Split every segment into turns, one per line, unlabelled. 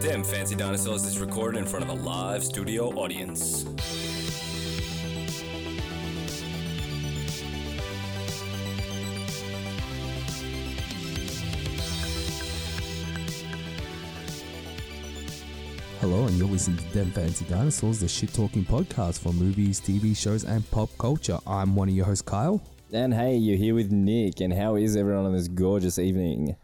them fancy dinosaurs is recorded in front of a live studio audience.
Hello, and you're listening to Them Fancy Dinosaurs, the shit talking podcast for movies, TV shows, and pop culture. I'm one of your hosts, Kyle.
And hey, you're here with Nick. And how is everyone on this gorgeous evening?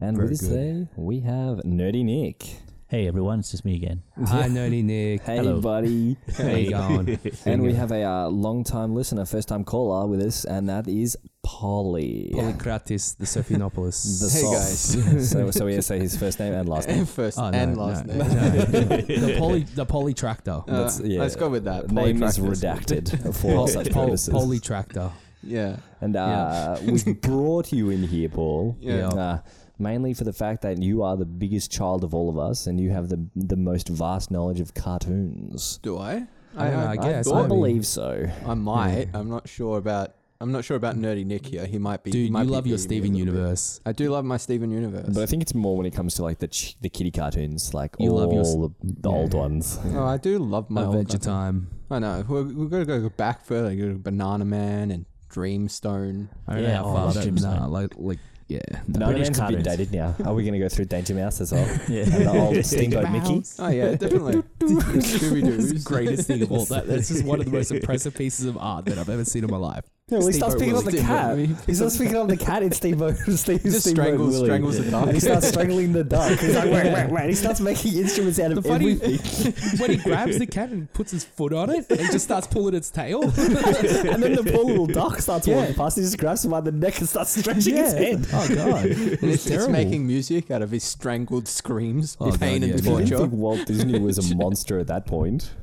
And
Very
with
good.
us today, we have Nerdy Nick.
Hey everyone, it's just me again.
Hi, Nerdy Nick.
Hey,
Hello.
buddy.
How you going?
and we have a uh, long-time listener, first-time caller with us, and that is Polly.
Polycratis, the Sophianopoulos.
The
Hey,
sauce. so, so we say his first name and last name.
and first
Oh, no,
and last
no,
name.
no. the poly, the polytractor.
Uh,
That's- yeah.
Let's go with that.
Name is
Polypractice.
redacted for all
Pol-
such
pol-
purposes.
polytractor.
Yeah.
And uh, we've brought you in here, Paul.
Yeah.
Yeah.
Uh, mainly for the fact that you are the biggest child of all of us, and you have the the most vast knowledge of cartoons.
Do I?
I don't know, I guess,
thought-
I
maybe.
believe so.
I might. I'm not sure about. I'm not sure about Nerdy Nick here. He might be. he
Dude,
might
you
be
love your
beating me a
Steven
little bit.
Universe.
I do love my Steven Universe.
But I think it's more when it comes to like the ch- the kitty cartoons, like
You
all
love your-
the, the old ones.
oh, I do love my
My
old
adventure
cartoons.
time.
I know. We're, we're gonna go back further. You go to Banana Man and Dreamstone.
I don't
Yeah,
know how
I
far
love
that,
Jim's
nah,
name.
like, like, yeah.
No,
British
man's a bit
cartoons.
dated now. Are we going to go through Danger Mouse as well? And
Yeah.
the old Stingo Mickey.
Oh yeah, definitely. Scooby
It's the
Doo's
greatest thing of all. That, that's just one of the most impressive pieces of art that I've ever seen in my life.
No, well, he starts
Steamboat
picking up the cat.
Willie. Steamboat Willie.
He starts picking up the cat in Steamboat. Steve,
He just
Steamboat
strangles,
Willie.
strangles the
And he
dog.
starts strangling the duck. He's like, wait, wait, wait. He starts making instruments out of
The funny-
everything.
when he grabs the cat and puts his foot on it and just starts pulling its tail.
and then the poor little duck starts
Yeah.
walking past. He just grabs him by the neck and starts stretching his head.
Oh god.
And it's, it's making music out of his strangled screams,
Oh,
in pain
God,
and
yeah,
torture.
think Walt Disney was a monster at that point.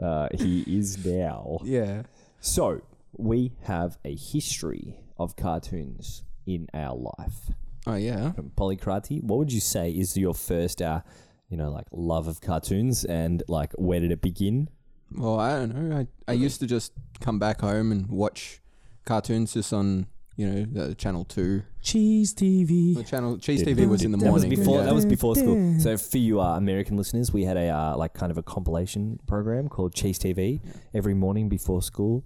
Uh, he is now.
Yeah.
So we have a history of cartoons in our life.
Oh yeah.
Polykrati, what would you say is your first, uh, you know, like love of cartoons and like where did it begin?
Well, I don't know. I, I used to just come back home and watch cartoons just on you know the channel two.
cheese TV.
The channel Cheese TV was in the
That was
morning.
before.
yeah.
That was before school. So for you uh, American listeners, we had a uh, like kind of a compilation program called Cheese TV every morning before school,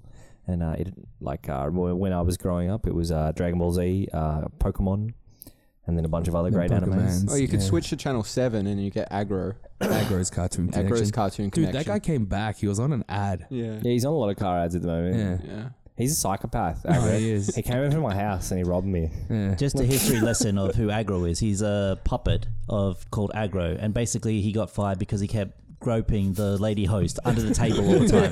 and uh, it like uh, when I was growing up, it was uh, Dragon Ball Z, uh, Pokemon, and then a bunch of other
And
great animes.
Pokemon.
Oh, you could
Yeah.
switch to channel seven and you get aggro.
Agro's cartoon
Aggro's
connection.
cartoon
Dude,
connection.
that guy came back. He was on an ad.
Yeah.
Yeah, he's on a lot of car ads at the moment.
Yeah.
Yeah.
He's a psychopath.
Oh,
Agro.
he is.
He came over to my house and he robbed me.
Yeah.
Just a history lesson of who Agro is. He's a puppet of called Agro, and basically he got fired because he kept groping the lady host under the table all the time.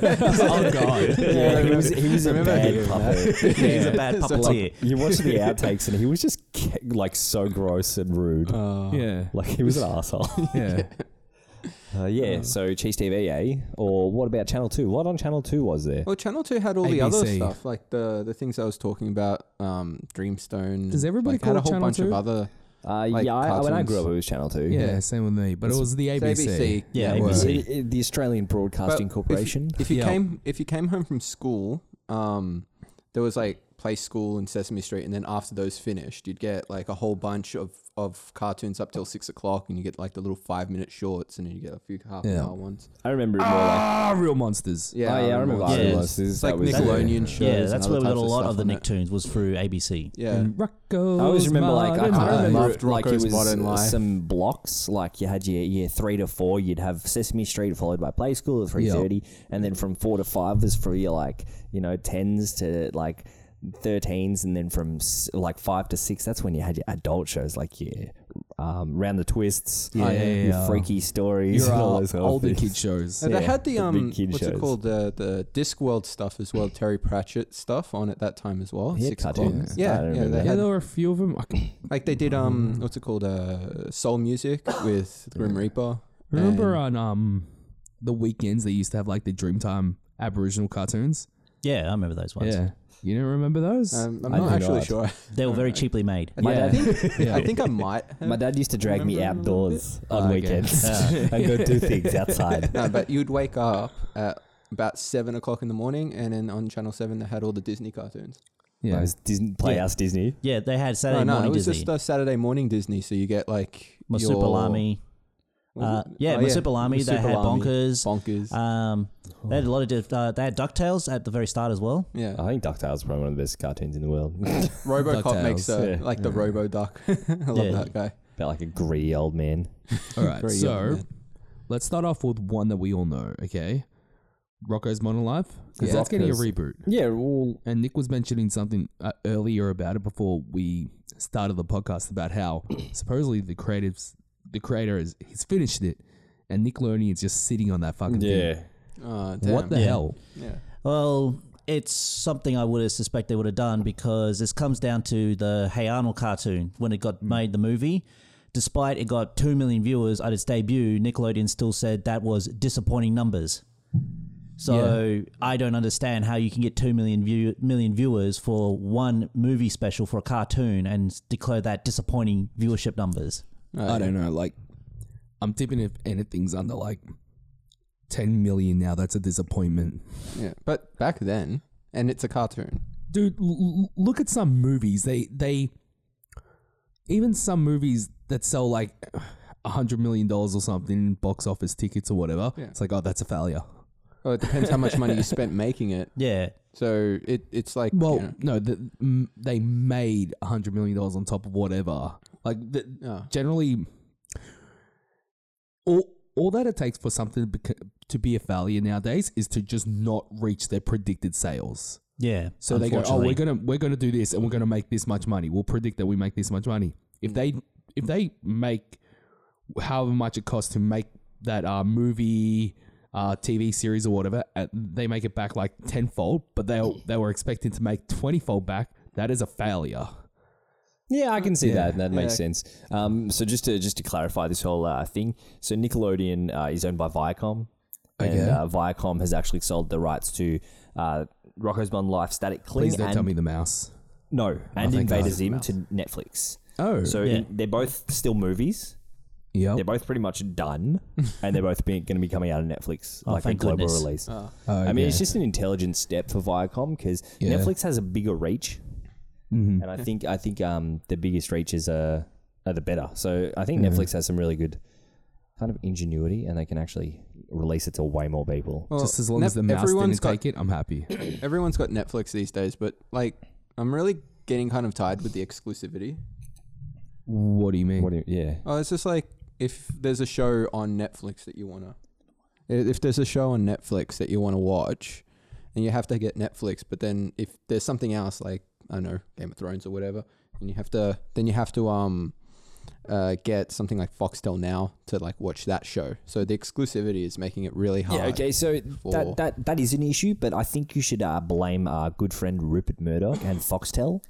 oh god.
Yeah, he was, he was a
Remember
bad
hearing
puppet.
He's a bad
So,
puppeteer.
You watch the outtakes and he was just ke- like so gross and rude.
Uh,
Yeah.
Like he was an asshole.
Yeah.
Uh, yeah, so Cheese TV, eh? Or what about Channel 2? What on Channel 2 was there?
Well, Channel Two had all the other
ABC.
stuff, like the the things I was talking about, um, Dreamstone.
Does everybody
like, had a
call
whole
Channel
bunch
2?
of other
Uh,
Like
yeah, I, when I grew up,
cartoons.
it was Channel 2.
Yeah, same with me. But it was the
it's
ABC.
ABC.
Yeah,
network.
ABC.
It- it- the Australian Broadcasting
But if-
Corporation.
If you
Yeah.
came, if you came home from school, um, there was like play school and Sesame Street, and then after those finished, you'd get like a whole bunch of of cartoons up till six o'clock, and you get like the little five minute shorts, and then you get a few half an
Yeah.
hour ones.
I remember it more like.
Ah, real monsters.
Yeah,
oh, yeah, I remember
what
Oh, Yeah,
it
it
it's-
was.
was.
It's like
that was-
Nickelodeon shows.
yeah,
and
that's
other
where we got
types
a lot
stuff
of the
on it.
Nicktoons was through ABC.
Yeah,
And Rocco's
I always remember like I,
Modern
can't
I
Life.
remember
loved
if, like it
Rocco's
was
Modern Life.
some blocks like you had your year three to four you'd have Sesame Street followed by Play School at three thirty and then from four to five was for your like you know tens to like thirteens and then from s- like five to six that's when you had your adult shows like your um, Round the Twists
Yeah, yeah,
your
yeah.
freaky stories
Your
and all
uh,
those other
older
things.
kid shows.
And
Yeah,
they had the
the
um,
big kid
what's
shows.
it called the the Discworld stuff as well, Terry Pratchett stuff on at that time as well.
Yeah,
six o'clock.
cartoons. I
Yeah,
don't
yeah,
remember
they
that.
Yeah,
had
there were a few of them. I can
Like they did, um, what's it called? Uh, soul music with Grim Reaper.
Remember
and-
on um the weekends they used to have like the Dreamtime Aboriginal cartoons.
Yeah, I remember those ones.
you don't remember those?
um, I'm
I
not
do
actually
not.
sure.
They were very cheaply made.
my
Yeah.
dad
yeah.
I think I might.
my
have.
dad used to drag me
Remember a little
outdoors on
Ah, okay.
weekends and go do things outside
No, but you'd wake up at about seven o'clock in the morning, and then on Channel Seven they had all the Disney cartoons.
yeah.
I was Disney Playhouse Disney
Yeah, they had Saturday
Oh, no, it
morning
was
Disney,
just uh, Saturday morning Disney. So you get like your
Marsupilami, Uh, yeah,
Oh,
Masupa Lami, they had
Marsupilami,
bonkers.
Bonkers.
Um, they had a lot of diff- uh, they had Ducktales at the very start as well.
yeah.
I think DuckTales is probably one of the best cartoons in the world.
Robocop makes a,
yeah.
like the Robo Duck. I love
Yeah.
that guy.
About like a greedy old man.
All right,
Very young
so
man.
let's start off with one that we all know, okay? Rocco's Monolife, because
Yeah.
that's getting a
Rocco's-
reboot.
Yeah, well,
And Nick was mentioning something uh, earlier about it before we started the podcast about how supposedly the creatives, the creator, is he's finished it, and Nick Loney is just sitting on that fucking
yeah.
thing.
Oh, damn.
What the
Yeah.
hell?
Yeah.
Well, it's something I would have suspect they would have done because this comes down to the Hey Arnold cartoon when it
Hmm.
got made the movie. Despite it got two million viewers at its debut, Nickelodeon still said that was disappointing numbers. So I don't understand how you can get two million view million viewers for one movie special for a cartoon and s- declare that disappointing viewership numbers.
Right,
I don't know. Like, I'm tipping if anything's under like 10 million now. That's a disappointment,
Yeah. But back then, and it's a cartoon.
dude. L- l- look at some movies. They they even some movies that sell like a hundred million dollars or something in box office tickets or whatever.
Yeah.
It's like, oh, that's a failure.
Well, it depends how much money you spent making it.
Yeah,
So it it's like
Well,
you know,
no, the, m- they made a hundred million dollars on top of whatever. Like, the,
Oh.
generally, all all that it takes for something to bec- to be a failure nowadays is to just not reach their predicted sales.
yeah.
So they go, oh,
unfortunately.
we're gonna we're gonna do this, and we're gonna make this much money. We'll predict that we make this much money.
Mm.
If they if they make however much it costs to make that uh, movie, uh, TV series or whatever, uh, they make it back like tenfold, but they they were expecting to make twentyfold back. That is a failure.
Yeah, I can see that, and that makes
yeah.
sense. Um, so just to just to clarify this whole uh, thing, so Nickelodeon uh, is owned by Viacom,
Okay.
and uh, Viacom has actually sold the rights to uh, Rocco's Modern Life, Static Cling,
Please don't
and
tell me the mouse.
no, and
thank
Invader
God.
Zim to Netflix.
Oh,
So
Yeah.
in- they're both still movies.
yeah.
They're both pretty much done, and they're both going to be coming out on Netflix
Oh,
like a
thank
global
goodness. Oh.
release. I mean, it's just an intelligent step for Viacom because
Yeah.
Netflix has a bigger reach, and I think I think um, the biggest reaches are are the better. So I think Netflix has some really good kind of ingenuity, and they can actually release it to way more people.
well,
just as long
Nef-
as the mouse
everyone's
didn't
got,
take it, I'm happy.
Everyone's got Netflix these days, but like I'm really getting kind of tired with the exclusivity.
what do you mean?
What do you, yeah,
Oh, it's just like if there's a show on Netflix that you wanna, i- if there's a show on Netflix that you wanna watch, and you have to get Netflix, but then if there's something else like I don't know Game of Thrones or whatever, and you have to, then you have to um, uh, get something like Foxtel now to like watch that show. So the exclusivity is making it really hard.
yeah. Okay, so
for-
that, that that is an issue, but I think you should uh, blame our good friend Rupert Murdoch and Foxtel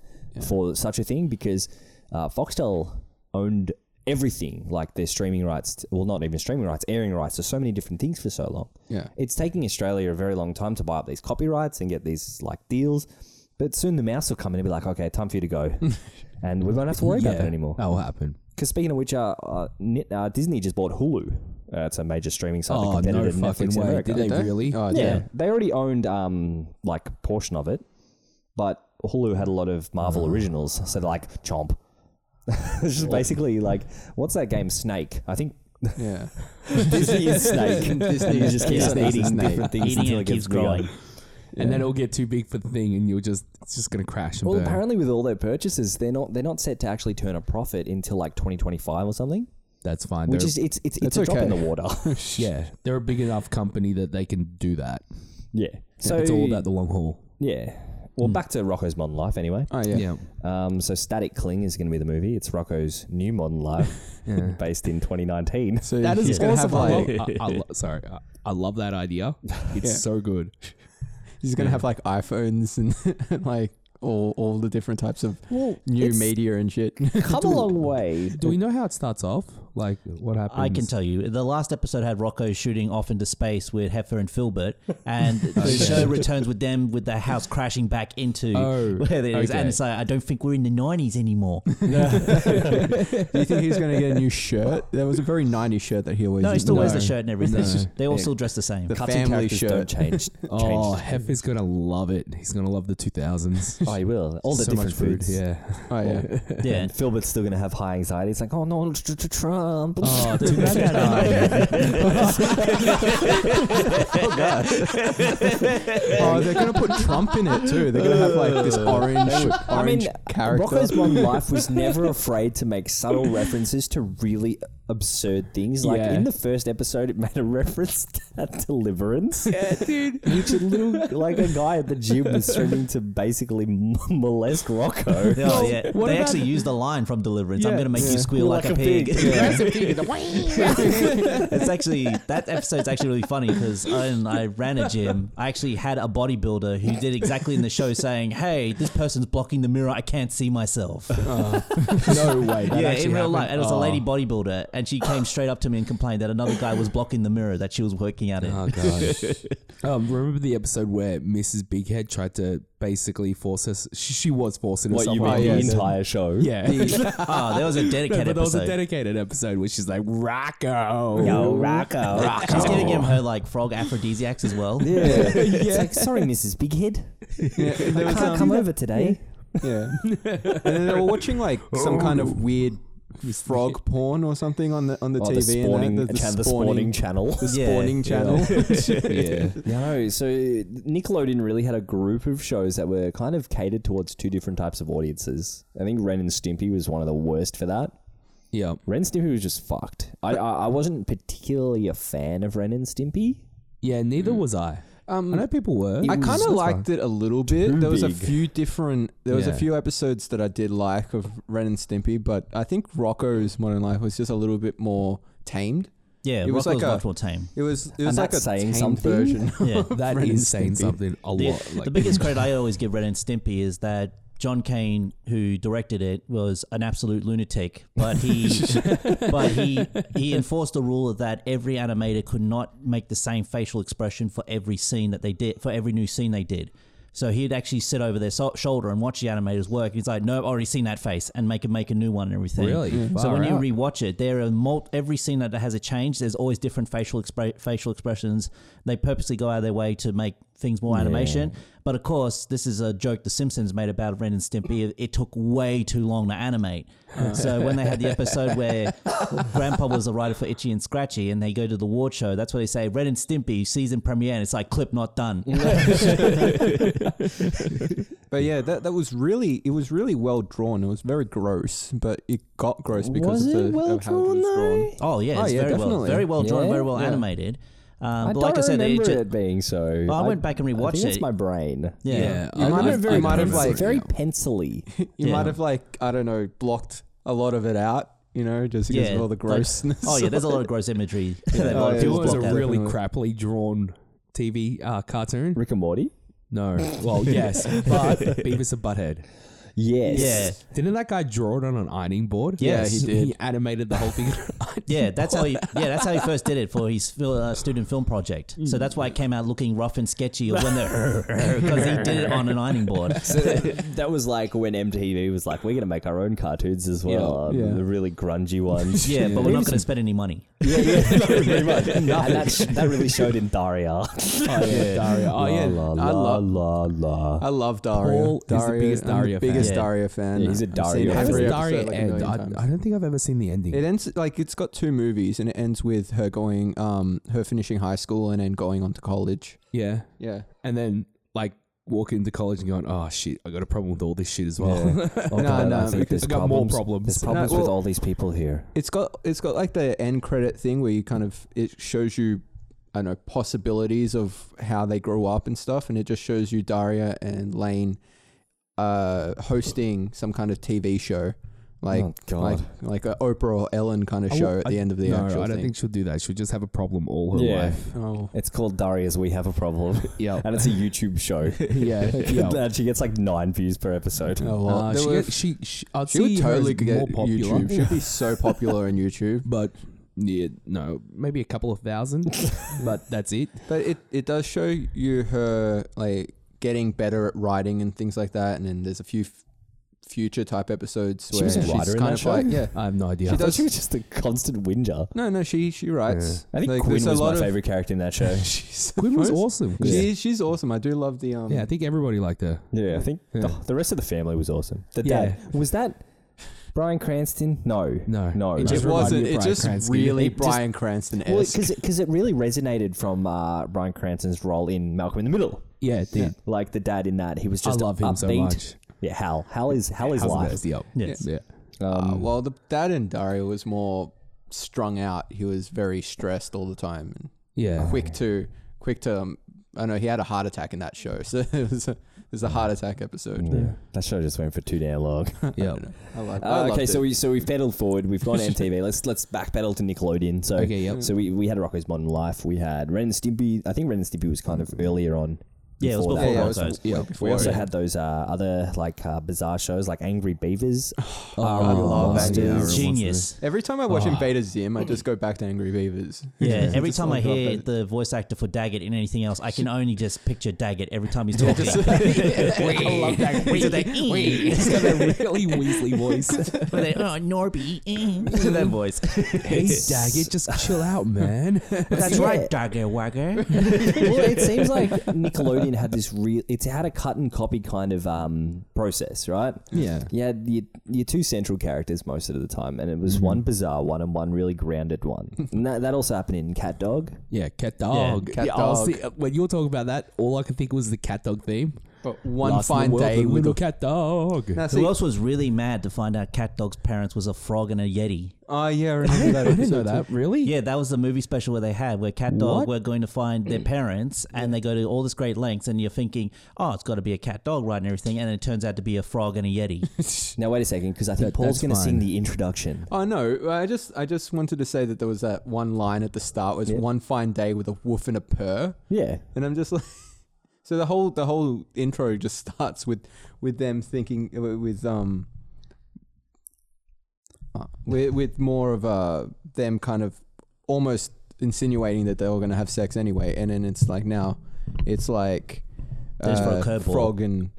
for such a thing because uh, Foxtel owned everything, like their streaming rights. t- well, not even streaming rights, airing rights. There's so many different things for so long.
Yeah.
it's taking Australia a very long time to buy up these copyrights and get these like deals. But soon the mouse will come in and be like, okay, time for you to go. and we won't have to worry about that anymore.
That will happen.
Because speaking of which, uh, uh, Ni- uh, Disney just bought Hulu. Uh, it's a major streaming site,
Oh,
that
no
competitor to
fucking
Netflix in
way.
America.
Did they
Don't-
really?
Oh,
yeah.
damn.
they already owned um, like a portion of it, but Hulu had a lot of Marvel originals, so they're like chomp. it's just basically like what's that game Snake? I think
yeah.
Disney is Snake.
Disney
and it
is-
just keeps
yeah,
on
that's
eating
Snake.
different things
eating
until
it keeps
bigger.
growing.
And then it'll get too big for the thing, and you'll just it's just gonna crash and
Well,
burn.
apparently with all their purchases, they're not they're not set to actually turn a profit until like 2025 or something,
That's fine.
which
They're-
is it's it's it's
That's
a drop in the
okay.
water.
yeah, they're a big enough company that they can do that.
yeah. So
it's all about the long haul.
yeah. Well,
Hmm.
back to Rocco's modern life anyway.
Oh yeah.
Yeah.
Um, so Static Cling is going to be the movie. It's Rocco's new modern life, based in 2019.
So
That is
he's gonna
awesome.
have like
I love, I, I lo- sorry, I, I love that idea. It's
Yeah.
so good.
he's gonna have like iPhones and like all all the different types of new
it's
media and shit.
Come a long way.
Do we know how it starts off? Like what happens?
I can tell you. The last episode had Rocco shooting off into space with Heifer and Filbert, and the show returns with them with the house crashing back into
Oh,
where it is.
okay.
And it's like, I don't think we're in the 90s anymore.
Do you think he's gonna get a new shirt? There was a very '90s shirt that he always.
No, he
used.
still wears
No.
the shirt and everything. They all still dress the same.
The
Cartoon
family
characters
shirt.
don't change. change
Oh, Hef is gonna love it. He's gonna love the two thousands.
Oh, he will. All the
so
different
much food.
foods.
Yeah.
Oh yeah.
Yeah.
And Philbert's still going to have high anxiety. It's like, oh no, Tr- Tr- Trump.
Oh, dude, grab that, um,
oh, they're gonna put Trump in it too. They're gonna have like this orange, orange
I mean,
character.
Rocco's Modern Life was never afraid to make subtle references to really absurd things. Like
Yeah.
in the first episode, it made a reference to Deliverance. Yeah, dude. Which a little, like a guy at the gym was threatening to basically m- molest Rocco.
oh, yeah.
What
they
about-
actually used the line from Deliverance. I'm
Yeah.
going to make you
Yeah.
squeal like, a pig. it's actually that episode's actually really funny because I ran a gym. I actually had a bodybuilder who did exactly in the show saying, "Hey, this person's blocking the mirror. I can't see myself."
no way. that
yeah, in
actually
real life, and
happened.
it was a
Oh.
lady bodybuilder, and she came straight up to me and complained that another guy was blocking the mirror that she was working out in.
Oh god! um, remember the episode where Mrs. Bighead tried to basically force us? She, she was forcing
What
herself.
you mean
on
the
us.
entire show?
Oh, Yeah.
oh, there was a
No,
dedicated
but there was
episode.
a dedicated episode where she's like, Rocco.
Yo, Rocco.
She's gonna give her like frog aphrodisiacs as well.
Yeah. It's like, sorry, Mrs. Big Head. I can't come over today.
um, Yeah. and then they were watching like some kind of weird frog porn or something on the on the
Oh,
TV
the
and
spawning,
that, the, the
cha- the
spawning,
spawning channel.
the
Yeah.
spawning channel.
yeah.
No, so uh, Nickelodeon really had a group of shows that were kind of catered towards two different types of audiences. I think Ren and Stimpy was one of the worst for that.
Yeah.
Ren and Stimpy was just fucked. I, I, I wasn't particularly a fan of Ren and Stimpy.
Yeah, neither was I.
Um,
I know people were.
I kind of liked it a little bit. There was a
big.
few different. There was a
Yeah.
few episodes that I did like of Ren and Stimpy, but I think Rocco's Modern Life was just a little bit more tamed.
Yeah,
It
Rocco
was
was
like a-
much more tame.
It was. It was
And
like
that's
a
saying
tamed
something.
version.
Yeah.
That
Ren
is
and
saying
Stimpy.
something a
The,
lot. Like,
the biggest credit I always give Ren and Stimpy is that John Cain, who directed it, was an absolute lunatic, but he but he he enforced the rule that every animator could not make the same facial expression for every scene that they did for every new scene they did. So he'd actually sit over their so- shoulder and watch the animators work. He's like, "No, I've already seen that face," and make him make a new one and everything.
Really? Yeah.
So
Far
when you
out.
rewatch it, there are mul- every scene that has a change. There's always different facial expre- facial expressions. They purposely go out of their way to make things more animation. But of course, this is a joke The Simpsons made about Ren and Stimpy. It, it took way too long to animate. so when they had the episode where Grandpa was the writer for Itchy and Scratchy, and they go to the award show, that's where they say Ren and Stimpy season premiere, and it's like clip not done.
But yeah, that that was really it was really well drawn. It was very gross, but it got gross
Was
because of, the,
it well
of how it
drawn
was drawn.
though?
oh yeah,
Oh,
it's
yeah,
very well,
definitely.
very well drawn,
Yeah,
very well
yeah.
animated. Um,
I
but
don't
like I said,
remember
ju-
it being so.
Well, I went back and
I
rewatched
think
it.
It's my brain.
yeah.
yeah,
You might have-
I
you might have,
remember
like-
it
It's very
now.
pencily.
You
Yeah.
might have like I don't know blocked a lot of it out. You know, just because of all the
like-
grossness.
oh yeah, there's a lot of gross imagery. that a
Oh,
lot
yeah,
of
It
people
was a
blocked out.
really crappily drawn TV uh, cartoon.
Rick and Morty.
No, well, yes, but Beavis and Butthead.
Yes.
Yeah,
Didn't that guy draw it on an ironing board?
Yes.
Yeah, he did.
He animated the whole thing. on an ironing
yeah, that's how he. Yeah, that's how he first did it for his fil- uh, student film project. So that's why it came out looking rough and sketchy when the because he did it on an ironing board.
So that, that was like when MTV was like, we're going to make our own cartoons as well.
Yeah.
um, The really grungy ones.
Yeah, but we're not going to spend any money.
Yeah, yeah, no, pretty much. and that, sh- that really showed in Daria.
board. Oh, yeah, Daria. Oh, yeah.
La, la,
I
la,
love-
la, la.
I love Daria.
Paul is the
Daria-
biggest
I'm
Daria fan.
the biggest
Yeah.
Daria fan.
Yeah, he's a
I've
Daria
seen
fan.
How does
every episode,
Daria
like, a
end?
million
I,
times.
I don't think I've ever seen the ending.
It ends like it's got two movies, and it ends with her going, um, her finishing high school and then going on to college.
yeah.
Yeah,
And then, like, walking into college and going, oh, shit, I got a problem with all this shit as well.
Oh,
No, no,
I
because
think there's
I got more
problems-
problems.
There's problems
No,
with
well-
all these people here.
it's got it's got like the end credit thing where you kind of it shows you, I don't know, possibilities of how they grow up and stuff, and it just shows you Daria and Lane, uh, hosting some kind of TV show, like
Oh, God.
like like a Oprah or Ellen kind of
I
show
will-
at the
I-
end of the
no,
actual
I don't
thing.
think she'll do that. She'll just have a problem all her
Yeah.
life. Uh,
oh.
It's called Daria's We Have a Problem.
Yeah.
and it's a YouTube show.
yeah. yeah.
and she gets like nine views per episode.
Oh, well,
Uh,
there
she,
were-
get- she, she, I'd
she
see
would
her
totally
as
get
more popular.
YouTube. She'd be so popular on YouTube.
But, yeah, no, maybe a couple of thousand, but that's it.
But it, it does show you her like getting better at writing and things like that, and then there's a few f- future type episodes
She
where
was a
she's
writer in
kind
that
of
show?
like yeah.
I have no idea.
She
I thought
does-
she was just a constant whinger.
No, no, she she writes.
I think
Like,
Quinn
there's a
was my
lot of-
favorite character in that show.
She's the
Quinn was
most-
awesome.
She
Yeah.
is- she's awesome. I do love the um.
Yeah, I think everybody liked her.
Yeah, I think
Mm. Yeah.
The, the rest of the family was awesome. The
Yeah.
dad was that Brian Cranston? No,
No.
no.
It
right?
just reminded
It
me
wasn't.
of
It
Bryan
just
Cranston.
really
It just-
Brian Cranston
Well,
esque.
because it, 'cause it really resonated from uh, Brian Cranston's role in Malcolm in the Middle.
Yeah, it did.
Like the dad in that, he was
I
just
love him so
upbeat.
much.
Yeah, Hal. Hal is Hal is
How's the
life.
best? Yep.
Yes.
Yeah.
Uh, well, the dad in Dario was more strung out. He was very stressed all the time and
Yeah.
quick to quick to. Um, I know he had a heart attack in that show, so it was a, it was a heart attack episode.
Yeah. That show just went for too damn long.
Yeah.
I like. I
Uh,
loved
okay, so
it.
we so we've pedaled forward. We've gone MTV. let's let's backpedal to Nickelodeon. So
Okay, yep.
So we, we had Rocco's Modern Life. We had Ren and Stimpy. I think Ren and Stimpy was kind of earlier on.
Yeah, it was
that.
before
yeah,
Wild
it was
Toads.
way
Yeah.
before
We also
it.
had those uh, other like uh, bizarre shows like Angry Beavers. uh,
Oh,
I love Angry
yeah,
Beavers.
everyone wants
Genius.
Every time I
Ah.
watch Invader Zim, I just go back to Angry Beavers.
Yeah, every
Just
time I
like, oh,
hear
that-
the voice actor for Daggett in anything else, I can only just picture Daggett every time he's talking. I love Daggett. Into the E.
to- He's got a really Weasley voice.
But then, oh, Norby. eh." that voice.
hey, Daggett, just chill out, man.
That's
Yeah.
right, Daggett Wagger.
well, it seems like Nickelodeon had this real. It's had a cut and copy kind of um, process, right?
Yeah.
You had your, your two central characters most of the time, and it
Mm-hmm.
was one bizarre one and one really grounded one. and that, that also happened in Cat Dog.
Yeah, cat dog.
cat
I was
dog.
thi- when you were talking about that, all I could think was the cat dog theme.
But one
Last in the
fine
world,
day,
the
with
little
a,
cat dog.
Now,
Who
see,
else was really mad to find out Cat Dog's parents was a frog and a yeti?
oh yeah, I remember that.
I didn't know
episode
that.
too.
Uh, Really?
Yeah, that was the movie special where they had where Cat Dog
What?
were going to find their parents and they go to all this great lengths and you're thinking, oh, it's got to be a cat dog, right, and everything, and it turns out to be a frog and a yeti.
Now wait a second, because I think
That-
Paul's
that's
going to
fine.
sing the introduction.
Oh no, I just I just wanted to say that there was that one line at the start was one fine day with a woof and a purr,
Yeah,
and I'm just like, so the whole the whole intro just starts with with them thinking with um uh, with with more of uh them kind of almost insinuating that they're all gonna have sex anyway, and then it's like now it's like. uh,
There's for a curveball.
frog and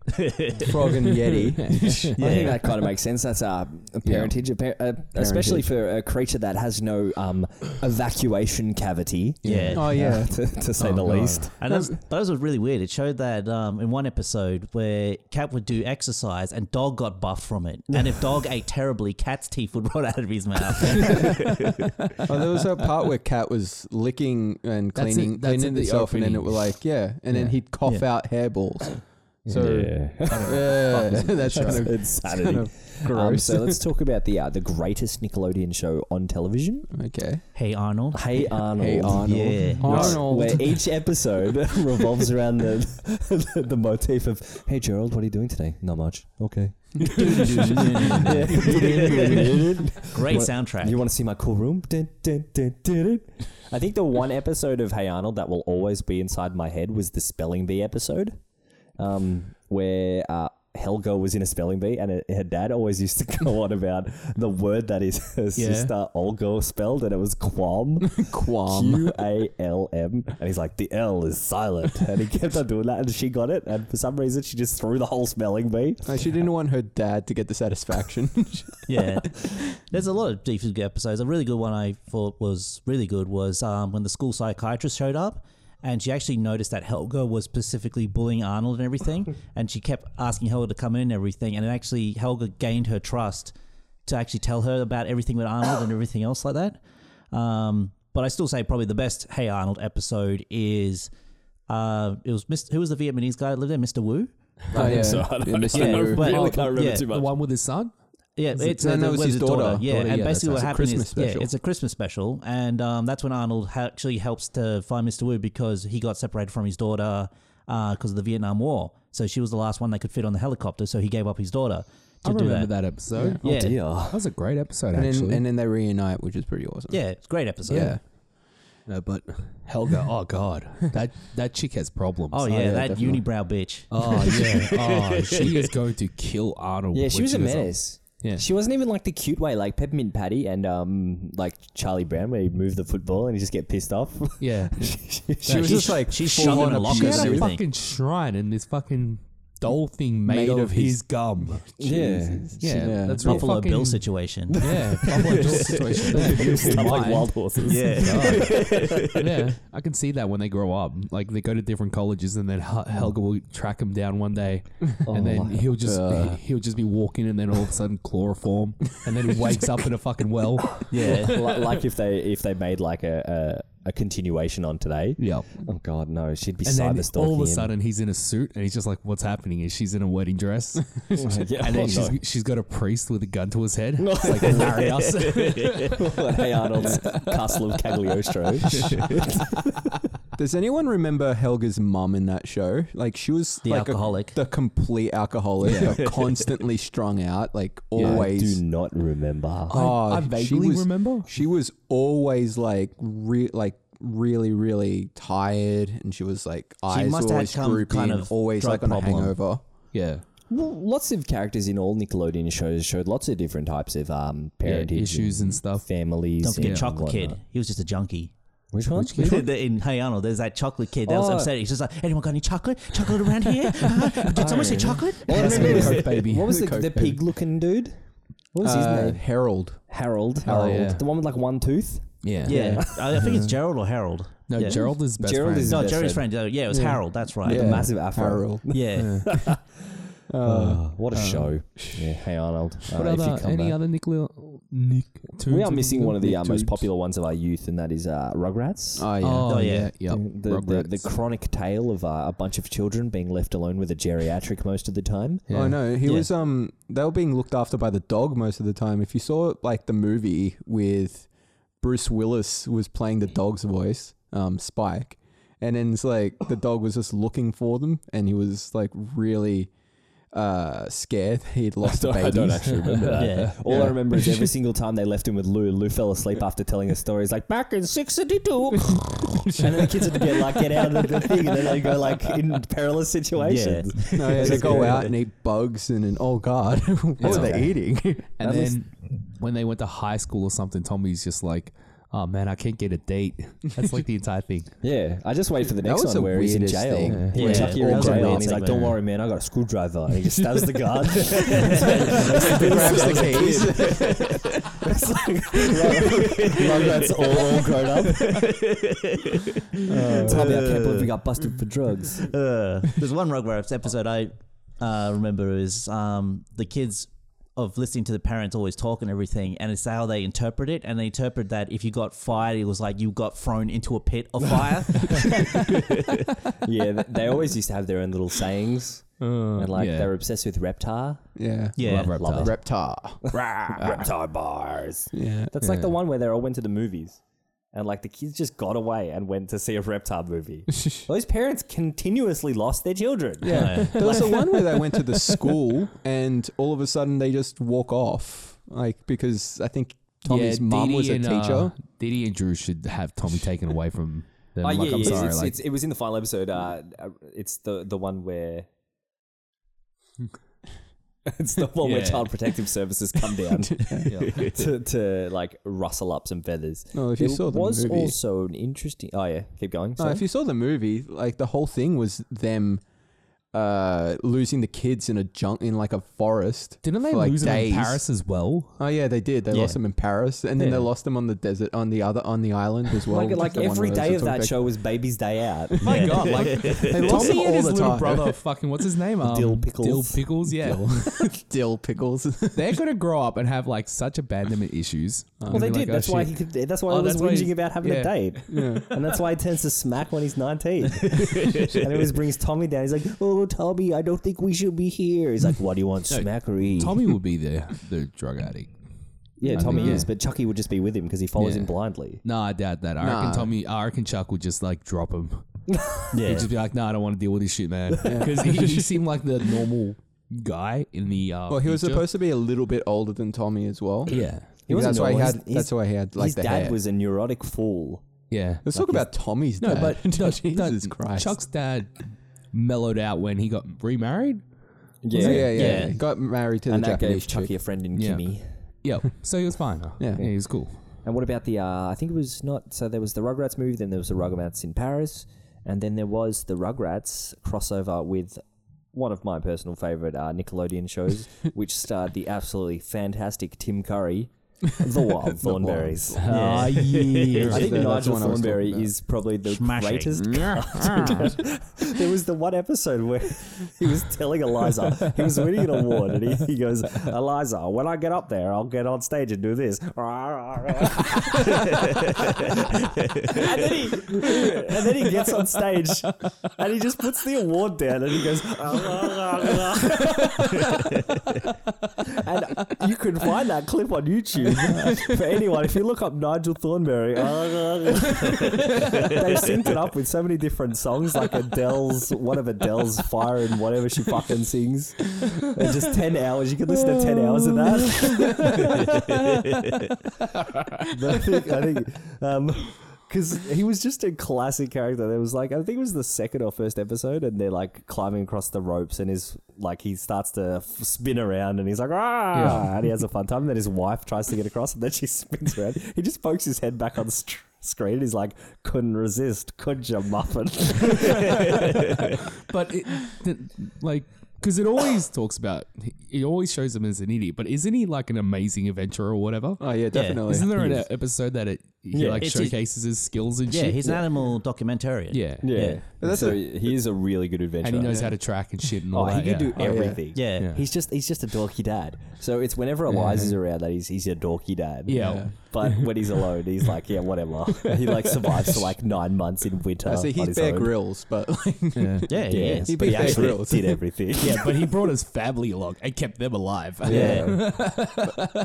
frog and yeti.
I think that kind of makes sense. That's uh, a parentage, a par- uh, especially for a creature that has no um, evacuation cavity.
Yeah.
Oh yeah,
to, to say the least.
And that's, that was really weird. It showed that um, in one episode where Cat would do exercise and Dog got buff from it. And if Dog ate terribly, Cat's teeth would rot out of his mouth.
Oh, there was that part where Cat was licking and
That's it-
cleaning,
that's in
cleaning
the
itself, and then it
opening.
was like, yeah, and then he'd cough out hairballs. So yeah, that's kind of
insanity. Um,
gross.
so let's talk about the uh, the greatest Nickelodeon show on television.
okay.
hey, Arnold.
Hey Arnold.
Hey Arnold.
Yeah.
Arnold.
Where each episode revolves around the, the the motif of Hey Gerald, what are you doing today? Not much. Okay.
Great
What-
soundtrack.
You want to see my cool room? Dun, dun, dun, dun, dun. I think the one episode of Hey Arnold that will always be inside my head was the spelling bee episode, um, where uh, Helga was in a spelling bee, and uh, her- her dad always used to go on about the word that his her sister Olga spelled, and it was qualm,
Qualm.
Q A L M, and he's like the L is silent, and he kept on doing that, and she got it, and for some reason she just threw the whole spelling bee.
No, she didn't want her dad to get the satisfaction.
yeah. There's a lot of deep episodes. A really good one I thought was really good was um, when the school psychiatrist showed up and she actually noticed that Helga was specifically bullying Arnold and everything. and she kept asking Helga to come in and everything. And it actually, Helga gained her trust to actually tell her about everything with Arnold and everything else like that. Um, but I still say probably the best Hey Arnold episode is. Uh, it was Mr. Who was the Vietnamese guy that lived there? Mr. Wu.
oh yeah,
So I don't
Yeah, Mr.
know.
Wu.
But-
I really can't remember
yeah,
too
The
much.
one with his son?
Yeah, it's
no,
uh,
no,
the-
it was
with
his
his daughter.
daughter.
Yeah,
Daughter,
and
yeah, that's right.
basically what
It's a
happened
Christmas
is
special.
yeah, it's a Christmas special, and um, that's when Arnold ha- actually helps to find Mr. Wu because he got separated from his daughter because of the Vietnam War. So she was the last one they could fit on the helicopter, so he gave up his daughter
I
to do
remember
that.
that episode. Oh,
Yeah,
Dear.
That was a great episode,
and then
actually.
and then they reunite, which is pretty awesome.
yeah, it's a great episode.
yeah.
no, but Helga, oh god, that that chick has problems.
Oh yeah,
yeah,
that
definitely.
unibrow bitch.
Oh yeah. Oh, she is going to kill Arnold.
Yeah, she
when
was a
up.
menace.
Yeah.
She wasn't even like the cute way, like Peppermint Patty and um like Charlie Brown, where he moved the football and he just get pissed off.
Yeah.
She- she-
She was
she
just
sh-
like
she
full
shoved
on
him in a locker
abuse.
she
and
had a
everything.
fucking shrine in this fucking doll thing made, of, his, gum.
Yeah.
Yeah,
Yeah.
that's real
Buffalo
fucking,
Bill situation.
Yeah, Buffalo Bill situation. That's
like
mine.
wild horses.
yeah.
yeah, I can see that when they grow up. Like they go to different colleges, and then Hel- Helga will track him down one day, and
Oh
then he'll just he'll just be walking, and then all of a sudden chloroform, and then he wakes up in a fucking well.
Yeah.
like, like if they if they made like a, a, a continuation on today.
Yeah,
Oh God, no! She'd be
and then
cyber stalking.
all of a
him.
sudden he's in a suit, and he's just like, "What's happening?" Is she's in a wedding dress,
Yeah,
and then
oh,
she's
no.
she's got a priest with a gun to his head, It's like marry us.
hey Arnold's Castle of Cagliostro.
Does anyone remember Helga's mum in that show? Like she was
The
like a-
alcoholic.
the complete alcoholic, like, constantly strung out, like
I
always.
do not remember.
Oh,
I vaguely
was,
remember.
She was always like, re- like really, really tired, and she was like eyes
must have
always
had some
droopy,
kind
and
of
always
drug
like on
problem.
a hangover.
yeah,
Well, lots of characters in all Nickelodeon shows showed lots of different types of um,
yeah,
parentage
issues and stuff.
families.
Don't forget
and
Chocolate Kid.
whatnot.
He was just a junkie.
Which one?
in Hey Arnold, there's that chocolate kid that was
Oh.
upset. He's just like, anyone got any chocolate? Chocolate around here? Huh? Did someone say chocolate?
Well, I
That's
remember-
Coke baby.
What was the,
Coke
the
baby.
pig-looking dude? What was his
Uh,
name?
Harold.
Harold. Oh,
Harold. yeah.
The one with like one tooth.
Yeah,
Yeah. I I think it's Gerald or Harold.
No,
Yeah.
Gerald is best
Gerald
friend.
is
No,
Best
Jerry's
friend.
friend. Oh, Yeah, it was Harold. That's right.
Yeah.
The massive afro.
Harold.
Yeah.
Oh, what a show! Yeah, hey Arnold.
Uh,
Uh,
What
if you
other,
come
any
back.
other Nickeleo- Nick?
we are missing one of the uh, most popular ones of our youth, and that is uh, Rugrats.
Oh yeah.
Oh,
Oh,
yeah, yeah.
yeah.
the, the, the chronic tale of uh, a bunch of children being left alone with a geriatric most of the time.
Oh no, he
Yeah.
was um they were being looked after by the dog most of the time. If you saw like the movie with Bruce Willis was playing the dog's voice, um Spike, and then it's like the dog was just looking for them and he was like really uh scared he'd lost a baby.
remember
that. Yeah.
All I remember is every single time they left him with Lou, Lou fell asleep after telling a story. He's like, back in 62. and then the kids had to get like, get out of the thing. And then they go like in perilous situations.
no, yeah, they go out and eat bugs and, and oh god, what were they eating?
and
That was-
then when they went to high school or something, Tommy's just like, "Oh man, I can't get a date." That's like the entire thing.
Yeah. I just wait for the
That
next one
was the
where he's in
weirdest
jail.
thing.
Where
Yeah.
Chucky
Yeah,
in
that was a
jail.
weird
And he's like,
segment.
don't worry, man. I got a screwdriver. And he just stabs the guard.
Grabs the keys.
It's like, Rugrats all, all grown up. Tommy, I can't believe we got busted for drugs.
Uh, there's one Rugrats episode I uh, remember is um, the kids of listening to the parents always talk and everything, and it's how they interpret it, and they interpret that if you got fired, it was like you got thrown into a pit of fire.
yeah, th- they always used to have their own little sayings. and like
yeah.
they were obsessed with Reptar.
Yeah.
yeah,
Love
Love
reptiles.
it.
Reptar.
Reptar bars.
Yeah.
That's like the one where they all went to the movies. And like the kids just got away and went to see a Reptar movie. Those parents continuously lost their children.
Yeah. There was the one where they went to the school and all of a sudden they just walk off. Like, because I think Tommy's
Yeah,
mom
Didi
was a
and,
teacher.
uh, Didi and Drew should have Tommy taken away from them.
Oh,
like,
yeah,
I'm
yeah,
sorry,
it's,
like,
it's, it was in the final episode. Uh, uh, it's the the one where it's the one where
Yeah.
Child Protective Services come down to, to like rustle up some feathers.
No, if you
There
saw the
was
movie-
also an interesting. Oh yeah, keep going.
No,
sorry.
if you saw the movie, like, the whole thing was them uh, losing the kids in a junk, in like a forest.
didn't they
for, like,
lose him in
days.
Paris as well?
Oh, yeah, they did. They
Yeah.
lost them in Paris and then
Yeah.
they lost them on the desert, on the other, on the island as well.
like
which
like
is the one
every
where
day
they
of
took
that
back-
show was Baby's Day Out.
My God, like
They lost them
Tommy
all
and his
the
little
time.
brother, fucking what's his name? Um,
Dill Pickles.
Dill Pickles, yeah.
Dill pickles.
They're gonna grow up and have like such abandonment issues. Um,
well, they
"Oh,
did. that's why he could. That's why
Oh,
he was
that's why
whinging
he's-
about having
yeah.
a date, and that's why he turns to smack when he's nineteen. and it always brings Tommy down. He's like, "Oh, Tommy, I don't think we should be here." He's like, "What do you want, smackery?"
Tommy would be the the drug addict.
Yeah,
I
Tommy
think,
is,
yeah.
but Chucky would just be with him because he follows
Yeah.
him blindly.
No, I doubt that. I reckon
Nah.
Tommy, I reckon Chuck would just like drop him.
yeah.
He'd just be like, "No, I don't want to deal with this shit, man," because he, he seemed like the normal guy in the. Uh,
well, he was
picture.
supposed to be a little bit older than Tommy as well.
Yeah,
He wasn't
that's why he
normal.
had.
His-
that's why he had like
his
the
dad
hair.
was a neurotic fool.
yeah.
Let's talk about Tommy's
No,
dad.
but no, no,
Jesus Christ.
Chuck's dad mellowed out when he got remarried.
yeah, yeah, yeah,
Yeah.
He Got married to
and
the
that
Japanese
gave Chucky
chick.
a friend in
Yeah.
Kimmy.
Yeah, so he was fine.
Yeah.
he was cool.
And what about the? Uh, I think it was not. So there was the Rugrats movie, then there was the Rugrats in Paris, and then there was the Rugrats crossover with one of my personal favorite uh, Nickelodeon shows, which starred the absolutely fantastic Tim Curry, the Wild Thornberries.
Ah, yeah.
I think
Yeah, that's the
Nigel
one I was
Thornberry
talking about.
is probably the
Smashing.
greatest there was the one episode where he was telling Eliza, he was winning an award, and he, he goes, Eliza, when I get up there, I'll get on stage and do this. and, then he, and then he gets on stage and he just puts the award down and he goes, "Ah, and you can find that clip on YouTube for anyone. If you look up Nigel Thornberry, ah, they've synced it up with so many different songs, like Adele's, one of Adele's Fire and whatever she fucking sings. And just 10 hours. You can listen to 10 hours of that. But I think, I think, um, because he was just a classic character. There was like, I think it was the second or first episode, and they're like climbing across the ropes, and his like he starts to f- spin around, and he's like, ah, and he has a fun time. Then his wife tries to get across, and then she spins around. He just pokes his head back on the str- screen, and he's like, couldn't resist, could you, muffin?
but it, th- like, because it always talks about, it always shows him as an idiot. But isn't he like an amazing adventurer or whatever?
Oh yeah, definitely.
Isn't there an episode that it he
Yeah,
like
it's his-
showcases his skills and
Yeah,
shit?
he's an animal documentarian.
yeah,
Yeah.
that's
so
a-
he is a really good adventurer.
and he knows how to track and shit and
Oh,
all that.
he could
yeah.
do everything.
Yeah. Yeah.
he's just he's just a dorky dad. So it's whenever Eliza's around that he's he's a dorky dad.
Yeah. Yeah.
but when he's alone, he's like, yeah, whatever. he like survives for like nine months in winter.
I see
on
he's
his
Bear
own.
Grylls, but like,
Yeah.
Yeah,
Yeah,
he is.
He
but he
beat Bear
actually
Grylls.
did everything.
yeah, but he brought his family along and kept them alive.
yeah.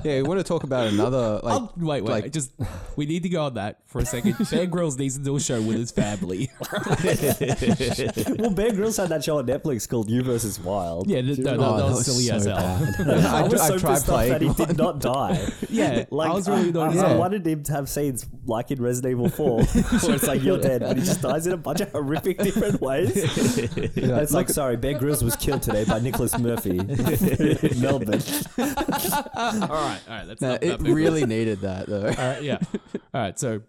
yeah, we want to talk about another like
Oh, wait, wait,
like-
just we need to go on that for a second. Bear Grylls needs to do a show with his family.
well, Bear Grylls had that show on Netflix called You versus Wild.
yeah, th- no, no, that
Oh, that
was
was
silly
so
as hell.
I,
I,
was
I
so
tried
pissed off that he
playing.
did not die.
Yeah,
Like, uh,
I was really
I,
annoyed. as
I
hell.
wanted him to have scenes like in Resident Evil 4, where it's like you're dead, but he just dies in a bunch of horrific different ways. It's like, sorry, Bear Grylls was killed today by Nicholas Murphy in Melbourne.
all right, all right, that's
No,
not
it really needed that though.
All right, Uh, yeah. All right, so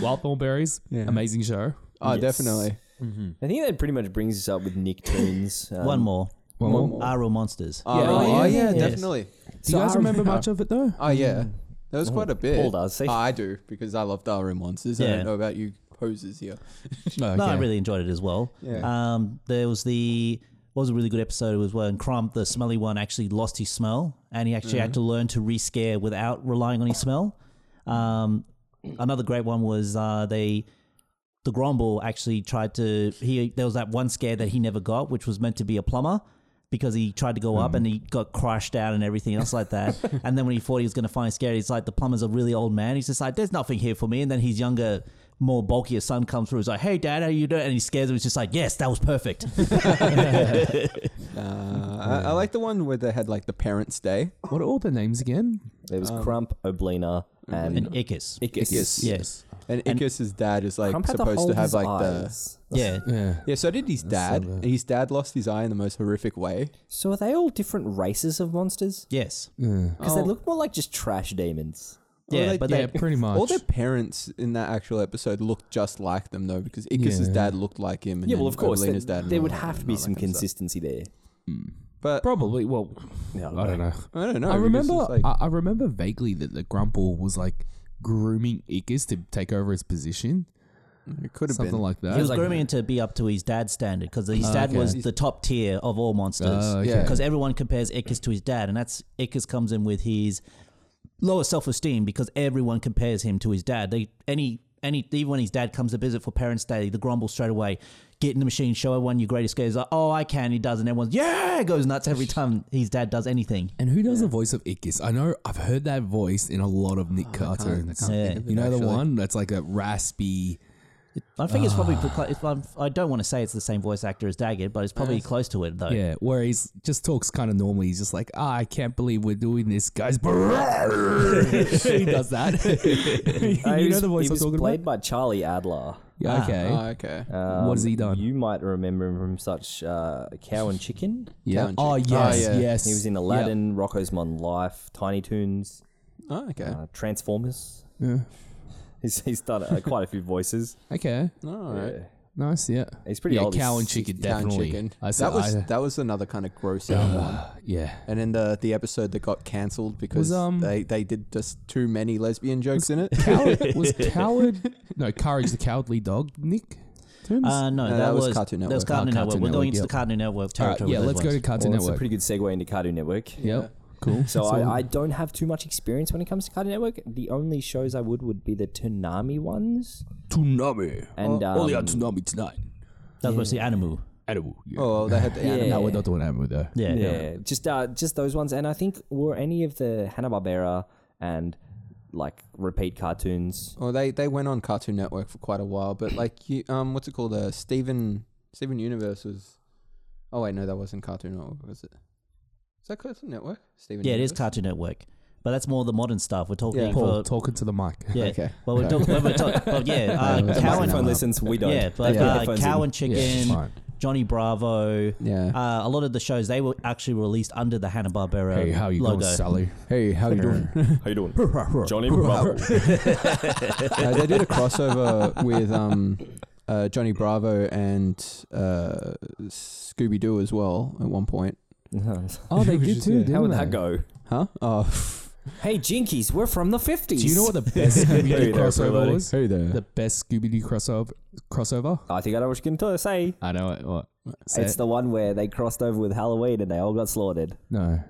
Wild Thornberries, amazing show.
oh,
Yes.
definitely.
I think that pretty much brings us up with Nicktoons. Um,
One more. One more. Aral monsters.
Oh,
Oh,
oh,
yeah,
yeah,
yeah, yeah.
definitely.
Do you guys remember much of it though?
Oh yeah, that was quite a bit.
Paul does, see?
Oh, I do because I love Darwin monsters. I
Yeah.
don't know about you poses here.
No, I really enjoyed it as well. Um, there was the what was a really good episode was when Crump, the smelly one, actually lost his smell and he actually had to learn to re-scare without relying on his smell. Um, another great one was uh, they the Grumble actually tried to he there was that one scare that he never got, which was meant to be a plumber. Because he tried to go up and he got crushed out and everything else like that. and then when he thought he was going to find a scare, he's like, the plumber's a really old man. He's just like, there's nothing here for me. And then his younger, more bulkier son comes through. He's like, hey, dad, how you doing? And he scares him. He's just like, yes, that was perfect.
Uh, I, I like the one where they had like the Parents' Day.
What are all the names again?
There was Crump, Oblina, and,
and Ickis.
Ickis.
Ickis.
Yes.
And Icus's dad is like
Crump had
supposed to have like the
Yeah.
Yeah.
yeah. So did his dad. His dad lost his eye in the most horrific way.
So are they all different races of monsters?
Yes.
Because they look more like just trash demons.
Yeah,
they-
but
Yeah,
they,
pretty much.
All their parents in that actual episode looked just like them though, because Icus's
Yeah.
dad looked like him. And
Yeah, well,
then
of course,
Evelina's dad. and
there
all
would
that
have to
and
be
all that
some
kind of stuff.
consistency there.
But
Probably. Well, I don't know.
I don't know.
I
because
remember. uh,
it's like-
I, I remember vaguely that the Grumple was like grooming Ickis to take over his position,
it could have
something
been
like that.
he was grooming him to be up to his dad's standard because his dad was the top tier of all monsters.
Oh, okay.
Yeah.
because everyone compares Ickis to his dad, and that's Ickis comes in with his lower self esteem because everyone compares him to his dad. They any any even when his dad comes to visit for Parents' Day, the grumble straight away. Get in the machine, show everyone your greatest scares. Like, oh, I can. He does, and everyone's yeah, goes nuts every time his dad does anything.
And who does the voice of Ickis? I know I've heard that voice in a lot of Nick cartoons.
think Yeah. of
You know the
actually.
one that's like a raspy.
I think it's probably.
Ah.
Procl- if I'm, I don't want to say it's the same voice actor as Daggett, but it's probably close to it though.
Yeah, where he's just talks kind of normally. He's just like, ah, I can't believe we're doing this, guys. he does that. you know the voice
he
I'm
was
talking
played uh,
about?
by Charlie Adler.
Yeah, okay.
Oh, okay.
what has he done?
You might remember him from such uh, Cow and Chicken.
yeah.
Town
Oh,
Chick.
yes,
Oh, yeah.
yes.
He was in Aladdin, Rocco's Modern Life, Tiny Toons,
oh, okay.
uh, Transformers. He's, he's done uh, quite a few voices.
Yep. Okay.
All right.
Nice, yeah.
It's pretty
yeah,
old.
Cow and
It's-
chicken,
Cow and
definitely.
Chicken.
I said,
that was
I-
that was another kind of gross out one.
yeah.
And then the the episode that got cancelled because
Was, um,
they, they did just too many lesbian jokes in it.
Coward, was coward? No, courage the cowardly dog. Nick. Terms?
Uh, no, that,
that was
was
Cartoon
That was
Network.
Cartoon
Oh,
Network.
Cartoon
We're going
Network,
into the
yep.
Cartoon Network
All right,
territory.
yeah,
with
let's
those
go to
ones.
Cartoon
Well, it's a
Network.
pretty good segue into Cartoon Network.
yep, cool.
So I, I don't have too much experience when it comes to Cartoon Network. The only shows I would would be the Toonami ones.
Tsunami.
And, Uh, only on um,
Tsunami oh, tonight.
That was mostly Animu.
Edible. Yeah.
Oh, they had the anime.
No, we're not doing Animal though.
Yeah,
Yeah,
yeah.
just uh, just those ones. And I think were any of the Hanna Barbera and like repeat cartoons.
Oh, they they went on Cartoon Network for quite a while, but like you, um, what's it called? Uh, Steven Steven Universe was. Oh wait, no, that wasn't Cartoon Network, was it? Is that Cartoon Network? Steven.
Yeah, it is
Universe?
Cartoon Network, but that's more the modern stuff. We're talking
Yeah.
Paul,
for
talking to the mic.
yeah.
Okay.
Well, we're talking. we're talking but yeah, uh,
The
Cow
Microphone
and
listens, we don't.
yeah, but
They put
uh,
headphones in.
Cow and
Yeah, it's
Chicken,
fine.
Johnny Bravo.
Yeah.
Uh, a lot of the shows they were actually released under the Hanna Barbera
Hey, how you
logo. Oh,
going, Sally?
Hey, how you doing?
How you doing?
Johnny Bravo.
uh, they did a crossover with um, uh, Johnny Bravo and uh, Scooby Doo as well at one point.
Oh, they did too.
How would that go?
Huh? Oh,
Hey Jinkies, we're from the fifties.
Do you know what the best Scooby
Hey
Doo
there,
crossover
everybody.
was?
hey there.
The best Scooby Doo crossover. Crossover.
I think I know what you're going to say.
I know it. What? Say
It's
it.
the one where they crossed over with Halloween and they all got slaughtered.
no.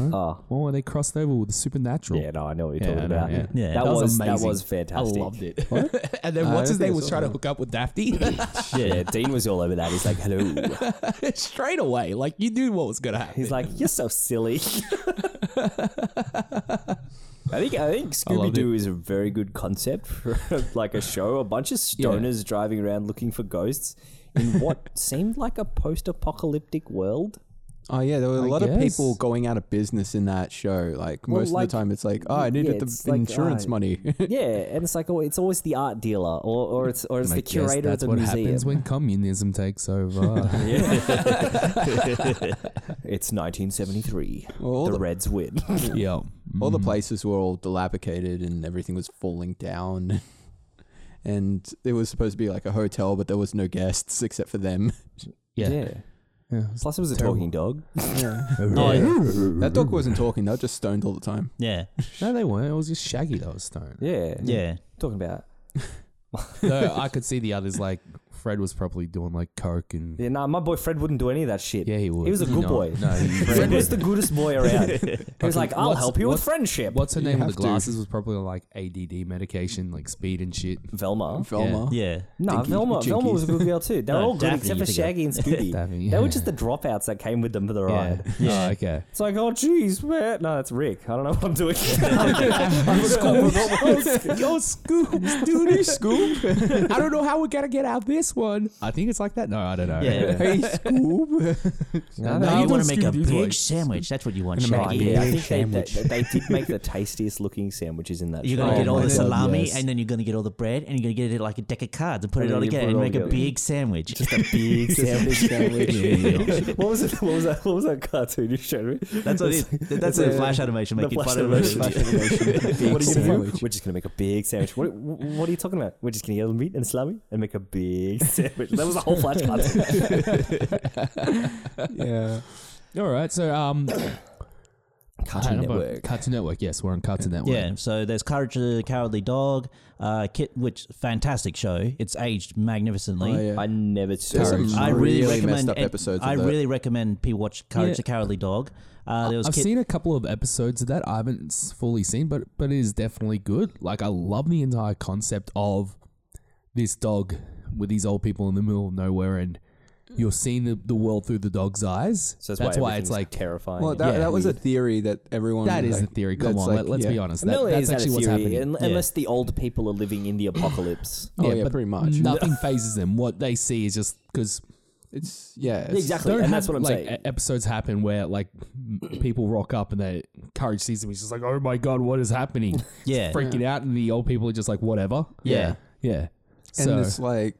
Oh,
Well, when they crossed over with the supernatural.
yeah, no, I know what you're
Hmm. Yeah,
talking
I know,
about.
yeah.
Yeah,
that,
that
was,
was
that
amazing.
was
I
fantastic.
loved it. and then what's
I don't
his
think
name
I
was
saw
trying to
that.
hook up with Daphne
Yeah, Dean was all over that. He's like, "Hello."
straight away. Like you knew what was gonna happen.
He's like, "You're so silly." I think I think Scooby
loved
Doo is a very good concept for like a show. A bunch of stoners driving around looking for ghosts in what seemed like a post-apocalyptic world.
Oh yeah, there were a
I
lot of people
guess.
going out of business in that show. Like
Well,
most
like-
of the time, it's like, oh, I needed
yeah, it's
the
like,
insurance
uh,
money.
Yeah, and it's like oh, it's always the art dealer or, or it's or it's
I
the
guess
curator at
that's
the
what
museum.
happens when communism takes over.
It's 1973.
Well,
the
the-
Reds win.
yeah. Mm.
all
Mm-hmm.
the places were all dilapidated and everything was falling down. and it was supposed to be like a hotel, but there was no guests except for them.
Yeah. Yeah.
Plus, it was a
Terrible.
talking dog.
Oh,
that dog wasn't talking; they were just stoned all the time.
yeah,
No, they weren't. It was just Shaggy that was stoned.
Yeah.
yeah.
Talking about.
Though I could see the others like Fred was probably doing like coke and
Yeah, nah, my boy Fred wouldn't do any of that shit.
yeah, he was.
He was a good
No,
boy.
No, he-
Fred was the goodest boy around. he was like, I'll
What's-
help you with
what's-
friendship.
what's her name
have
with the
to.
glasses was probably on like ADD medication, like speed and shit.
Velma.
Velma.
Yeah.
No,
Dinky-
Velma.
Jinkies.
Velma was a good girl too. They were
No,
all good
Daphne
except
you
for
think of.
Shaggy and Scooby.
Daphne,
They were
yeah.
just the dropouts that came with them for the
Yeah.
ride.
yeah. okay.
It's like, oh, jeez, man. No, that's Rick. I don't know what I'm doing. I'm
Yo, Scoops, dude, Scoop. I don't know how we're gonna get out this one. I think it's like that. No, I don't know.
Yeah.
Hey, Scoob.
No,
Now you
he
want
does
to make a
Scooby-Doo
big
voice.
sandwich. That's what you want,
Gonna make
Shaggy.
E a
yeah, I
big
think they, they,
sandwich.
they did make the tastiest looking sandwiches in that
You're
show.
gonna
Oh
get all
my
the
God,
salami,
yes.
and then you're gonna get all the bread, and you're gonna get it like a deck of cards and put
And
it all
then you put
together
it
and
all
make a
together.
big sandwich.
Just a big sandwich. what was it? What was that? What was that cartoon you showed me?
That's what it is. That's a flash animation making
flash
fun of it.
animation.
Big
what are you gonna do?
sandwich.
We're just gonna make a big sandwich. What, what are you talking about? We're just gonna get all the meat and salami and make a big sandwich. That was the whole flash cartoon.
yeah.
All right. So, um,
Cartoon
Hanna-Barbera-
Network.
Cartoon Network. Yes, we're on Cartoon Network.
Yeah, so there's Courage the Cowardly Dog, uh, Kit, which fantastic show. It's aged magnificently.
Oh, yeah.
I never saw.
There's some
it.
I really,
really
recommend.
messed up
and
episodes of
I
that.
really recommend people watch Courage
Yeah.
the Cowardly Dog. Uh, there was
I've
Kit,
seen a couple of episodes of that. I haven't s- fully seen, but but it is definitely good. Like I love the entire concept of this dog with these old people in the middle of nowhere, and you're seeing the, the world through the dog's eyes.
So
that's why, it's
everything's
like
terrifying.
Well, that,
Yeah.
that was a theory that everyone.
that is
like,
the theory. Come
that's
on,
like-
let, us be
yeah.
honest.
No,
That,
it is
that's
that a
actually what's
theory,
happening.
un- Unless the old people are living in the apocalypse.
Oh, yeah, pretty much.
Nothing phases them. What they see is just because
It's yeah. It's,
exactly, and that's what I'm
like
saying.
e- episodes happen where like m- people rock up and they courage sees them. He's just like, oh my god, what is happening?
Yeah.
freaking out, and the old people are just like, whatever.
Yeah.
yeah.
And
So
it's like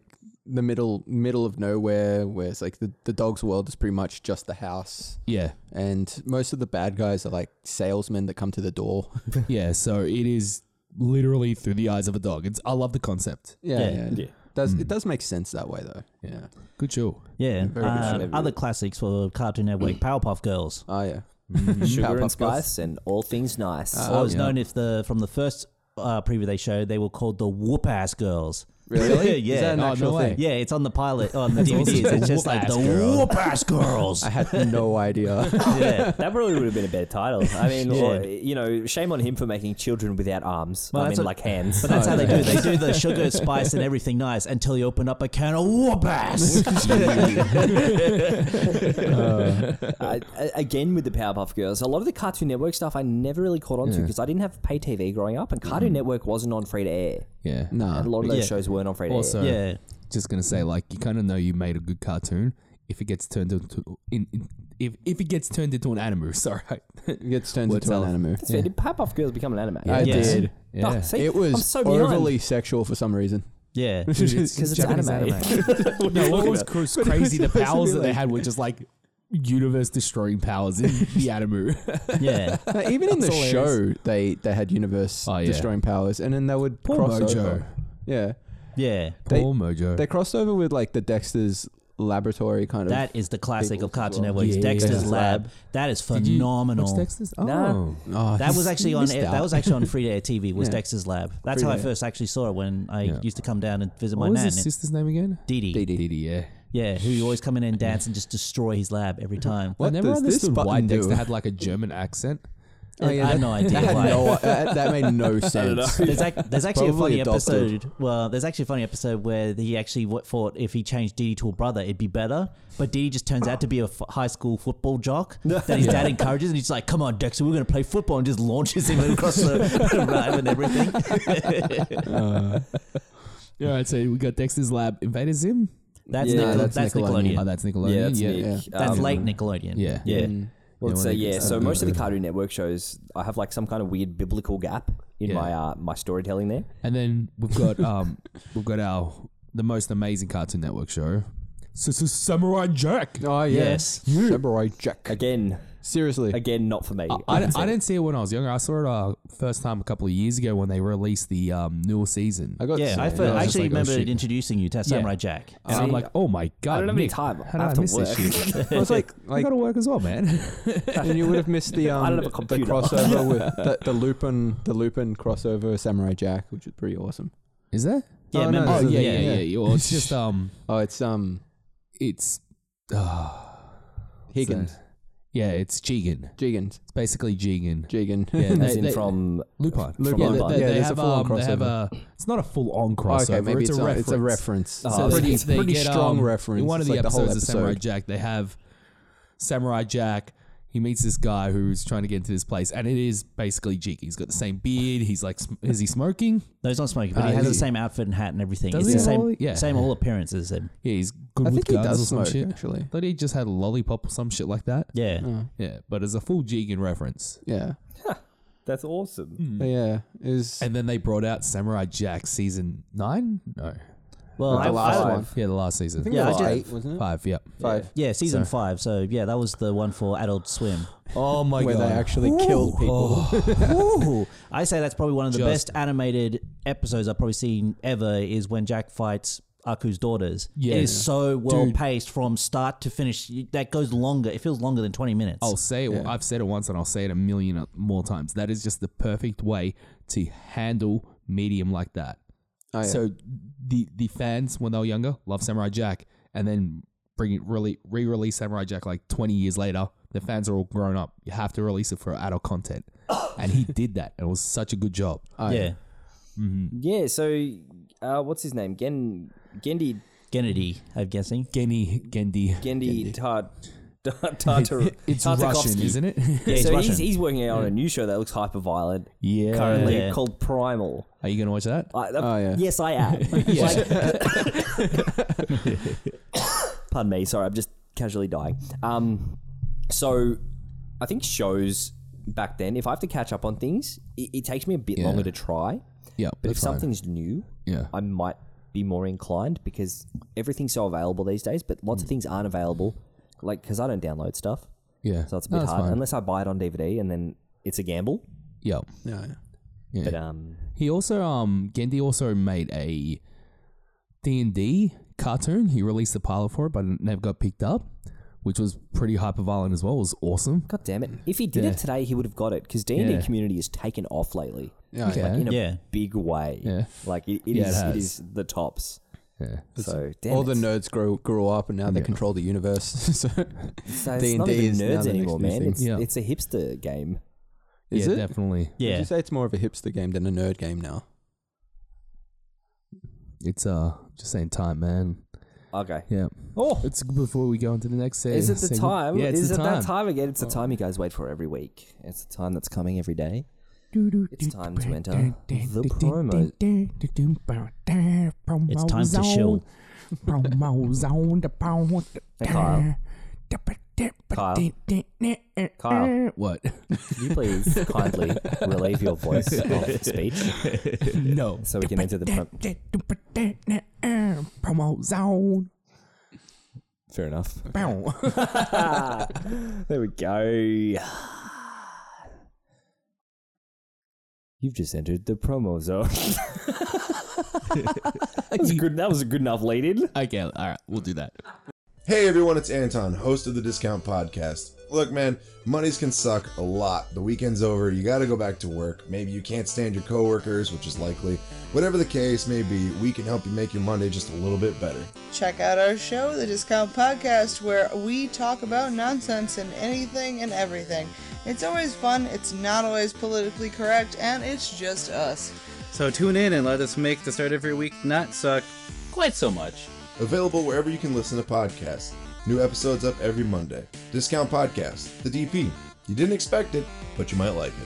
the middle middle of nowhere, where it's like the, the dog's world is pretty much just the house,
yeah,
and most of the bad guys are like salesmen that come to the door.
yeah. So it is literally through the eyes of a dog. It's I love the concept.
yeah, yeah,
Yeah.
Does it does make sense that way though? Hmm. Yeah.
Good show.
Yeah.
Very good
Uh,
show.
other classics for Cartoon Network, Powerpuff Girls.
Oh yeah.
Sugar
Powerpuff
and spice and all things nice.
Or it was Uh, known if the from the first uh, preview they showed, they were called the Whoop Ass Girls.
Really?
yeah.
Is that an
Oh,
actual
no way.
thing?
yeah, it's on the pilot on the DVDs.
awesome.
It's just like the Whoop Ass Girls.
I had no idea.
yeah.
That probably would have been a better title. I mean, or, you know, shame on him for making children without arms.
Well,
I
that's
mean,
a-
like hands.
But that's how they do. it. They do the sugar, spice, and everything nice until you open up a can of Whoop Ass.
I, I- again, with the Powerpuff Girls, a lot of the Cartoon Network stuff I never really caught on to because I didn't have pay TV growing up, and Cartoon Network wasn't on free to air.
Yeah.
nah.
And a lot of those
Yeah.
shows weren't on free to air.
Also,
yeah.
just gonna say like you kind of know you made a good cartoon if it gets turned into in, in- if if it gets turned into an anime. Sorry.
It gets turned
What's
into an
up?
anime.
That's fair. Did Powerpuff Girls become an anime?
I
Yes.
did.
Yeah.
Oh, see,
It
I'm
was
so
overly sexual for some reason.
Yeah.
because it's
Japanese
anime.
no, what was cr- was crazy? The powers that they had were just like universe destroying powers in the anime.
Yeah.
No, even in the
That's
show, they they had universe
Oh, yeah.
destroying powers, and then they would
Poor
cross
Mojo.
over. Yeah,
Yeah.
They-
Poor Mojo.
they crossed over with like the Dexter's laboratory kind of.
That is the classic
People
of Cartoon
as well.
Network.
Yeah.
Dexter's
Dexter's
Lab. That is
Did you-
phenomenal.
What's Dexter's? Oh.
No.
Oh,
That
he
was actually on.
missed
Air,
out.
that was actually on free to air TV. Was
Yeah.
Dexter's Lab? That's
Free
how I
to air.
first actually saw it when I
Yeah.
used to come down and visit my
What was
nan.
his sister's name again?
Dee Dee.
DD.
Didi, yeah.
Yeah, who you always come in and dance and just destroy his lab every time.
What
I never
does this
understood why
button do?
Dexter had like a German accent.
Oh, yeah,
I have
that-
no idea
that,
why.
had no- that- that made no sense.
There's, ac- there's actually a
Probably
funny
adopted.
episode. Well, there's actually a funny episode where he actually w- thought if he changed Dee Dee to a brother, it'd be better. But Dee Dee just turns out to be a f- high school football jock that his dad encourages, and he's like, "Come on, Dexter, we're going to play football," and just launches him across the lab and everything.
All right, so we got Dexter's Lab, Invader Zim.
that's,
Yeah,
Nickel-
that's
that's, Nickelodeon.
Nickelodeon.
Oh, that's Nickelodeon.
Yeah, that's
yeah.
Nick.
yeah.
That's
Um,
late Nickelodeon.
Yeah.
yeah.
Mm.
Well,
Yeah,
so
when it
yeah,
gets
so
up,
most of the
uh,
Cartoon Network shows, I have like some kind of weird biblical gap in
Yeah.
my uh, my storytelling there.
And then we've got um we've got our the most amazing Cartoon Network show. So, so Samurai Jack.
Oh yes,
Yes.
Samurai Jack.
Again,
Seriously,
again, not for me.
I, didn't- I didn't see it when I was younger. I saw it uh, first time a couple of years ago when they released the um, new season.
I got
Yeah, I,
so-
fir-
yeah, I
I
was just
actually
like, oh,
remember
shit.
introducing you to Samurai Jack.
and I'm
See,
like, oh my god,
I don't have any
Nick,
time.
How did
I
I,
have to
miss this
work.
shit?
I was like,
I
like,
gotta work as well, man.
and you would have missed the um,
don't have a
the
computer.
crossover with the, the Lupin, the Lupin crossover Samurai Jack, which is pretty awesome.
Is that?
Yeah,
Oh, no,
remember?
Oh
this is-
yeah,
yeah,
yeah,
yeah.
yeah. yeah. Well, it's just um,
Oh, it's um
it's
Higgins,
yeah, it's Jigen.
Jiggins,
It's basically Jigen.
Jiggin.
Yeah,
As in from
Lupin.
Lupin.
Yeah,
Lupin.
they, they
Yeah, there's a
have,
full-on
um, they have a. It's not a full-on crossover.
oh, okay, maybe
it's, a reference.
it's a reference.
So
It's
they-
pretty, it's
they
pretty
get,
strong
um,
reference.
In one of
It's
the
like
episodes
whole
of Samurai
episode.
Jack, they have Samurai Jack. He meets this guy who's trying to get into this place, and it is basically Jig. He's got the same beard. He's like, sm- is he smoking?
No, he's not smoking, but he
Uh,
has the
he-
same outfit and hat and everything.
Does
It's the
he
same,
really? Yeah.
same all appearance as him.
Yeah, he's good
I
with
think he
guns
does
or some
smoke,
shit.
actually.
Thought he just had a lollipop or some shit like that.
Yeah,
Yeah, but it's a full Jigen reference.
Yeah,
that's
Hmm.
awesome.
But yeah. Is
And then they brought out Samurai Jack season nine. No,
well, I,
the last
I-
one?
yeah, the last season.
Yeah, I did-
wasn't
Five, yeah.
Five.
yeah, season five. So yeah, that was the one for Adult Swim.
Oh my Oh.
Where they actually killed people.
Ooh, I say that's probably one of the
Just-
best animated episodes I've probably seen ever. Is when Jack fights Aku's daughters.
Yeah.
it is so well
Dude.
paced from start to finish. You- That goes longer. It feels longer than twenty minutes.
I'll say it. I've said it once, and I'll say it a million more times. That is just the perfect way to handle medium like that.
Oh, yeah.
So the the fans when they were younger love Samurai Jack, and then bring it really re-release Samurai Jack like twenty years later. The fans are all grown up. You have to release it for adult content, and he did that, and it was such a good job.
Uh,
yeah,
Yeah. So, uh, what's his name? Gen Gendy
Kennedy. I'm guessing.
Genny Gendy,
Gendy Tart. Tartar,
it's Russian, isn't it?
Yeah,
he's
so he's,
Russian.
he's working out on a new show that looks hyper violent
Oh, yeah.
Currently.
currently called Primal.
Are you gonna watch that?
I, that-
Oh, yeah.
Yes, I am. Like- pardon me. Sorry, I'm just casually dying. Um, so I think shows back then, if I have to catch up on things, it, it takes me a bit longer to try.
Yeah,
But if
that's fine.
something's new,
Yeah.
I might be more inclined because everything's so available these days. But
Mm.
lots of things aren't available, like because I don't download stuff,
yeah,
so it's a
No,
bit
that's
hard
fine.
unless I buy it on DVD and then it's a gamble.
yeah,
Yeah, yeah.
But um,
He also um Gendy also made a D and D cartoon. He released the pilot for it, but it never got picked up, which was pretty hyper violent as well. It was awesome.
God damn it! If he did it today, he would have got it because D and D
Yeah.
community has taken off lately
Yeah,
Okay.
yeah.
in a
Yeah.
big way.
Yeah.
Like it, it
Yeah, it
is-
has.
it is the tops.
Yeah.
So damn
All
it.
the nerds grow grew up and now they control the universe.
So
so
it's
D&D
not even
is now
nerds
the next
anymore,
new
man.
thing.
It's,
Yeah.
it's a hipster game.
is
yeah,
it?
definitely.
Would
Yeah.
you say it's more of a hipster game than a nerd game now?
It's uh just saying time, man.
Okay.
Yeah.
Oh,
It's before we go into the next se-
is it the
segment.
time?
Yeah, it's
is
the
it
time.
that time again? It's the time you guys wait for every week. It's the time that's coming every day. It's time to enter the promo.
It's time to chill.
promo zone, the promo.
Hey, Kyle. Kyle. Kyle,
What?
could you please kindly relieve your voice of speech
no.
so we can enter the promo?
Promo zone.
Fair enough.
Bow.
there we go. You've just entered the promo zone. that, was a good, that was a good enough lead in.
Okay. All right. We'll do that.
Hey everyone, it's Anton, host of the Discount Podcast. Look, man, monies can suck a lot. The weekend's over, you gotta go back to work. Maybe you can't stand your coworkers, which is likely. Whatever the case may be, we can help you make your Monday just a little bit better.
Check out our show, The Discount Podcast, where we talk about nonsense and anything and everything. It's always fun, it's not always politically correct, and it's just us.
So tune in and let us make the start of your week not suck quite so much.
Available wherever you can listen to podcasts. New episodes up every Monday. Discount Podcast, the DP. You didn't expect it, but you might like it.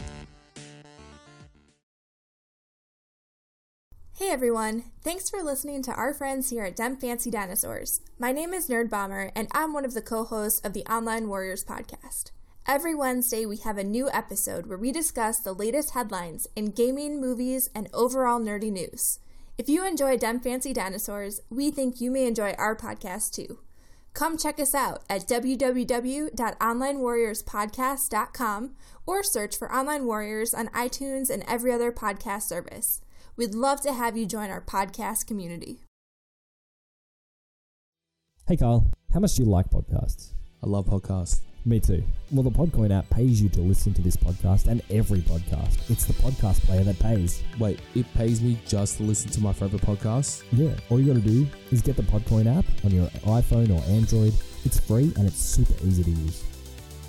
Hey everyone, thanks for listening to our friends here at Dumb Fancy Dinosaurs. My name is Nerd Bomber, and I'm one of the co hosts of the Online Warriors podcast. Every Wednesday, we have a new episode where we discuss the latest headlines in gaming, movies, and overall nerdy news. If you enjoy Dumb Fancy Dinosaurs, we think you may enjoy our podcast too. Come check us out at www.onlinewarriorspodcast.com or search for Online Warriors on iTunes and every other podcast service. We'd love to have you join our podcast community.
Hey, Kyle, how much do you like podcasts?
I love podcasts.
Me too. Well, the Podcoin app pays you to listen to this podcast and every podcast. It's the podcast player that pays.
Wait, it pays me just to listen to my favorite podcast.
Yeah, all you gotta do is get the Podcoin app on your iPhone or Android. It's free and it's super easy to use.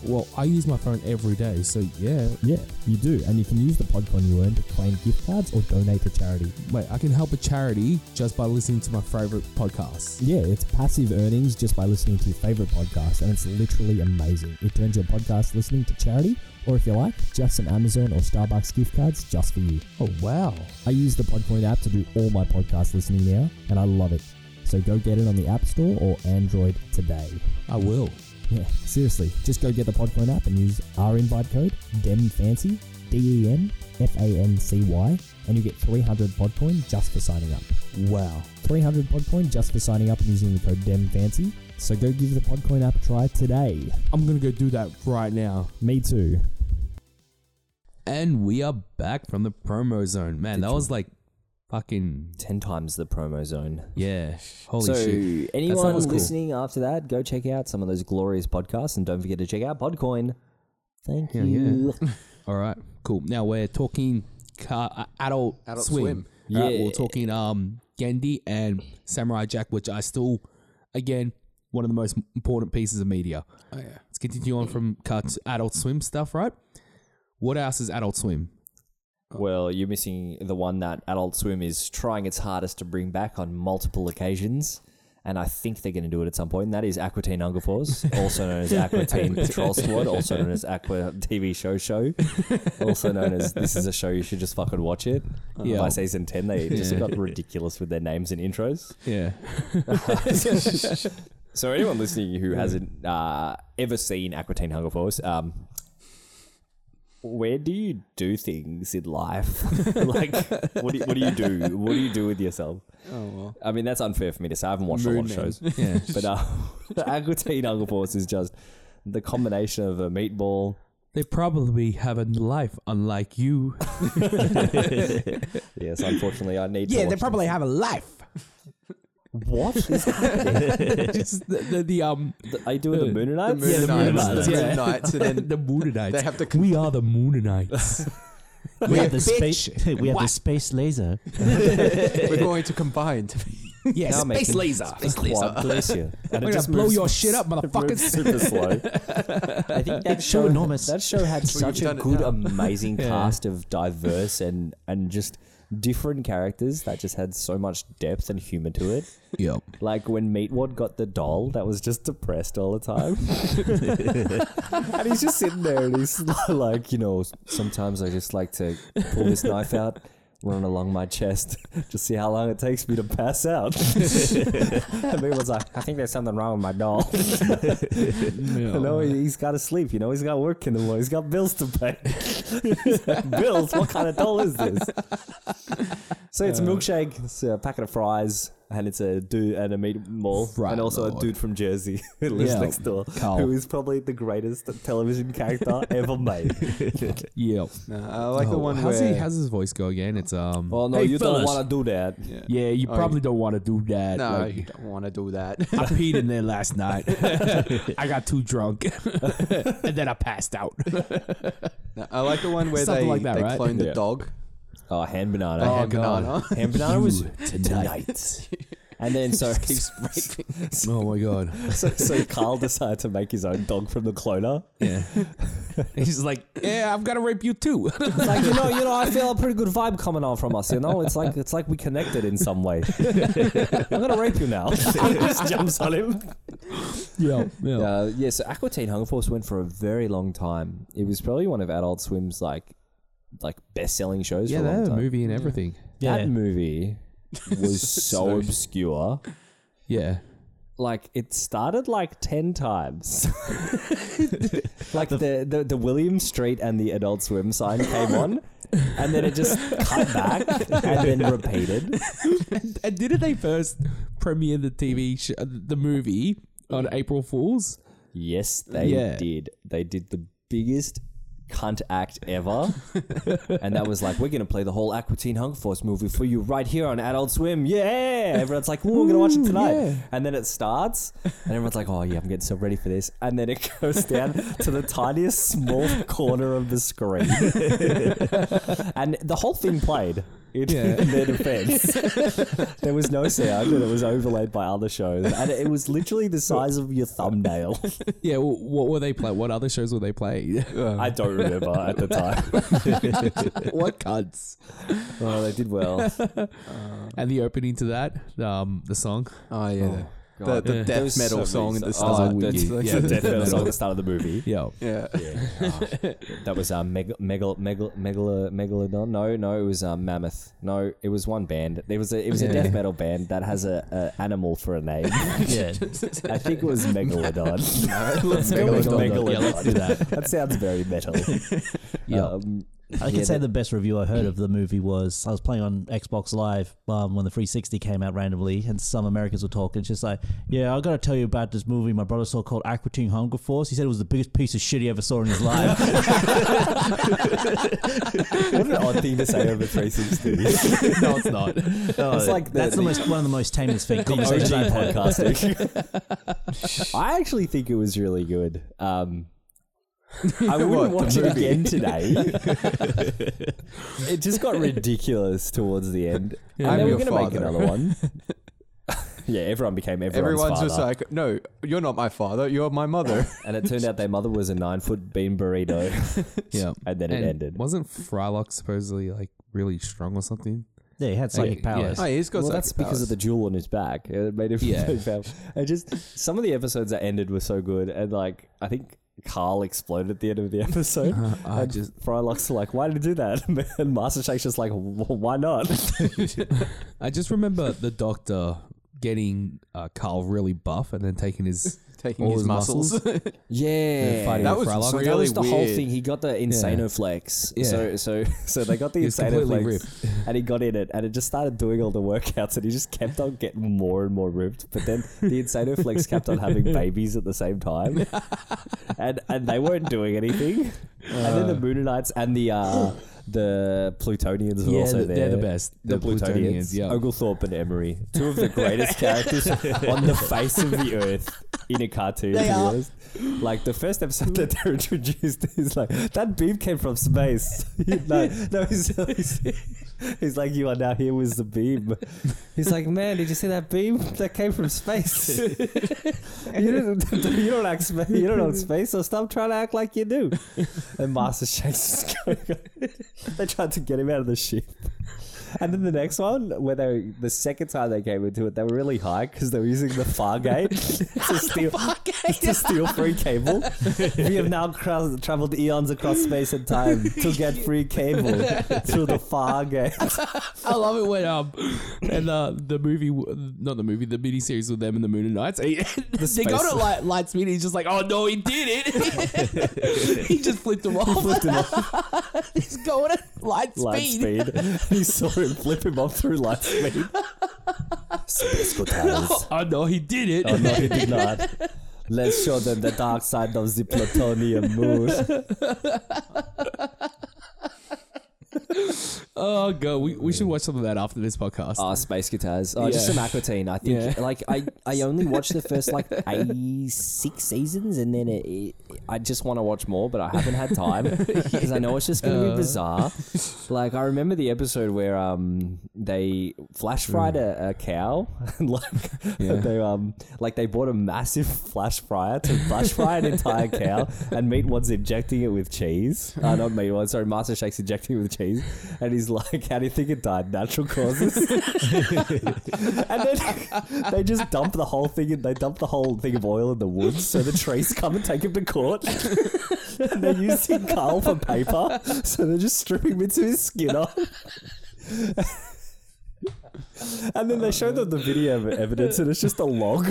Well, I use my phone every day, so yeah.
Yeah, you do, and you can use the Podcoin you earn to claim gift cards or donate to charity.
Wait, I can help a charity just by listening to my favorite podcast.
Yeah, it's passive earnings just by listening to your favorite podcast, and it's literally amazing. It turns your podcast listening to charity, or if you like, just some Amazon or Starbucks gift cards just for you.
Oh wow.
I use the Podcoin app to do all my podcast listening now, and I love it. So go get it on the App Store or Android today.
I will.
Yeah, seriously, just go get the Podcoin app and use our invite code DEMFANCY, D E M F A N C Y, and you get 300 Podcoin just for signing up.
Wow.
300 Podcoin just for signing up and using the code DEMFANCY. So go give the Podcoin app a try today.
I'm gonna go do that right now.
Me too.
And we are back from the promo zone. Man, that was like fucking
10 times the promo zone.
yeah. Holy
so,
shit. That
anyone
sounds cool.
listening after that, go check out some of those glorious podcasts and don't forget to check out Podcoin. Thank
Yeah,
you.
yeah. All right, cool. Now we're talking car, uh, adult,
Adult
swim.
Swim.
All right,
Yeah.
we're talking um Gandhi and Samurai Jack, which I still, again, one of the most important pieces of media.
Oh yeah.
Let's continue on from cart- Adult Swim stuff, right? What else is Adult Swim?
Well, you're missing the one that Adult Swim is trying its hardest to bring back on multiple occasions. And I think they're going to do it at some point. And that is Aqua Teen Hunger Force, also known as Aqua Teen Patrol Squad, also known as Aqua TV Show Show, also known as This Is a Show You Should Just Fucking Watch It.
Yeah.
By season 10, they just got ridiculous with their names and intros.
Yeah,
So anyone listening who hasn't uh, ever seen Aquatine Hunger Force, um, where do you do things in life? like, what do, you, what do you do? What do you do with yourself?
Oh well.
I mean, that's unfair for me to say. I haven't watched a lot
Moon Man.
of shows,
yeah.
but uh, Aquatine Hunger Force is just the combination of a meatball,
they probably have a life unlike you.
Yes, unfortunately, I need.
Yeah,
to
they
watch
probably have a life.
What is happening?
Just the, the, the um.
Are you doing the, Moon
The
Knights?
Moon
Yeah, the Moon
Knights,
Knights,
the
yeah.
Moon Knights, and then
the Moonanites.
They have to
we are the Moonanites.
We have the
bitch.
space. We have the space laser.
we're going to combine. To be-
yeah,
Now
space
making
laser. Space laser.
Quad glacier. And
We're gonna blow your shit up, motherfuckers.
super slow. I think that show
enormous.
That show had such a
done it
good,
now.
amazing cast of diverse and and just different characters that just had so much depth and humor to it.
Yep.
Like when Meatwad got the doll that was just depressed all the time. and he's just sitting there and he's like, you know, sometimes I just like to pull this knife out, run along my chest, just see how long it takes me to pass out. and Meatwad's like, I think there's something wrong with my doll. you know, he- he's got to sleep, you know, he's got work in the morning, he's got bills to pay. He's like, bills? What kind of doll is this? So it's a milkshake, it's a packet of fries, and it's a dude and a meatball,
Right,
and also a
Lord.
dude from Jersey who lives
Yeah.
next door,
Carl.
who is probably the greatest television character ever made.
Yep.
Nah, I like
Oh,
the one
how's
where
he? How's his voice go again? It's um.
well, Oh, no,
Hey,
you
fellas.
don't want to do that.
Yeah, you probably don't want to do that.
no,
like,
you don't want to do that.
I peed in there last night. I got too drunk, and then I passed out.
No, I like the one where
Something
they,
like that,
they
right?
cloned the
Yeah.
dog.
Oh, hand banana.
Oh,
hand,
banana.
hand banana was tonight. and then so
oh my god!
so, so Carl decided to make his own dog from the cloner.
Yeah. He's like, yeah, I'm gonna rape you too.
It's like you know, you know, I feel a pretty good vibe coming on from us. You know, it's like it's like we connected in some way. I'm gonna rape you now. just jumps on him.
yeah, yeah.
Uh, yeah, so Aqua Teen Hunger Force went for a very long time. It was probably one of Adult Swim's like like best selling shows
Yeah,
for a
they
long
had a
time.
movie and everything.
That
Yeah.
movie was so obscure.
Yeah.
Like it started like ten times. like the, the the William Street and the Adult Swim sign came on, and then it just cut back and then repeated.
And, and didn't they first premiere the TV show, uh, the movie on April Fools?
Yes, they
Yeah.
did. They did the biggest cunt act ever. and that was like, we're going to play the whole Aqua Teen Hunger Force movie for you right here on Adult Swim. Yeah. Everyone's like, Ooh, we're going to watch it tonight. And then it starts, and everyone's like, oh, yeah, I'm getting so ready for this. And then it goes down to the tiniest small corner of the screen. and the whole thing played. In, in their defense, there was no sound, and it was overlaid by other shows, and it was literally the size of your thumbnail.
Yeah. Well, what were they play? What other shows were they playing?
I don't remember at the time.
what cunts?
oh, they did well.
And the opening to that, um, the song.
Oh yeah, the, the,
God.
the
Yeah.
There was
death
so
metal song
many
at the
songs.
start.
Oh,
that's
yeah.
like-
Yeah, death metal song at the start of the movie.
Yo.
yeah.
That was um, Meg- Megal- Megal- Megala- Megalodon. No, no, it was um, Mammoth. No, it was one band. It was a, it was a death metal band that has a, a animal for a name.
Yeah.
I think it was Megalodon.
Let's go with
Megalodon.
Megalodon.
Yeah, let's do that.
that sounds very metal. Um,
I
Yeah,
can say
that-
the best review I heard of the movie was I was playing on Xbox Live um, when the 360 came out randomly, and some Americans were talking. She's like, "Yeah, I got to tell you about this movie my brother saw called Aqua Teen Hunger Force. He said it was the biggest piece of shit he ever saw in his life."
what an odd thing to say over 360.
no, it's not.
it's like the,
That's the
the-
most one of the most tamest thing conversations I've
OG
had.
podcasting. I actually think it was really good. Um, I wouldn't watch it again today. it just got ridiculous towards the end.
Yeah,
and
I'm
then we're
your
going to make
father.
another one. yeah, everyone became everyone's,
Everyone's
father.
just like, no, you're not my father. You're my mother.
and it turned out their mother was a nine foot bean burrito.
Yeah.
And then it ended.
Wasn't Frylock supposedly like really strong or something?
Yeah, he had psychic
yeah.
powers.
oh, he's got
Well,
psychic
that's because of
powers.
the jewel on his back. It made him
Yeah.
really bad. I just some of the episodes that ended were so good, and like I think Carl exploded at the end of the episode.
Uh, I
and
just-
Frylock's like, "Why did you do that?" And Master Shake's just like, "Wh- "Why not?"
I just remember the doctor getting uh, Carl really buff and then taking his
taking
all
his muscles.
yeah,
fighting
That
with Frylock.
was really
that was the whole
weird.
thing. He got the Insano Flex.
Yeah.
So so so they got the
He was
Insano
completely
Flex, and he got in it, and it just started doing all the workouts, and he just kept on getting more and more ripped. But then the Insano Flex kept on having babies at the same time, and and they weren't doing anything. and then the Moonanites and the. Uh, The Plutonians were
Yeah,
also
th-
there.
they're the best.
The,
The
Plutonians.
Plutonians, yeah.
Oglethorpe and Emery. Two of the greatest characters on the face of the earth in a cartoon,
They
to be
are.
honest. Like the first episode that they're introduced is like, that beam came from space. no, no he's, he's, he's like, you are now here with the beam. He's like, man, did you see that beam that came from space? you, didn't, you don't act, spa- you don't know space, so stop trying to act like you do. And Master Shakes is going. on. they tried to get him out of the ship. And then the next one, where they the second time they came into it, they were really high because they were using the Fargate to steal to steal free cable. we have now crossed, traveled eons across space and time to get free cable through the Fargate.
I love it when um and uh, the movie w- not the movie the mini series with them and the Moon and Knights. He, they go to light, light speed. He's just like, oh no, he did it. he just flipped him off. he's going at light speed.
Light speed. he saw him flip him off through light speed. Space Guitars.
Oh no, he did it.
Oh no, he did not. Let's show them the dark side of the plutonium moon.
Oh god, we, we should watch some of that after this podcast.
Ah, space guitars. Oh, Just
Yeah.
some Aquatine. I think.
Yeah.
Like I, I only watched the first like eight, six seasons, and then it, it, I just want to watch more, but I haven't had time because I know it's just going to be bizarre. Like I remember the episode where um they flash
Mm.
fried a, a cow, and like they um like they bought a massive flash fryer to flash fry an entire cow, and Meat One's injecting it with cheese. Uh, not Meat One, sorry, Master Shake's injecting it with cheese, and he's like, "How do you think it died? Natural causes." And then they just dump the whole thing in. They dump the whole thing of oil in the woods, so the trees come and take him to court. and they're using Carl for paper, so they're just stripping bits of his skin off. and then they show them the video of evidence, and it's just a log.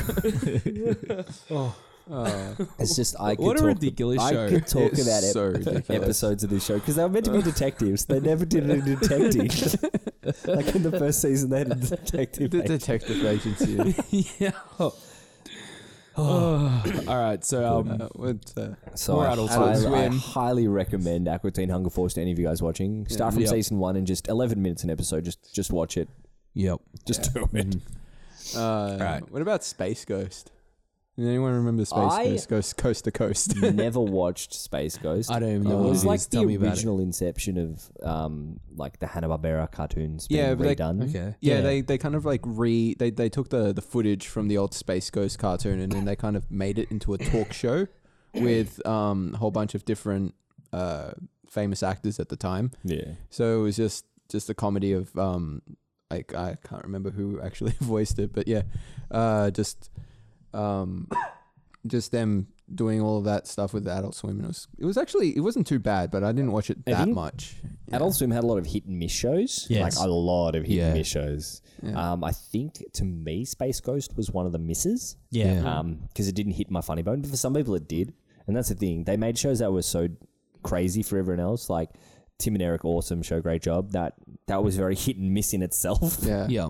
it's just I could
What a
talk,
ridiculous
I
show.
could talk
It's
about it.
so ridiculous.
Episodes of this show because they were meant to be detectives. They never did a detective. like in the first season, they had a detective.
The detective agency.
yeah. Oh. All right, so um,
Uh, what, uh,
So
Or
I,
Adult
highly-
Swim.
I highly recommend Aqua Teen Hunger Force to any of you guys watching. Start from
Yep.
season one and just eleven minutes an episode. Just just watch it.
yep. Mm.
Just do it.
uh,
Right.
What about Space Ghost? Does anyone remember Space
I-
Ghost? Ghost Coast to Coast.
Never watched Space Ghost.
I don't even know
it
what
was
it
Oh, like
is.
the
Tell me about it.
original inception of um like the Hanna Barbera cartoons being
Yeah, but they-
redone.
Okay.
Yeah,
Yeah.
they they kind of like re they, they took the the footage from the old Space Ghost cartoon and then they kind of made it into a talk show with um a whole bunch of different uh famous actors at the time.
Yeah.
So it was just just a comedy of um like I can't remember who actually voiced it, but yeah, uh just um just them doing all of that stuff with Adult Swim. And it was it was actually it wasn't too bad, but I didn't watch it that
you-
much.
Adult Swim had a lot of hit and miss shows.
Yes.
Like a lot of hit
Yeah.
and miss shows.
Yeah.
Um, I think to me, Space Ghost was one of the misses.
Yeah. Yeah.
Um, because it didn't hit my funny bone, but for some people it did, and that's the thing. They made shows that were so crazy for everyone else, like. Tim and Eric, awesome show, great job. That that was very hit and miss in itself.
Yeah.
Yeah.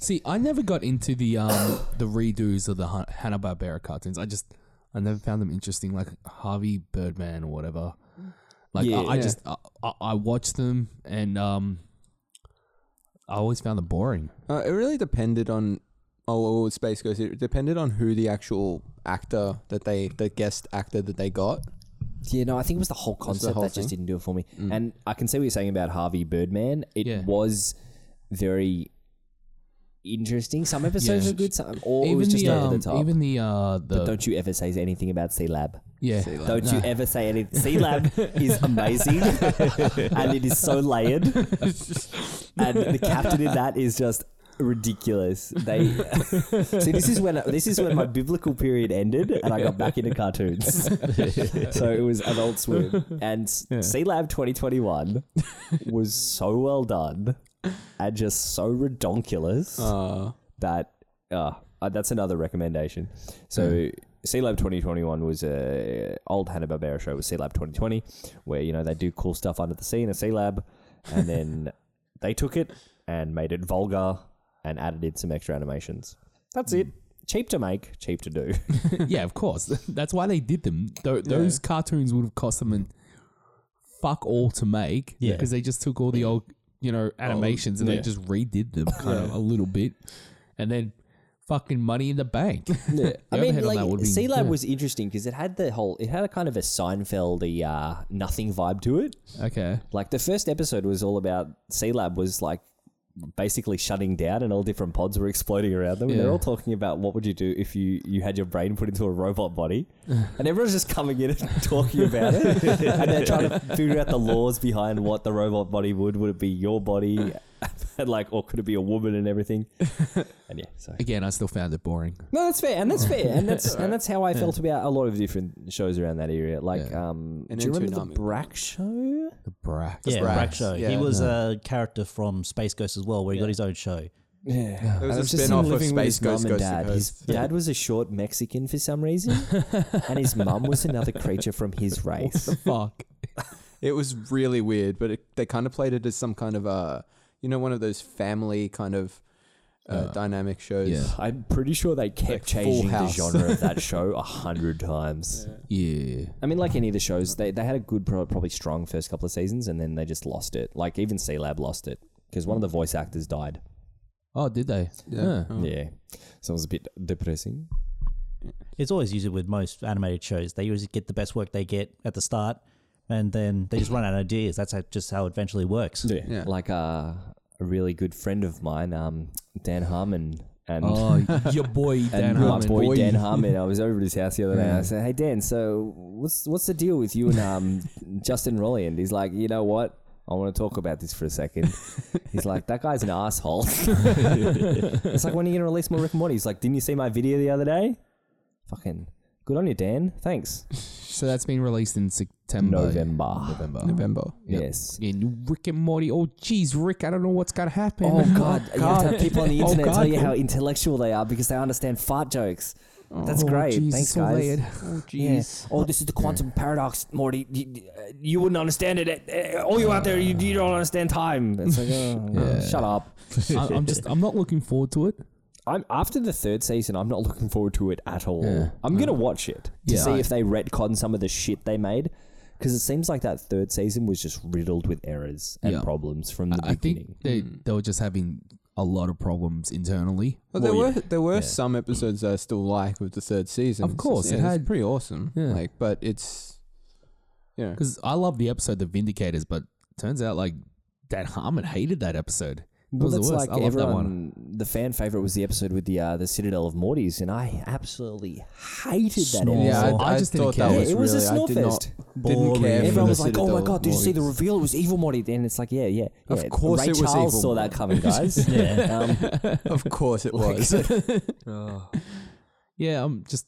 See, I never got into the um the redos of the Hanna Barbera cartoons. I just I never found them interesting, like Harvey Birdman or whatever. Like I, I
Yeah.
just I, I, I watched them and um I always found them boring.
Uh, it really depended on oh, well, with Space Ghost. It depended on who the actual actor that they the guest actor that they got.
Yeah, no, I think it was the whole concept
whole
that just didn't do it for me. And I can see what you're saying about Harvey Birdman. It
Yeah.
was very interesting. Some episodes
Yeah.
were good, some or it was just
the,
over
um,
the top.
even the uh the
but don't you ever say anything about C Lab.
yeah
Don't you ever say anything. C Lab is amazing and it is so layered. And the captain in that is just ridiculous. They See this is when this is when my biblical period ended and I got back into cartoons. so it was Adult Swim and C Lab 2021 was so well done and just so redonkulous
Uh,
that uh, uh, that's another recommendation. So C Lab 2021 was a old Hanna Barbera show with C Lab 2020, where you know they do cool stuff under the sea in a C Lab, and then they took it and made it vulgar and added in some extra animations. That's it. Cheap to make, cheap to do.
yeah of course that's why they did them. Tho- those cartoons would have cost them an fuck all to make
Yeah.
because they just took all the old, you know, animations and
yeah.
they just redid them kind of a little bit, and then fucking Money in the Bank. The
I
overhead
mean,
on that
like
would've been-
Sea Lab
yeah.
was interesting because it had the whole, it had a kind of a Seinfeldy uh, nothing vibe to it.
okay.
Like the first episode was all about Sea Lab was like basically shutting down, and all different pods were exploding around them. And
Yeah.
they're all talking about what would you do if you you had your brain put into a robot body, and everyone's just coming in and talking about it, and they're trying to figure out the laws behind what the robot body would. Would it be your body, and like, or could it be a woman and everything? And yeah, so
Again, I still found it boring.
no, that's fair, and that's fair, and that's and that's how I felt about a lot of different shows around that area. Like, um,
And
do you
then
remember
Toonami.
the Brack show?
The Brack.
Yeah,
Brax.
Brack show.
Yeah.
he was a character from Space Ghost as well, where he got his own show.
Yeah,
There was
I
a
just
spin-off
him
of
living with his
Space Ghost
mum and
Ghost
dad. His
Coast.
dad was a short Mexican for some reason, and his mum was another creature from his race.
Fuck.
It was really weird, but it, they kind of played it as some kind of a, you know, one of those family kind of uh, dynamic shows.
yeah.
I'm pretty sure they kept
Like Full
changing the
House.
genre of that show a hundred times.
Yeah.
I mean, like any of the shows, they, they had a good, pro- probably strong first couple of seasons, and then they just lost it. Like even C Lab lost it because one of the voice actors died.
Oh, did they?
Yeah. Oh.
Huh.
Yeah, so it was a bit depressing.
It's always usually with most animated shows. They usually get the best work they get at the start, and then they just run out of ideas. That's how, just how it eventually works.
Yeah.
Yeah.
Like uh, a really good friend of mine, um, Dan Harmon. And,
Oh, your boy Dan
and my
Harmon.
boy, Dan Harmon. I was over at his house the other day. And I said, "Hey Dan, so what's what's the deal with you and um, Justin Rolland?" He's like, "You know what? I want to talk about this for a second. He's like, "That guy's an asshole." it's like, when are you gonna release more Rick and Morty? He's like, "Didn't you see my video the other day? Fucking good on you, Dan. Thanks."
So that's been released in September.
November.
November.
November.
Yep.
Yes.
And Rick and Morty. Oh, geez, Rick, I don't know what's going to happen.
Oh God! You have to have people on the
Oh,
internet
God.
tell you how intellectual they are because they understand fart jokes. That's
Oh,
great.
geez,
Thanks,
so
guys.
layered.
Oh,
Yeah. Oh, this is the quantum paradox, Morty. You, you wouldn't understand it. Uh, All you out there, you, you don't understand time. It's like, oh,
Yeah.
shut up.
I, I'm just, I'm not looking forward to it.
I'm after the third season. I'm not looking forward to it at all.
Yeah. Mm.
I'm gonna watch it to
Yeah.
see if they retcon some of the shit they made, because it seems like that third season was just riddled with errors and
Yeah.
problems from the
I, I
beginning.
think they, they were just having a lot of problems internally.
Well, there were there were some episodes that I still like with the third season.
Of
It's just-
course, it
yeah, it's
had-
pretty awesome.
Yeah.
Like, but it's yeah,
Because I love the episode, The Vindicators, but turns out like Dan Harmon hated that episode. It
Well,
was the
that's
worst.
like
I love that one.
everyone. The fan favorite was the episode with the uh, the Citadel of Morty's, and I absolutely hated that
Snore.
episode.
yeah. I,
Oh, I
I
just didn't
thought
care.
that
Yeah,
was
it was a
really- I did not
snorefest.
didn't care. for
Everyone
the
was like, "Oh my
Citadel
god, did you see the
Mortys.
reveal? It was evil Morty." And it's like, "Yeah, yeah, yeah.
Of course
Ray
it was
Charles
evil
saw that
Morty.
coming, guys.
Yeah.
um,
Of course, it was.
Yeah, I'm just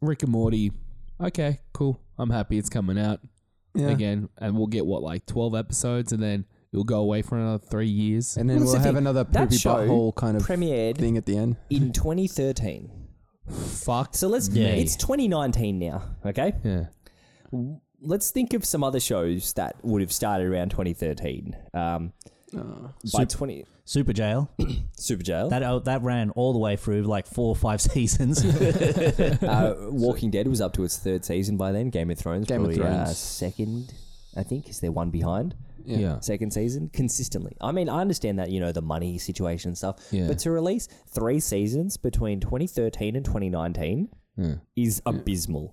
Rick and Morty. Okay, cool. I'm happy it's coming out
Yeah.
again, and we'll get what like 12 episodes, and then it'll go away for another three years.
And then
Well, that's
we'll
the
have
thing.
another
That
poopy
show
butthole kind of
premiered
thing at the end.
in 2013.
Fuck.
So let's.
Yeah.
It's 2019 now. Okay.
yeah.
Let's think of some other shows that would have started around 2013. Um,
Ah.
by 20
Super Jail
Super Jail.
that oh, that ran all the way through like four or five seasons.
uh, Walking Dead was up to its third season by then. Game of Thrones,
Game of
probably, uh,
Thrones.
second, I think. Is there one behind?
Yeah.
Second season consistently. I mean, I understand that you know the money situation and stuff,
Yeah.
but to release three seasons between 2013 and 2019
Yeah.
is abysmal.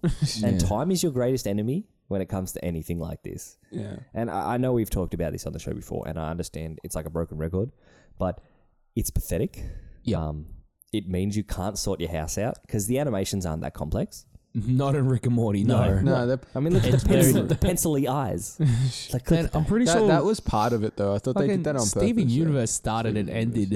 and
Yeah.
time is your greatest enemy when it comes to anything like this.
Yeah.
And I, I know we've talked about this on the show before, and I understand it's like a broken record, but it's pathetic.
Yeah.
Um, it means you can't sort your house out because the animations aren't that complex.
Not in Rick and Morty, no.
No.
No, that,
I mean, look at the, pencil, the pencil-y eyes. Like, look
Then
at
I'm
that.
pretty
that,
sure
that was part of it, though. I thought they
fucking
did that on purpose.
Steven
yeah.
Universe started and ended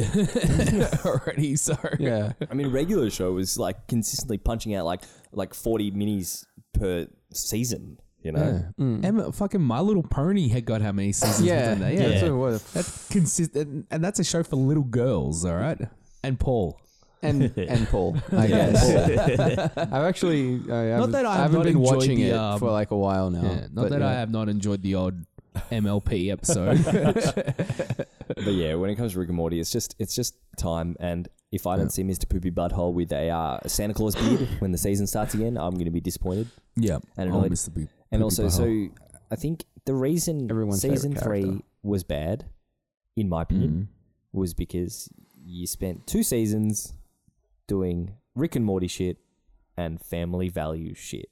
already. So
Yeah.
I mean, regular show was like consistently punching out like like 40 minis per season, you know?
Yeah. Emma, fucking My Little Pony had got how many seasons?
Mm. Yeah.
within that?
That's
yeah.
what it was.
That's consistent, and that's a show for little girls, all right. And Paul.
and and Paul, I guess. I've actually, I haven't,
that I
I
have
haven't
not
been
enjoyed
watching
the,
it
um,
for like a while now.
yeah, not
but
that
yeah.
I have not enjoyed the odd MLP episode.
But yeah, when it comes to Rick and Morty, it's just it's just time. And if I don't see Mr. Poopy Butthole with a uh, Santa Claus beard when the season starts again, I'm going to be disappointed.
yeah,
And
I'll
annoyed.
miss the big
And
poopy
also,
butthole.
so I think the reason
Everyone's favorite
season
character.
three was bad, in my
Mm. Mm-hmm.
opinion, was because you spent two seasons doing Rick and Morty shit and family value shit.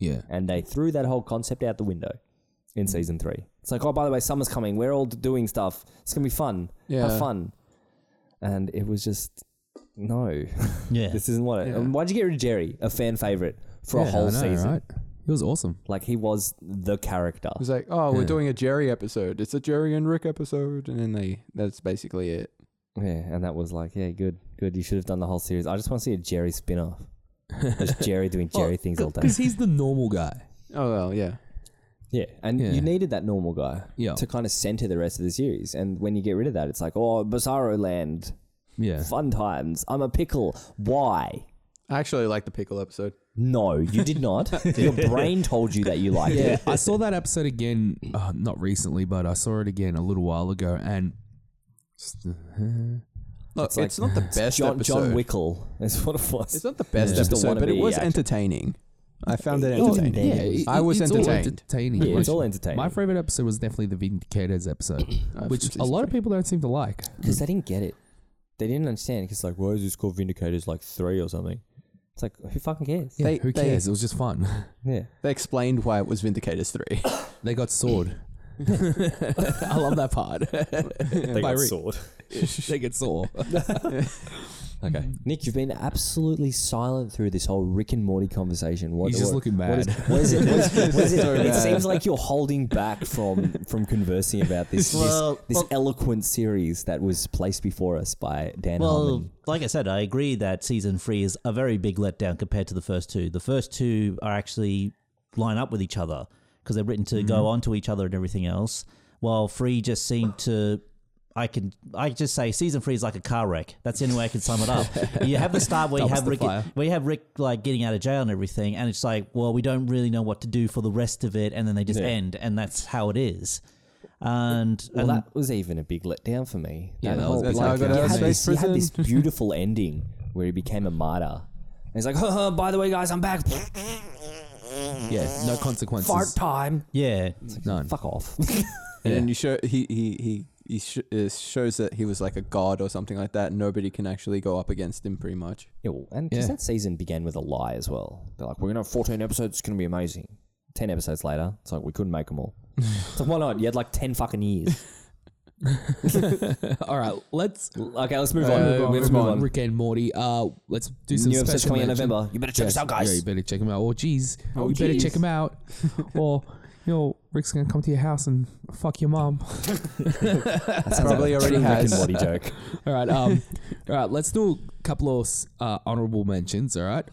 Yeah.
And they threw that whole concept out the window in
Mm.
season three. It's like, oh, by the way, summer's coming. We're all doing stuff. It's going to be fun.
Yeah.
Have fun. And it was just, no.
Yeah.
this isn't what it.
Yeah.
and why'd you get rid of Jerry, a fan favorite, for a
Yeah,
whole
I know,
season?
right? It was awesome.
Like, he was the character.
It was like, oh, we're
Yeah.
doing a Jerry episode. It's a Jerry and Rick episode, and then they that's basically it.
yeah. And that was like, yeah, good, good. You should have done the whole series. I just want to see a Jerry spin off. Just Jerry doing Jerry things all day.
Because Oh, he's the normal guy.
Oh well, yeah.
Yeah, and
Yeah.
you needed that normal guy
Yeah.
to kind of center the rest of the series. And when you get rid of that, it's like, oh, Bizarro Land,
Yeah.
fun times. I'm a pickle. Why?
I actually like the pickle episode.
No, you did not. Your brain told you that you liked
yeah,
it.
I saw that episode again, uh, not recently, but I saw it again a little while ago, and
Look, it's,
It's like-
not the best
John,
episode.
John Wickle is what it was.
It's not the best
Just a
episode, but it
wannabe
was
actor.
entertaining. I found it
It was
entertaining.
entertaining.
it-
I
it-
was
it's
entertained.
All entertaining.
Yeah, it's
Which-
all entertaining. Oh,
My favorite episode was definitely the Vindicators episode, which a lot of people don't seem to like.
Because they didn't get it. They didn't understand. Because like, why is this called Vindicators like three or something? It's like, who fucking cares?
Yeah,
They-
who
they-
cares? it was just fun.
Yeah.
They explained why it was Vindicators three.
they got sword. I love that part.
They
got
sword.
they get sore.
Okay. Mm-hmm. Nick, you've been absolutely silent through this whole Rick and Morty conversation. What,
He's just
what-
looking
What is,
mad.
what is it? What is, what is it?
So
it
mad.
seems like you're holding back from from conversing about this this,
Well,
this
well-
eloquent series that was placed before us by Dan
Well,
Harmon.
like I said, I agree that season three is a very big letdown compared to the first two. The first two are actually line up with each other because they're written to
Mm-hmm.
go on to each other and everything else. While three just seemed to, I can, I just say season three is like a car wreck. That's the only way I can sum it up. you have the start where you have
Dumpster
Rick,
fire.
where you have Rick like getting out of jail and everything, and it's like, well, we don't really know what to do for the rest of it, and then they just
Yeah.
end, and that's how it is. And,
Well,
and
that was even a big letdown for me.
Um, Yeah, that
whole-
was- that's how I got
you
out of
had
space
this- you had this
prison.
beautiful ending where he became a martyr. And he's like, "Huh, huh, by the way, guys, I'm back.
yeah, no consequences.
Fart time.
yeah,
None.
Fuck off.
And then you show he he he. He sh- uh, shows that he was like a god or something like that. Nobody can actually go up against him, pretty much.
Yeah, well, and because
Yeah.
that season began with a lie as well. They're like, we're gonna have fourteen episodes. It's gonna be amazing. Ten episodes later, it's like we couldn't make them all. it's like, why not? You had like ten fucking years.
all right, let's
okay, let's move on.
Uh,
Move on,
let's
move
move
on.
on.
Rick and Morty. Uh, let's do some
New episodes
special
coming out
mention.
in November. You better check us out,
Yeah,
guys.
you better check him out. Or geez,
Oh,
you better
geez.
check him out. or you know, Rick's gonna come to your house and fuck your mom.
That sounds
Probably
like a
already
true
has.
Rick and Morty joke.
All right. Um, all right. Let's do a couple of uh, honorable mentions. All right.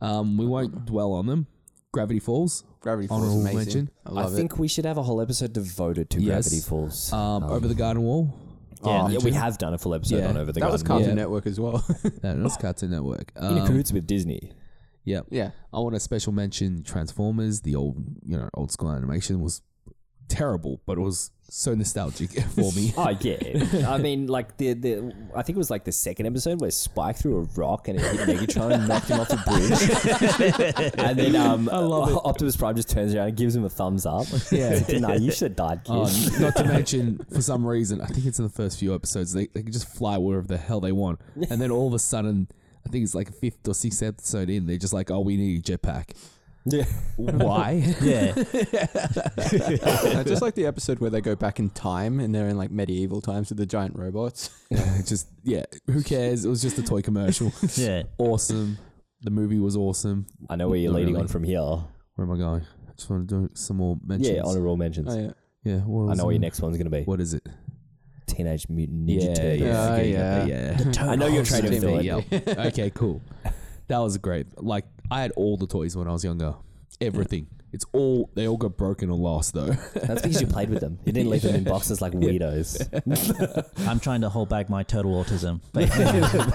Um, we won't dwell on them. Gravity Falls.
Gravity Falls is
Honorable
amazing.
mention.
I
I
love
think we should have a whole episode devoted to
Yes.
Gravity Falls. Oh,
Um, Over the Garden Wall.
yeah, yeah, we have done a full episode
Yeah.
on Over the
it. That was
Garden
Cartoon
Yeah.
Network as well.
No, that's Cartoon Network.
Wall. in
Um,
cahoots with Disney.
yeah.
yeah,
I want a special mention. Transformers. The old, you know, old school animation was terrible, but it was so nostalgic for me.
Oh yeah, I mean, like the the I think it was like the second episode where Spike threw a rock and it hit Megatron and knocked him off the bridge, and then um, Optimus Prime just turns around and gives him a thumbs up. Yeah, nah, you should have died, kid.
Uh, not to mention, for some reason, I think it's in the first few episodes, they, they can just fly wherever the hell they want. And then all of a sudden, I think it's like a fifth or sixth episode in, they're just like, oh, we need a jetpack.
yeah,
Why?
yeah.
I Uh, just like the episode where they go back in time and they're in like medieval times with the giant robots.
just, yeah, who cares? It was just a toy commercial.
Yeah.
Awesome. The movie was awesome.
I know where you're
Not
leading
really.
on from here.
Where am I going? I just want to do some more mentions.
Yeah, honorable mentions.
Oh, yeah.
Yeah, what
I
was
know what
it?
your next one's gonna be.
What is it?
Teenage Mutant Ninja Turtles.
yeah.
getting up there, yeah.
I know you're trying to fill it.
Yeah. okay, cool. That was great. Like I had all the toys when I was younger. Everything. It's all they all got broken or lost though.
That's because you played with them. You didn't leave them in boxes like weirdos.
I'm trying to hold back my turtle autism,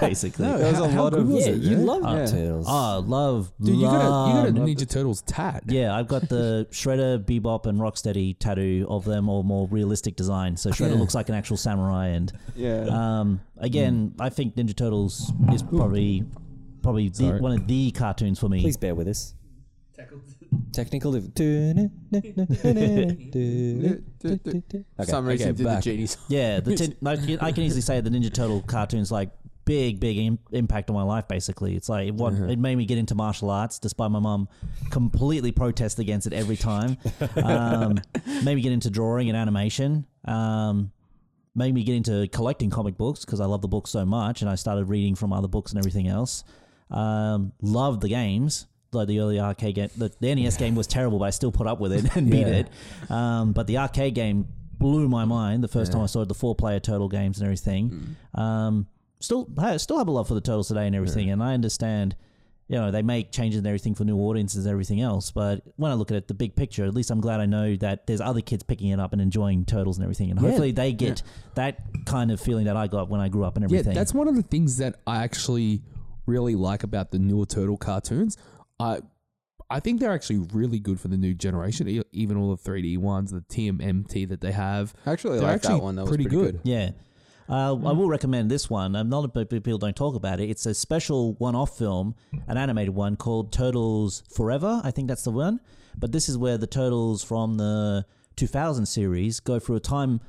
basically.
There was a lot of
Yeah, you love
Yeah.
turtles.
Oh, love,
Dude, you got a,
love.
you got a Ninja Turtles tat.
yeah, I've got the Shredder, Bebop, and Rocksteady tattoo of them, or more realistic design. So Shredder looks like an actual samurai, and
yeah.
um, again,
Hmm.
I think Ninja Turtles is probably probably the,
Sorry.
one of the cartoons for me.
Please bear with us. Tackled. Technical. Diff- okay.
For some reason,
okay,
did
back.
the genies.
Yeah, the tin, like, I can easily say the Ninja Turtle cartoons like big, big Im- impact on my life. Basically, it's like what it made me get into martial arts, despite my mum completely protest against it every time. Um, made me get into drawing and animation. Um, made me get into collecting comic books because I love the books so much, and I started reading from other books and everything else. Um, loved the games. Like the early arcade game, the, the NES game was terrible, but I still put up with it and beat it. Um, but the arcade game blew my mind the first time I saw the four-player turtle games and everything.
Mm.
Um, still, I still have a love for the turtles today and everything, and I understand. You know, they make changes and everything for new audiences and everything else. But when I look at it, the big picture, at least I'm glad I know that there's other kids picking it up and enjoying turtles and everything. And hopefully they get that kind of feeling that I got when I grew up and
Yeah,
everything.
that's one of the things that I actually really like about the newer turtle cartoons. I I think they're actually really good for the new generation. e- Even all the 3D ones, the TMMT that they have.
I actually
They're
like that
actually
one. That was
pretty good.
Yeah. Uh, I
Hmm.
will recommend this one. Um, not a lot of people don't talk about it. It's a special one-off film, an animated one called Turtles Forever. I think that's the one. But this is where the turtles from the 2000 series go through a time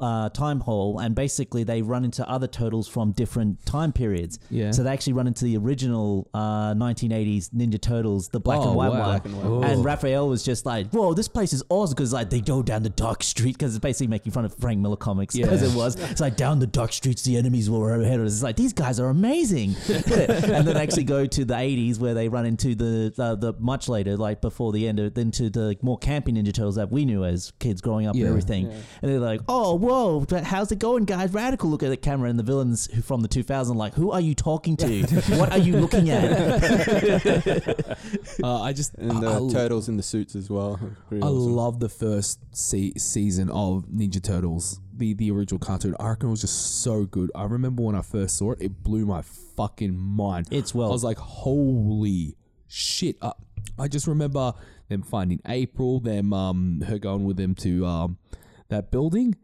uh, time hole, and basically they run into other turtles from different time periods.
Yeah.
So they actually run into the original uh, 1980s Ninja Turtles, the black
Oh,
and white
wow.
one.
Black and white.
And
Ooh.
Raphael was just like, "Whoa, this place is awesome!" Because like they go down the dark street because it's basically making fun of Frank Miller comics because it was. It's like down the dark streets, the enemies were ahead of us. It's like these guys are amazing, and then actually go to the '80s where they run into the uh, the much later, like before the end, of, into the more campy Ninja Turtles that we knew as kids growing up
Yeah.
and everything. And they're like, "Oh, whoa, but how's it going, guys?" Radical look at the camera and the villains who- from the 2000, like, "Who are you talking to? what are you looking at?"
Uh, I just
And the
I, I-
turtles in the suits as well. Pretty
I
awesome.
love the first se- season of Ninja Turtles, the the original cartoon. I reckon it was just so good. I remember when I first saw it, it blew my fucking mind.
It's well-
I was like, holy shit! I, I just remember them finding April, them um her going with them to um that building.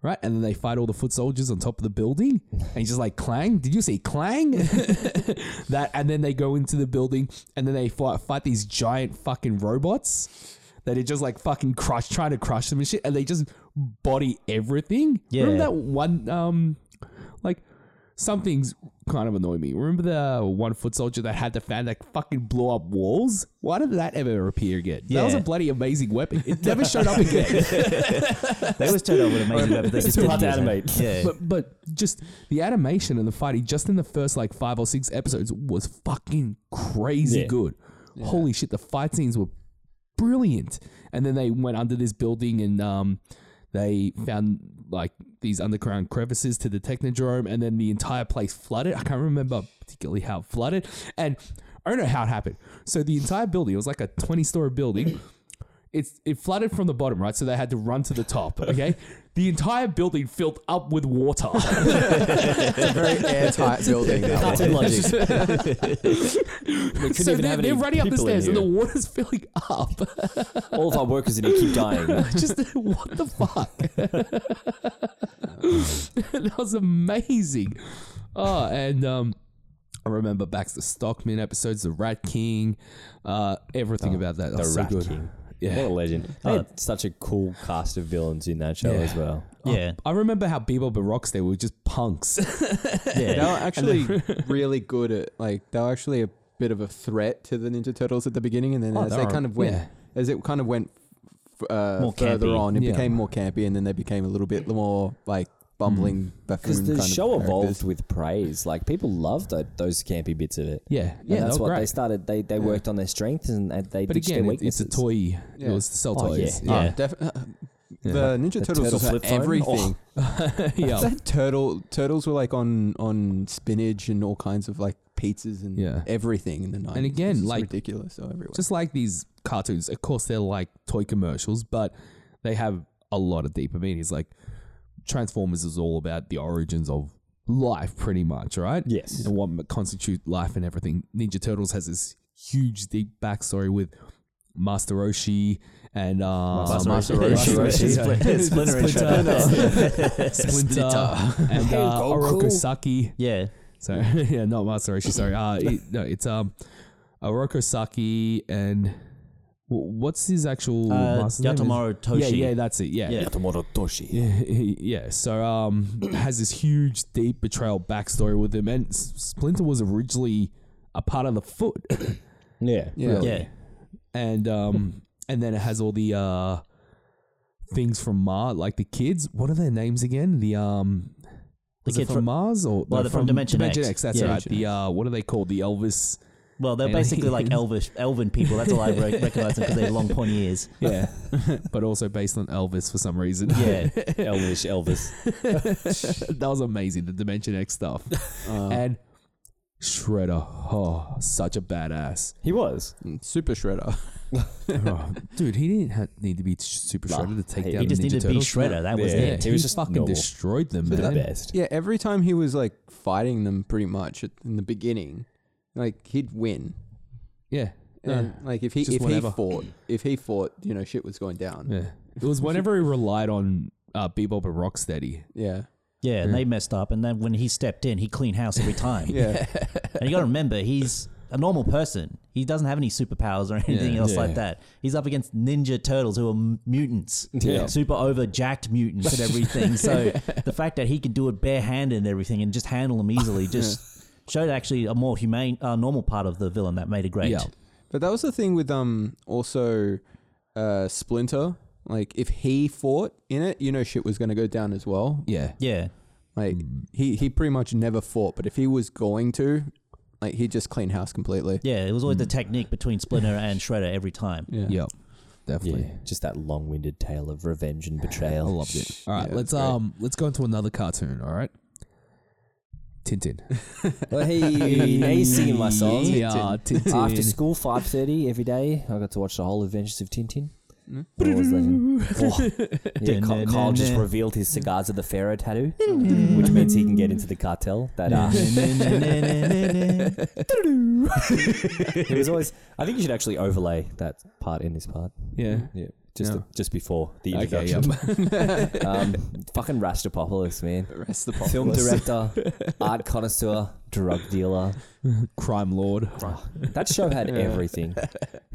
Right, and then they fight all the foot soldiers on top of the building, and he's just like clang. Did you say clang? that and then they go into the building and then they fight, fight these giant fucking robots that are just like fucking crush trying to crush them and shit and they just body everything remember
Yeah.
that one um like some things kind of annoy me remember the one foot soldier that had the fan that fucking blew up walls why did that ever appear again that was a
Yeah.
bloody amazing weapon it never showed up again
they always turn out with amazing weapons. They just
too
didn't
hard to
use them.
animate.
Yeah.
But but just the animation and the fighting just in the first like five or six episodes was fucking crazy
Yeah.
good. Holy shit, the fight scenes were brilliant. And then they went under this building and um they found like these underground crevices to the Technodrome and then the entire place flooded. I can't remember particularly how it flooded. And I don't know how it happened. So the entire building, it was like a 20 story building it's it flooded from the bottom, right? So they had to run to the top. Okay, the entire building filled up with water.
Very airtight building. that one.
Cartoon logic. we couldn't
so
even
they're,
have
they're
any
running up the
people in
stairs, and the
here.
water's filling up.
All of our workers in here keep dying.
Just what the fuck? that was amazing. Oh, and um, I remember Baxter Stockman episodes, The Rat King, uh, everything about that. That
Oh, The
was so
Rat
good.
King. What
Yeah.
a legend. They had such a cool cast of villains in that show
Yeah.
as well.
Yeah.
I remember how Bebop and Rocksteady were just punks.
They were actually really good at like they were actually a bit of a threat to the Ninja Turtles at the beginning, and then
Oh,
as
they
they
are-
kind of went,
yeah.
as it kind of went f- uh,
More
further
campy.
on, it
Yeah.
became more campy, and then they became a little bit more like
Mm.
bumbling buffoon
Because the
kind
show
of
evolved
characters.
with praise. Like people loved tho- those campy bits of it.
Yeah,
And
yeah, they
that's
were
what they
great.
started. They they worked on their strengths and and they
But
ditched
again,
their
it- it's
weaknesses.
a toy. It
Yeah.
was to sell
Oh,
toys.
yeah.
Yeah, defi- uh, The Ninja Turtles
turtle
was like
flip phone?
Oh.
everything.
yeah.
That turtle turtles were like on on spinach and all kinds of like pizzas and
Yeah.
everything in the nineties.
again,
It's
like,
ridiculous. So everywhere.
just like these cartoons, of course they're like toy commercials, but they have a lot of deeper meanings. Like Transformers is all about the origins of life, pretty much, right?
Yes.
and what constitutes life and everything. Ninja Turtles has this huge, deep backstory with Master Roshi and uh,
Master
Roshi.
Splinter.
Splinter, Splinter, and
Hey,
uh,
Goku.
Oroko Saki.
Yeah.
So yeah, not Masaroshi. Sorry. Uh, it, no, it's um, Oroko Saki and Wh- What's his actual
Uh,
last name?
Yatomaru
Yeah,
Toshi.
yeah, that's it. Yeah.
Yeah.
Yatomaru Toshi.
Yeah, yeah. So um, has this huge, deep betrayal backstory with him, and S- Splinter was originally a part of the Foot,
Yeah.
Yeah.
Yeah.
and um, and then it has all the uh things from Mars, like the kids. What are their names again? The um, was it
kids
from,
from-
Mars or no,
Well, they're from Dimension X.
That's
Yeah.
right. The uh, what are they called? The Elvis.
Well, they're
And-
basically like elvish, elven people. That's all I re- recognize them because they have long pointy ears.
Yeah, but also based on Elvis for some reason.
Yeah.
Elvish Elvis.
that was amazing. The Dimension X stuff
Um,
and Shredder. Oh, such a badass,
He was.
Super Shredder.
Oh, dude. He didn't ha- need to be sh- super shredder to take
he-
down.
He
the
just
Ninja
needed to be
Turtles.
Shredder. That was
Yeah.
it.
he was just fucking
normal.
destroyed them,
For the
man.
best.
Yeah, every time he was like fighting them, pretty much at, in the beginning, like he'd win.
Yeah,
And like if he
just
if
whenever.
he fought, if he fought, you know, shit was going down.
yeah. It was whenever he relied on uh, Bebop and Rocksteady.
Yeah.
Yeah, and they messed up. And then when he stepped in, he cleaned house every time.
Yeah.
And you got to remember, he's a normal person. He doesn't have any superpowers or anything else like that. He's up against Ninja Turtles, who are m- mutants, super over jacked mutants and everything. so the fact that he could do it barehanded and everything and just handle them easily just showed actually a more humane, uh, normal part of the villain that made it great.
Yeah.
But that was the thing with um also uh Splinter. Like if he fought in it, you know shit was gonna go down as well.
Yeah,
Yeah.
Like he he pretty much never fought, but if he was going to, like he just clean house completely.
Yeah, it was always the technique between Splinter and Shredder every time.
Yeah.
yeah, definitely.
Just that long winded tale of revenge and betrayal. I loved it.
All right,
Yeah,
let's
that's great.
um let's go into another cartoon. All right, Tintin.
Uh, hey, now you're singing my song.
Yeah, Tintin.
After school, five thirty every day, I got to watch the whole Adventures of Tintin.
Hmm?
That was legend. Oh. Yeah, Ky- Kyle just revealed his cigars of the Pharaoh tattoo, which means he can get into the cartel. That uh, it was always. I think you should actually overlay that part in this part.
Yeah.
Yeah, just
No.
just before the
Okay.
introduction.
Yeah.
um, fucking Rastapopoulos, man.
Rest the pop.
Film director, art connoisseur, drug dealer.
Crime Lord.
That show had everything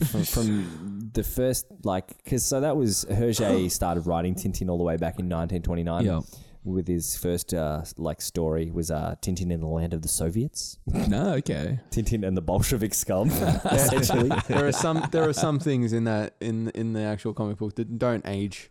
from, from the first, like, because so that was Hergé started writing Tintin all the way back in 1929
Yeah.
with his first, uh, like, story was uh, Tintin in the Land of the Soviets,
No. Okay.
Tintin and the Bolshevik scum, essentially.
there are some there are some things in that in in the actual comic book that don't age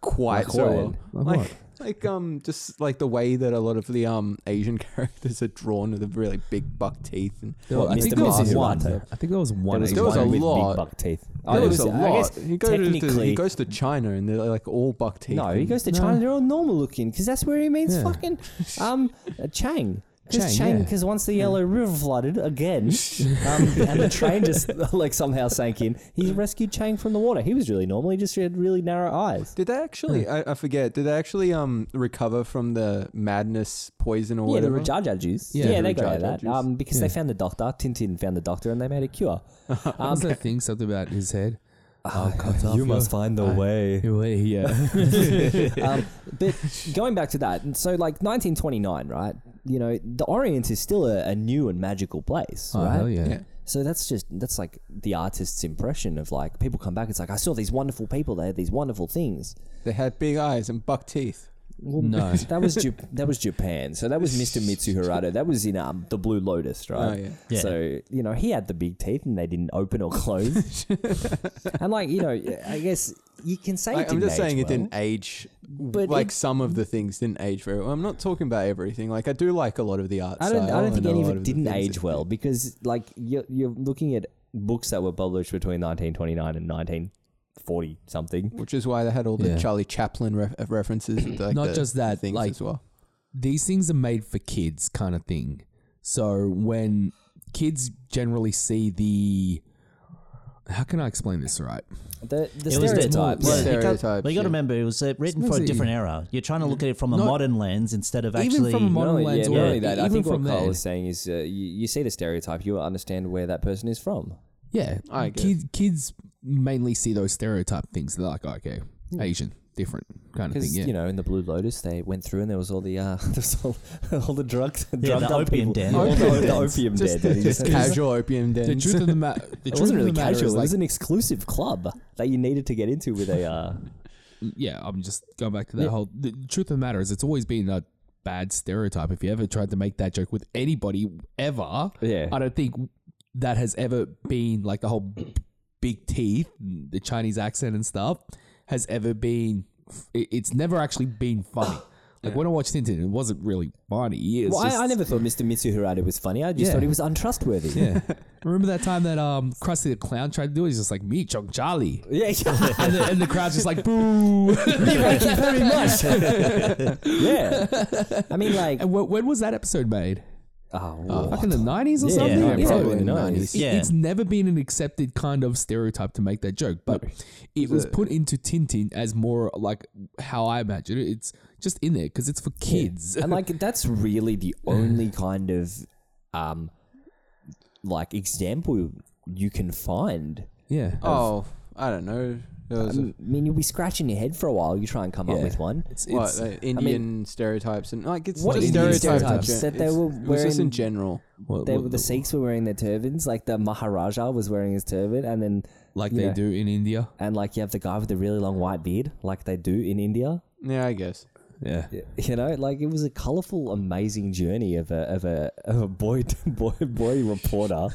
quite
Like
so
what?
well.
Like
Like like, um just like the way that a lot of the um Asian characters are drawn with the really big buck teeth and
Well, I
Mr.
think there was
Mrs.
one.
Mate.
I think there was one.
was-
Asian
there was a
one
one.
with
lot.
Big buck teeth.
Oh,
There
there was a
I guess
lot. He goes, to,
technically-
he goes to China and they're like all buck teeth.
No, he
and-
goes to China. They're all normal looking because that's where he means fucking um uh, Chang. Because
Chang, yeah.
because once the Yellow River flooded again, um, and the train just like somehow sank in, he rescued Chang from the water. He was really normal. He just had really narrow eyes.
Did they actually? I, I forget. Did they actually um recover from the madness poison or
Yeah, the
whatever?
Rajaja juice.
Yeah,
Yeah,
the
they got
Rajaja
that
juice.
um, because they found the doctor. Tintin found the doctor, and they made a cure.
What was that thing? Something about his head. Oh, cut off your-
you must find the
I-
way.
your way, Yeah.
um, but going back to that, and so like 1929, right? You know, the Orient is still a, a new and magical place,
Oh,
right?
hell yeah.
Yeah.
So that's just that's like the artist's impression of like people come back. It's like I saw these wonderful people. They had these wonderful things.
They had big eyes and buck teeth.
Well,
No.
that was Jap- that was Japan. So that was Mr. Mitsu Harada. That was in um, the Blue Lotus, right?
Oh, yeah.
Yeah.
So you know he had the big teeth and they didn't open or close. and like you know, I guess you can say
Like,
it
I'm
didn't
just saying
age
it didn't age.
But
like
it-
some of the things didn't age very well. I'm not talking about everything. Like I do like a lot of the art.
I don't.
style
I don't think
and a
any of
lot
it
the
didn't
things
age
that-
well because, like, you're, you're looking at books that were published between 1929 and 1940 something.
Which is why they had all the
Yeah.
Charlie Chaplin re- references. with, Like
Not
the
just that,
things
like-
as well.
these things are made for kids kind of thing. So when kids generally see the how can I explain this right?
The, the
It was the-
stereotypes.
well,
Yeah.
you can't-
Stereotypes,
But you got to
yeah.
remember, it was uh, written
It's
for a
mostly-
different era. You're trying to look at it from a
Not-
modern lens instead of actually.
even from a
Not
modern
only-
lens,
yeah,
or
not only that, I
even
think what
from
Carl
there,
is saying is uh, you, you see the stereotype, you understand where that person is from.
yeah,
I guess.
kids kids mainly see those stereotype things. They're like, okay, Asian, different kind of thing.
Because
Yeah.
you know, in the Blue Lotus, they went through and there was all the uh, there was all, all the drugs,
Yeah,
drug
the
dump people.
opium den.
All the,
Opium
the
dens.
opium
Just-
den. It
just
was-
Casual opium
the
dens.
truth of the matter. The
It
truth of
wasn't
the
really
matter
casual.
is
It
like,
was an exclusive club that you needed to get into with a. Uh,
yeah, I'm just going back to that whole. The truth of the matter is, it's always been a bad stereotype. If you ever tried to make that joke with anybody ever,
Yeah.
I don't think that has ever been like the whole big teeth, the Chinese accent and stuff has ever been. it- It's never actually been funny. Like when I watched Tintin, it wasn't really funny. It's
well,
just-
I, I never thought Mr. Mitsu Harada was funny. I just
Yeah.
thought he was untrustworthy.
Yeah. Remember that time that um Krusty the Clown tried to do it? He's just like me, Chunk Charlie.
Yeah, yeah.
And the, and the crowd's just like boo.
Thank you very much. yeah, I mean, like,
and wh- when was that episode made?
oh,
Like in the nineties or
Yeah,
something?
yeah, probably in the
It-
90s.
Yeah.
It's never been an accepted kind of stereotype to make that joke, but it was put into Tintin as more like how I imagine it. It's just in there because it's for kids.
and like that's really the only kind of um like example you can find
Yeah.
Oh, I don't know. There
i
was a-
mean you'll be scratching your head for a while you try and come up
Yeah.
with one
It's,
what,
it's,
like Indian stereotypes and like it's
What
just
Indian stereotypes?
stereotypes, in gen-
That they
it's-
were
it was just
wearing-
in general.
what-
they,
what-
were- the Sikhs were wearing their turbans like the Maharaja was wearing his turban and then
like
you
they
know,
do in India.
and like you have the guy with the really long white beard like they do in India
Yeah, I guess.
Yeah.
you know like it was a colorful amazing journey of a of a of a boy boy boy reporter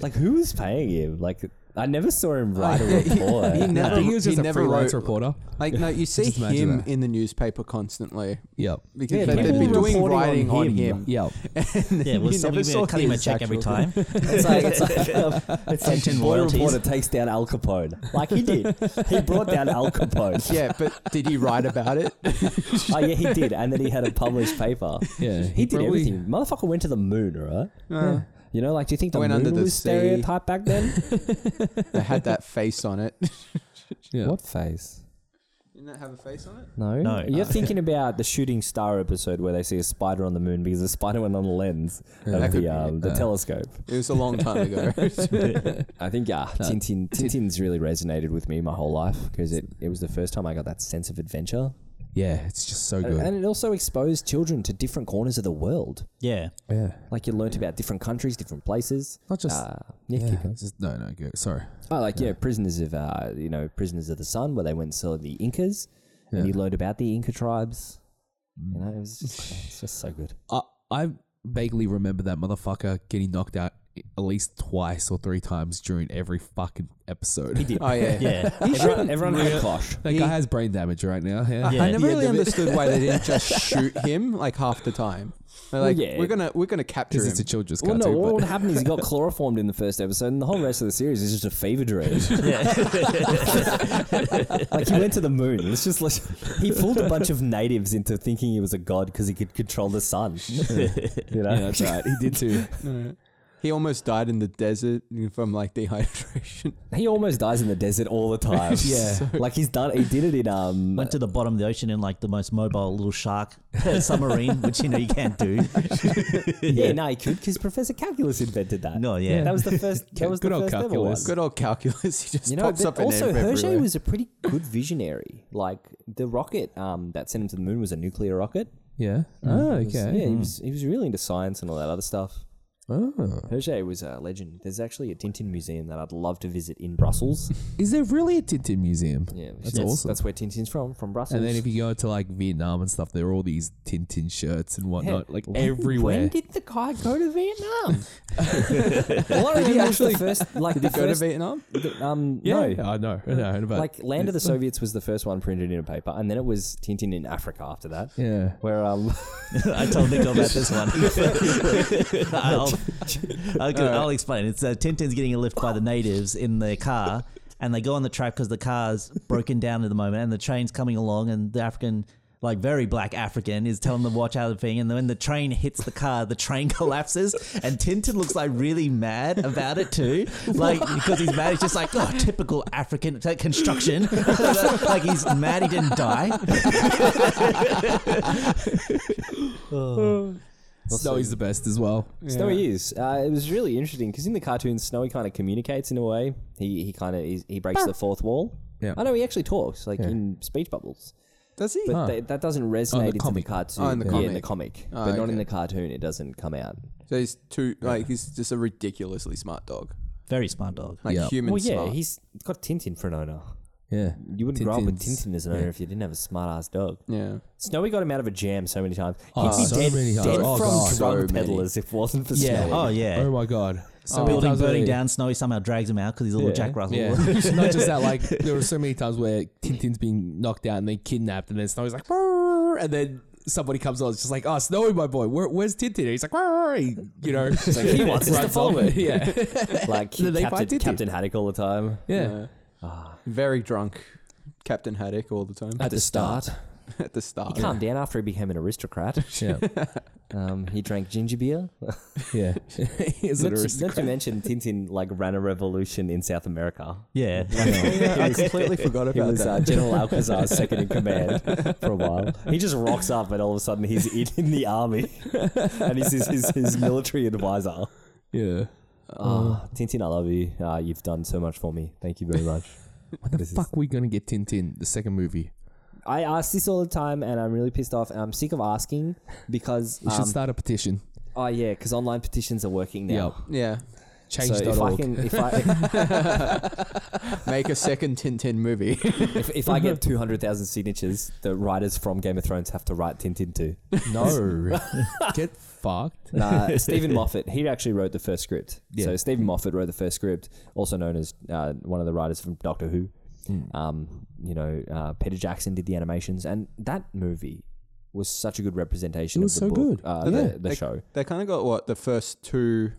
like who was paying him like I never saw him write a report
He
I
never,
think he was just
he
a
never
freelance
wrote-
reporter.
Like no, you see
Just imagine
him
that.
in the newspaper constantly
Yep.
because
Yeah,
they, they've
people
been doing
reporting on
writing on
him.
him.
Yep.
Yeah, well, somebody
You never
gonna
saw
cut him a
his
check every
actual-
time.
It's like it's like, it's like
Attention
boy
royalties.
reporter takes down Al Capone. Like he did. He brought down Al Capone.
Yeah, but did he write about it?
Oh yeah, he did. And then he had a published paper.
Yeah,
he,
he
did
probably-
everything. Motherfucker went to the moon, right?
Uh,
You know, like do you think the
Went
moon
under the
was
sea.
stereotyped back then?
they had that face on it.
Yeah.
What face?
Didn't that have a face on it?
No,
No.
You're thinking about the shooting star episode where they see a spider on the moon because the spider went on the lens
That
of
could be
the, um, the
uh,
telescope.
It was a long time ago.
I think yeah, Tintin, Tintin's really resonated with me my whole life because it, it was the first time I got that sense of adventure.
Yeah, it's just so
And,
good.
and it also exposed children to different corners of the world.
Yeah.
yeah.
Like you learnt about different countries, different places.
Not just-
uh, yeah, keep going.
It's just- no, no, go. Sorry.
Oh, like yeah, prisoners of uh, you know, prisoners of the sun, where they went and saw the Incas, and you learned about the Inca tribes. You know, it was just, it's just so good.
I, I vaguely remember that motherfucker getting knocked out at least twice or three times during every fucking episode. He did.
Oh yeah.
Yeah.
Everyone, everyone had a clash.
That guy has brain damage right now. Yeah.
Yeah.
I
Yeah,
never really
the bit-
understood why they didn't just shoot him like half the time. They're like,
yeah.
we're gonna we're gonna capture
Because
him.
it's a children's
Well, no,
cartoon.
what
but-
would happen is he got chloroformed in the first episode, and the whole rest of the series is just a fever dream. like he went to the moon. It's just like he fooled a bunch of natives into thinking he was a god because he could control the sun. you know,
yeah, that's right. He did too.
he almost died in the desert from like dehydration.
he almost dies in the desert all the time.
Yeah.
like he's done. He did it in um.
Went to the bottom of the ocean in like the most mobile little shark submarine, which you know you can't do.
yeah, no, he could because Professor Calculus invented that.
No, yeah.
that was the first. That was
Good
the
old
first ever one.
calculus.
Good old calculus. He just
You know,
pops
but
up in
also
everywhere.
Hergé was a pretty good visionary. Like the rocket um, that sent him to the moon was a nuclear rocket.
Yeah. Oh,
He was-
okay.
yeah, he was he was really into science and all that other stuff.
Oh.
Hergé was a legend. There's actually a Tintin museum that I'd love to visit in Brussels.
Is there really a Tintin museum?
yeah, which-
That's awesome.
That's where Tintin's from, from Brussels.
and then if you go to like Vietnam and stuff, there are all these Tintin shirts and
Yeah.
whatnot, like
When-
everywhere.
When did the guy go to Vietnam? All I remember was the first, like the
Go to
first,
Vietnam.
the- um,
yeah,
no,
I know, I know, but
like Land of the Soviets was the first one printed in a paper, and then it was Tintin in Africa after that.
yeah,
Where um,
I told Nico about this one. I'll, I'll, I'll explain. It's uh, Tintin's getting a lift by the natives in their car, and they go on the track because the car's broken down at the moment, and the train's coming along, and the African. Like very black African is telling them watch out of the thing, and then when the train hits the car, the train collapses, and Tintin looks like really mad about it too, like because he's mad. He's just like, oh, typical African it's like construction. like he's mad he didn't die.
Snowy's the best as well.
Snowy is. Uh, it was really interesting because in the cartoon, Snowy kind of communicates in a way. He he kind of he, he breaks the fourth wall.
Yeah.
I know he actually talks like in speech bubbles.
Does he?
But
Huh.
they, that doesn't
Oh,
resonate
in the Ah,
into
comic.
the cartoon.
Oh, in the
Yeah, in the
comic.
comic.
Oh,
but not
okay.
in the cartoon. It doesn't come out.
So he's too like he's just a ridiculously smart dog,
Very smart dog.
like
Yeah.
human
well, yeah,
smart.
he's got Tintin for an owner.
Yeah.
You wouldn't grow up with
Tintin's-
Tintin as an owner if you didn't have a smart ass dog.
yeah.
Snowy got him out of a jam so many times. He'd
Oh,
be
so
dead,
many times.
dead
Oh,
from
God.
So
drug
many.
peddlers if it wasn't for
Yeah.
Snowy.
Oh yeah.
Oh my god. So many
Building
times
burning
where-
down. Snowy somehow drags him out because he's a little Jack Russell.
Yeah. Not just that, like there were so many times where Tintin's being knocked out and then kidnapped and then Snowy's like "Brrr," and then somebody comes on, it's just like, Oh, Snowy my boy, where, where's Tintin? And he's like, "Brrr," he, you know, he's like,
He wants us to
runs
follow
off.
him.
Yeah.
Like
Then they fight
Captain,
Tintin.
Captain Haddock all the time. Ah,
Yeah.
Very drunk, Captain Haddock all the time
At the start.
at the start.
He calmed down after he became an aristocrat.
Oh, Yeah.
Um, he drank ginger beer.
Yeah. He's an
Not to- Not to
aristocrat.
mention, Tintin like ran a revolution in South America.
Yeah.
I completely forgot
He
about
was
that.
uh, General Alcazar's second in command for a while. He just rocks up, and all of a sudden he's in, in the army, and he's his, his, his military
Oh.
advisor.
Yeah.
Ah, Tintin, I love you. Ah, you've done so much for me. Thank you very much.
When the fuck we gonna get Tintin, the second movie?
I ask this all the time, and I'm really pissed off, and I'm sick of asking because
We should
um,
start a petition.
oh yeah, because online petitions are working now.
Yeah.
yeah,
So if I
Change.org.
can, if I
make a second Tintin movie.
if, if I get two hundred thousand signatures, the writers from Game of Thrones have to write Tintin too.
no. get fucked.
Nah, Stephen Moffat. He actually wrote the first script.
Yeah.
So Stephen Moffat wrote the first script, also known as uh, one of the writers from Doctor Who.
Hmm.
Um, you know, uh, Peter Jackson did the animations, and that movie was such a good representation.
It was
of the
so
book,
good.
Uh,
Yeah.
the, the
Like,
show.
They kind of got what the first two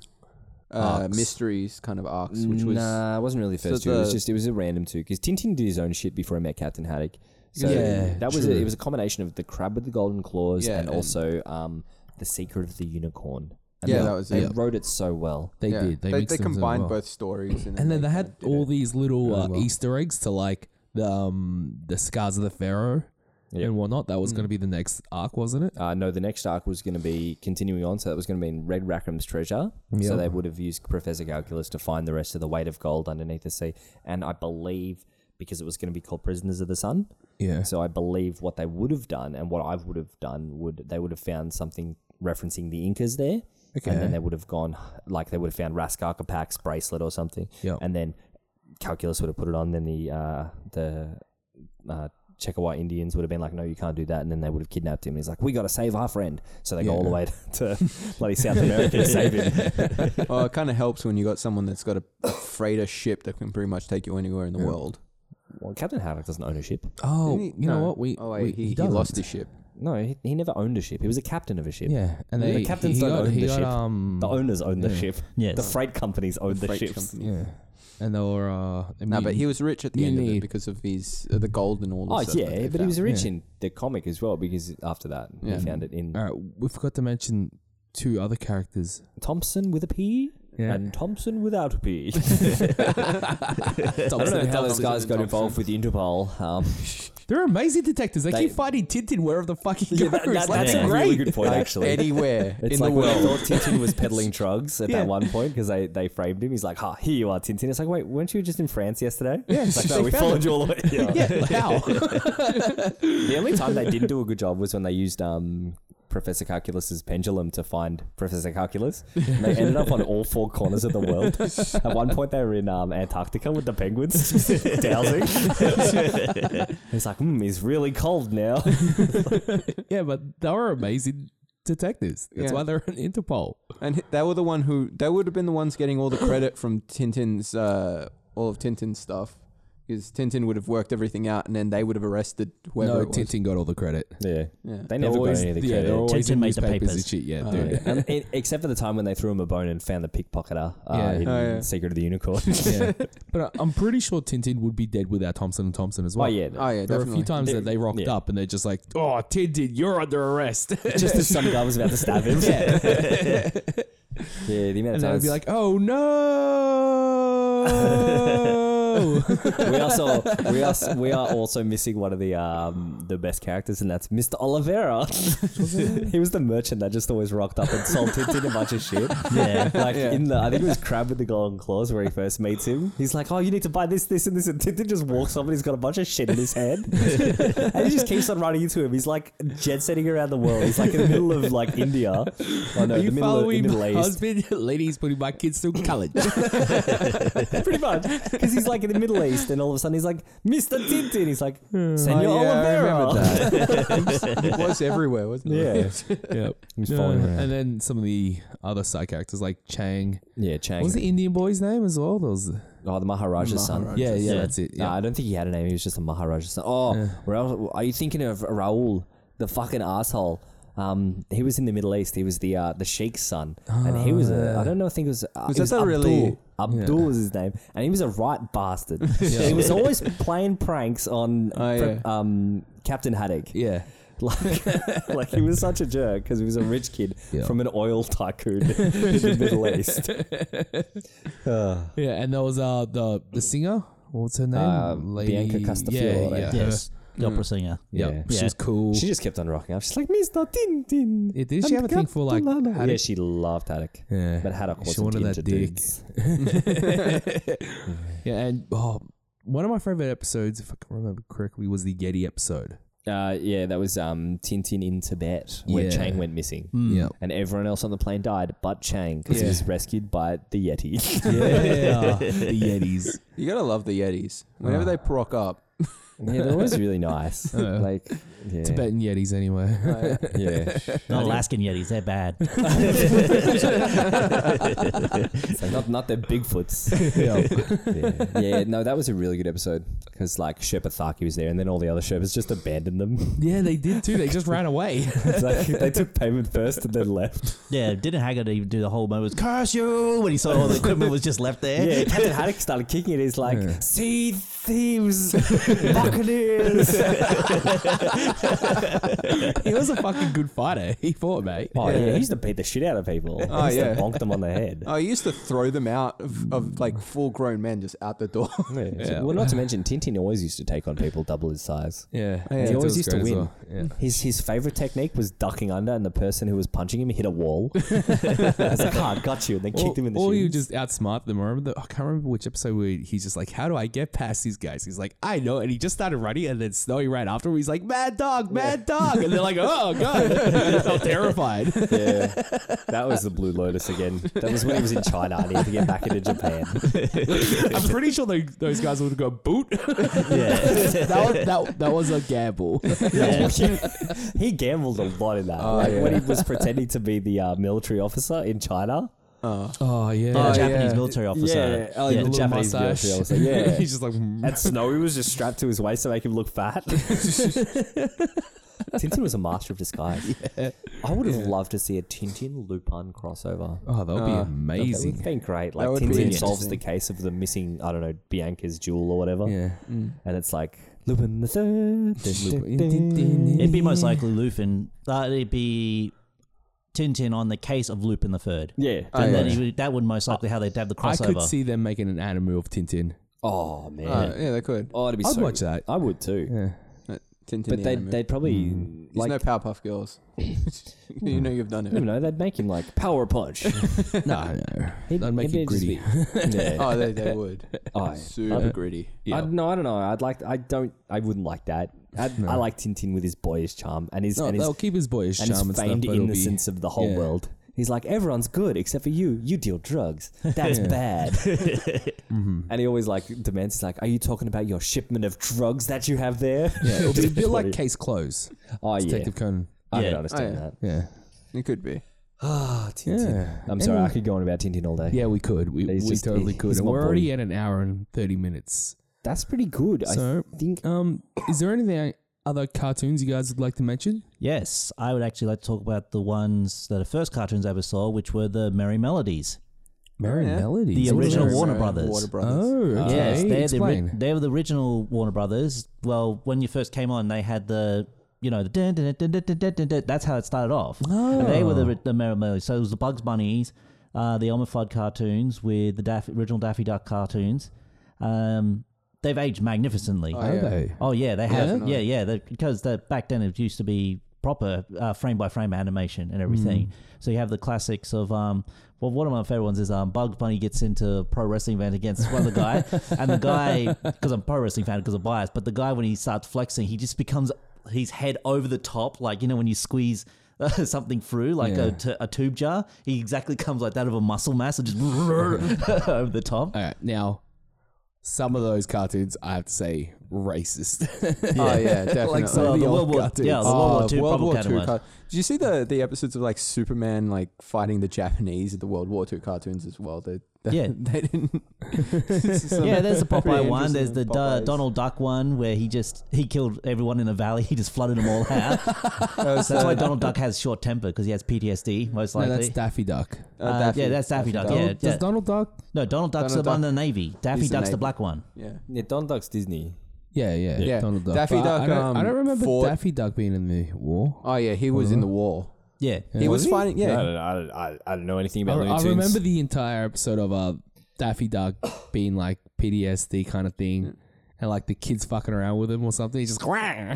uh,
Arcs.
mysteries kind of arcs, which was
nah, it wasn't really the
so
first two. It was
the-
just it was a random two because Tintin did his own shit before he met Captain Haddock. So
Yeah,
that was a,
true.
it was a combination of the crab with the golden claws
Yeah,
and
and-
also um, the secret of the unicorn. And
Yeah,
they-
that was
they
it.
wrote it so well.
They
yeah,
did. They,
they,
mixed themselves
combined
well.
both stories, and then,
and then they
kinda
had
did
all
it.
these little
really
uh,
well.
Easter eggs to like the um, the scars of the pharaoh
Yeah. Hmm.
and whatnot. That was going to be the next arc, wasn't it?
Uh, no, the next arc was going to be continuing on, so that was going to be in Red Rackham's treasure. So
Yep.
they would have used Professor Calculus to find the rest of the weight of gold underneath the sea, and I believe because it was going to be called Prisoners of the Sun.
Yeah.
So I believe what they would have done and what I would have done would they would have found something referencing the Incas there. And
Okay.
then they would have gone like they would have found Raskakapak's bracelet or something.
Yep.
And then Calculus would have put it on. Then the uh, the uh, Chekawa Indians would have been like, "No, you can't do that," and then they would have kidnapped him. And he's like, "We got to save our friend," so they go all the way to, bloody South America to save him.
well, it kind of helps when you got someone that's got a freighter ship that can pretty much take you anywhere in the world.
Well, Captain Haddock doesn't own a ship.
Oh,
Didn't he-
you know
no.
what? We
oh wait,
we,
he, he,
doesn't.
lost his ship.
No, he, he never owned a ship. He was a captain of a ship.
Yeah, and
The
they,
captains
he
don't
got,
own
he
the
got,
ship.
Um,
The owners own the ship.
Yes.
The freight companies own the,
Freight
ships.
company.
yeah, and they were uh,
No, but he was rich at the
You
end of
need-
it because of his uh, the gold and all.
Oh
the stuff that
yeah,
they
but he was
found.
rich in the comic as well because after that
Yeah.
he found it in
All right, we forgot to mention two other characters.
Thompson with a P
Yeah.
and Thompson without a P. I don't
Thompson
know
and
how those
Thompson.
guys got involved with Interpol. Um,
They're amazing detectives. They,
They-
keep finding Tintin wherever the fuck he goes.
yeah, that- that-
Like,
that's
they're
a really
great.
good point, actually.
anywhere
It's
in
like
the
when I
world.
thought Tintin was peddling drugs at
Yeah.
that one point because they, they framed him. He's like, "Ha, here you are, Tintin." It's like, wait, weren't you just in France yesterday? Yeah, it's
oh,
like, no, we followed you all the way. here."
yeah, how?
The only time they didn't do a good job was when they used um, Professor Calculus's pendulum to find Professor Calculus. And they ended up on all four corners of the world. At one point, they were in um, Antarctica with the penguins dowsing. it's like, hmm, it's really cold now.
yeah, but they were amazing detectives. That's
Yeah.
why they're in Interpol.
And they were the one who they would have been the ones getting all the credit from Tintin's uh, all of Tintin's stuff because Tintin would have worked everything out, and then they would have arrested whoever.
No,
it was.
Tintin got all the credit.
Yeah,
Yeah.
they never
always,
got any of the
yeah,
credit.
they're always
Tintin
in
made the
newspapers and
papers.
shit. Oh, Yeah,
yeah.
dude.
Um, e- except for the time when they threw him a bone and found the pickpocketer uh,
Yeah.
in
Oh, yeah.
Secret of the Unicorn.
yeah. But I- I'm pretty sure Tintin would be dead without Thompson and Thompson as
oh
well.
yeah,
Oh yeah,
There were a
definitely.
few times that they rocked
Yeah.
up and they're just like, "Oh, Tintin, you're under arrest."
just as some guy was about to stab him. Yeah, the
and they'd
amount of times
be like, "Oh no!" Whoa.
we also we are we are also missing one of the um the best characters, and that's Mr. Oliveira. he was the merchant that just always rocked up and sold Tintin a bunch of shit.
Yeah.
Like in the I think it was Crab with the Golden Claws where he first meets him. He's like, oh, you need to buy this, this, and this, and Tintin just walks up and he's got a bunch of shit in his hand, and he just keeps on running into him. He's like jet setting around the world. He's like in the middle of like India. Oh no,
Are you
the middle of the
following
Middle
my
East.
husband? Ladies putting my kids through college.
pretty much because he's like in the Middle East, and all of a sudden he's like Mr. Tintin. He's like Senor
Oh, yeah, I
Oliveira.
remember that. it was everywhere, wasn't it?
Yeah,
yep.
he's
Yeah,
following around.
and then some of the other side characters like Chang.
yeah, Chang.
What was the Indian boy's name as well? There was,
Oh, the Maharaja's son.
yeah, yeah,
Yeah.
that's it.
Nah,
Yeah.
I don't think he had a name. He was just a Maharaja's son. Oh, where else, are you thinking of Raul, the fucking asshole? Um, he was in the Middle East. He was the uh, the Sheikh's son, and he was a, I don't know. I think it was uh,
Was
it
that
was
the
Abdul.
really-
Abdul was his name, and he was a right bastard. He was always playing pranks on
Oh, yeah.
um, Captain Haddock.
yeah.
Like, like he was such a jerk because he was a rich kid
Yeah.
from an oil tycoon in the Middle East.
Yeah, and there was uh the the singer. What's her name?
Uh, Bianca Castafiore.
Yeah, Mm. yeah.
Yes. The opera singer.
Yep.
Yeah.
She was cool.
She just kept on rocking up. She's like, Mr. Tin Tin.
Yeah, did she
I'm
have a thing for, like,
Captain Haddock? Yeah,
Haddock?
she loved Haddock.
yeah.
But Haddock
She
wasn't
wanted
into
that dick.
dudes.
yeah, and oh, one of my favorite episodes, if I can remember correctly, was the Yeti episode.
Uh, yeah, that was um, Tintin in Tibet where
Yeah. Mm.
Chang went missing.
Mm.
Yeah.
And everyone else on the plane died but Chang because he
Yeah.
was rescued by the Yeti.
Yeah, the Yetis.
You gotta love the Yetis. Whenever
Ah.
they rock up,
yeah, they're always really nice.
Uh,
like, yeah.
Tibetan Yetis, anyway.
Yeah.
Not Alaskan Yetis. They're bad.
It's like not, not their Bigfoots.
yeah.
yeah. yeah, no, that was a really good episode because like Sherpa Thaki was there and then all the other Sherpas just abandoned them.
yeah, they did too. They just ran away.
It's like they took payment first and then left.
yeah. Didn't Haggard even do the whole moment? Was, Curse you! When he saw all the equipment was just left there.
Yeah, Captain Haddock started kicking it. He's like, "See thieves, buccaneers."
he was a fucking good fighter. He fought, mate.
Oh yeah. he used to beat the shit out of people.
Oh,
he used
yeah. Oh,
to bonk them on the head.
I used to throw them out of, of like full grown men just out the door.
Yeah. Well, not to mention Tintin always used to take on people double his size.
Yeah.
he
That
always
was
used to
great as
win.
well. Yeah.
His his favorite technique was ducking under, and the person who was punching him hit a wall. It's like, "Ah, got you," and then kicked him in the
or you
shin.
just outsmart them. I remember, the, I can't remember which episode where he's just like, "How do I get past these guys?" He's like, "I know," and he just started running, and then Snowy ran after him. He's like, "Mad dog, mad dog," and they're like, "Oh god," they're all terrified.
Yeah, that was the Blue Lotus again. That was when he was in China and he had to get back into Japan.
I'm pretty sure they, those guys would have got boot.
Yeah.
that, was, that, that was a gamble.
Yeah. he gambled a lot in that. like when he was pretending to be the uh, military officer in China.
Oh yeah,
The
Oh,
Japanese
yeah.
military officer.
oh, the
yeah, the
little Japanese
mustache.
military officer. Yeah.
he's just like, "Mm."
and Snowy was just strapped to his waist to make him look fat. Tintin was a master of disguise. I would have loved to see a Tintin Lupin crossover.
oh, that would be
That would
amazing.
have been great. Like
would be
Tintin solves
interesting.
the case of the missing, I don't know, Bianca's jewel or whatever,
Yeah,
Uh,
and it's like Lupin the Third.
It'd be most likely Lupin. Uh, it'd be Tintin on the case of Lupin the Third.
Yeah.
And
yeah.
then he would, that would most likely how they'd have the
I
crossover.
could see them making an anime of Tintin.
Oh man.
Uh, yeah, they could.
oh, it'd be
I'd
so
watch that.
I would too.
Yeah.
Uh, Tintin
But
the
they'd,
anime.
they'd probably
There's
like
no Powerpuff Girls. you know you've done
I don't
it.
know. They'd make him like power punch.
No, no, that'd make
It'd
it
just
gritty.
be- yeah.
Oh, they, they would.
Oh, yeah.
Super gritty.
I, no, I don't know. I'd like. I don't. I wouldn't like that. I'd, I like Tintin with his boyish charm and his
No,
and his,
they'll keep his boyish
and his
charm and stuff,
feigned
but it'll be-
innocence of the whole
yeah.
world. He's like everyone's good except for you. You deal drugs. That's bad. Mm-hmm. And he always like demands. He's like, "Are you talking about your shipment of drugs that you have there?"
Yeah, it'll be a bit like Case Close,
oh yeah,
Detective Conan.
I can
Yeah.
understand
Oh, yeah.
that.
Yeah,
It could be.
Ah, Tintin.
yeah.
I'm sorry, I could go on about Tintin all day.
Yeah, we could. We,
He's
we
just-
totally
he-
could.
he's
And
my
we're
boy.
already at an hour and thirty minutes.
that's pretty good.
So-
I think
Um, is there anything other cartoons you guys would like to mention?
yes, I would actually like to talk about the ones that are first cartoons I ever saw, which were the Merry Melodies.
Oh,
Merry
yeah.
Melodies.
The
What is
original
that?
Warner
So,
Brothers.
Warner Brothers.
Oh, okay.
Yes, they're the, ri-
Explain.
they're the original Warner Brothers. Well, when you first came on, they had the you know the dun, dun, dun, dun, dun, dun, dun, dun. that's how it started off. And they were
Oh.
the ri- the Merry Melodies. So it was the Bugs Bunnies, uh, the Elmer Fudd cartoons with the Daff- original Daffy Duck cartoons. Um, they've aged magnificently.
Oh, Have yeah. they?
Oh yeah, they have.
Definitely.
Yeah, yeah. they- because the back then it used to be proper uh, frame by frame animation and everything. So you have the classics of um. Well, one of my favorite ones is um, Bug Bunny gets into pro wrestling event against one other guy, and the guy because I'm a pro wrestling fan because I'm biased, but the guy when he starts flexing, he just becomes his head over the top, like you know when you squeeze. uh, something through like a
Yeah.
t- a tube jar. He exactly comes like that of a muscle mass and just over the top.
All right, now some of those cartoons I have to say racist.
Oh yeah, definitely.
like some of
Well,
the
the
old
World War-
cartoons. Oh,
yeah, the World War
Uh,
II
World
probably
War
kinda
II
was.
car- Did you see the the episodes of like Superman like fighting the Japanese at the World War II cartoons as well? They, they
Yeah.
they didn't.
yeah, there's the Popeye one. There's the
Popeyes.
D- Donald Duck one where he just he killed everyone in a valley. He just flooded them all out. That's why
uh,
Donald Duck has short temper because he has PTSD most
no,
likely.
that's Daffy Duck.
Uh,
Uh,
Daffy.
yeah, that's Daffy, Duck.
Duck.
Yeah,
Does
yeah.
Donald Duck?
no, Donald Duck's
Donald
the one
Duck-
in the navy. Daffy
He's the
Duck's the
Navy.
black one.
yeah.
Yeah, Don Duck's Disney.
Yeah, yeah,
Yeah.
Donald Duck.
Daffy
But I- I
Duck,
don't, I
um,
don't remember
fought-
Daffy Duck being in the war.
Oh yeah, he was in the war.
Uh-huh. Yeah,
He was, fighting.
I
Yeah,
don't, know, I, don't, I, I don't know
I,
anything about Looney
I
Tunes.
remember the entire episode of uh, Daffy Duck being like PTSD kind of thing. And like the kids fucking around with him or something, he's just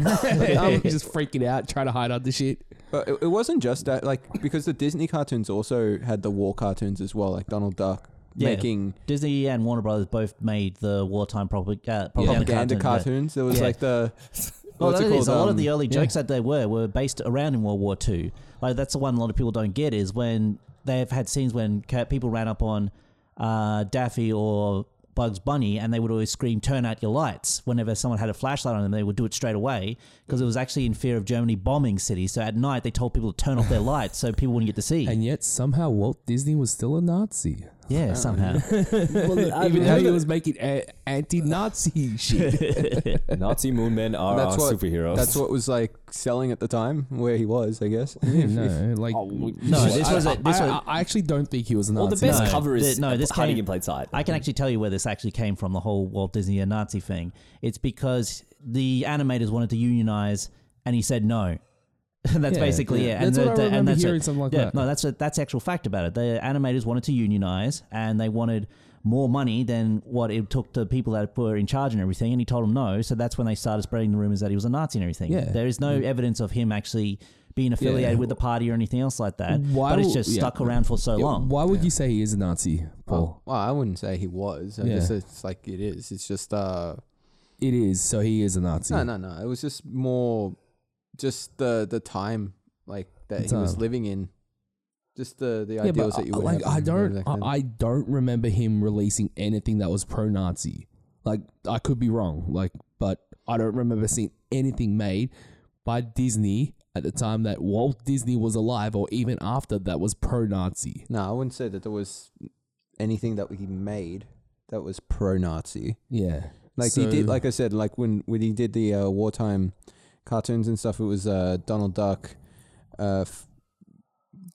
he's just freaking out, trying to hide under shit.
but it, it wasn't just that. Like because the Disney cartoons also had the war cartoons as well, like Donald Duck
Yeah.
making
Disney and Warner Brothers both made the wartime propag- uh, propaganda, cartoons,
propaganda
yeah.
cartoons. There was
Yeah.
like the
Well,
what's
that
it
is
called?
a lot of the
Um,
early jokes that they were were based around in World War Two. Like that's the one a lot of people don't get is when they've had scenes when ca- people ran up on uh, Daffy or Bugs Bunny, and they would always scream "Turn out your lights!" whenever someone had a flashlight on them. They would do it straight away because it was actually in fear of Germany bombing cities. So at night they told people to turn off their lights so people wouldn't get to see.
And yet somehow Walt Disney was still a Nazi,
yeah, somehow.
even though he was making a- anti-Nazi shit.
Nazi moon men are
that's
Ah,
our
what
superheroes.
That's what was like selling at the time where he was, I guess.
no, like
Oh, No, this was
I,
a- this
I,
was-
I, I actually don't think he was a Nazi.
Well, the best
No,
cover is
the- no, this
hiding
came-
in plain sight.
I can actually tell you where this actually came from the whole Walt Disney and Nazi thing. It's because the animators wanted to unionize and he said no. And that's
Yeah,
basically
yeah.
it. And
That's what I
and
remember
that's
hearing
it.
something like
yeah,
that.
No, that's a, that's the actual fact about it. The animators wanted to unionize and they wanted more money than what it took to people that were in charge and everything. And he told them no. So that's when they started spreading the rumors that he was a Nazi and everything.
Yeah. Mm.
There is no evidence of him actually being affiliated with the party or anything else like that.
Why
but it's
would-
just
yeah.
stuck around for so
Yeah,
long.
Why would you say he is a Nazi, Paul?
Well, I wouldn't say he was. I
Yeah.
just, it's like it is. It's just uh
It is. So he is a Nazi.
no, no, no. It was just more just the the time like that he was
Time.
living in. Just the the
Yeah,
ideals
but
that you
uh,
were
like I don't, I,
I,
I don't remember him releasing anything that was pro-Nazi. Like I could be wrong, like, but I don't remember seeing anything made by Disney at the time that Walt Disney was alive, or even after that was pro-Nazi.
no, I wouldn't say that there was anything that he made that was pro-Nazi.
Yeah,
Like he
So-
did, like I said, like when when he did the uh, wartime cartoons and stuff, it was uh, Donald Duck. Uh, f-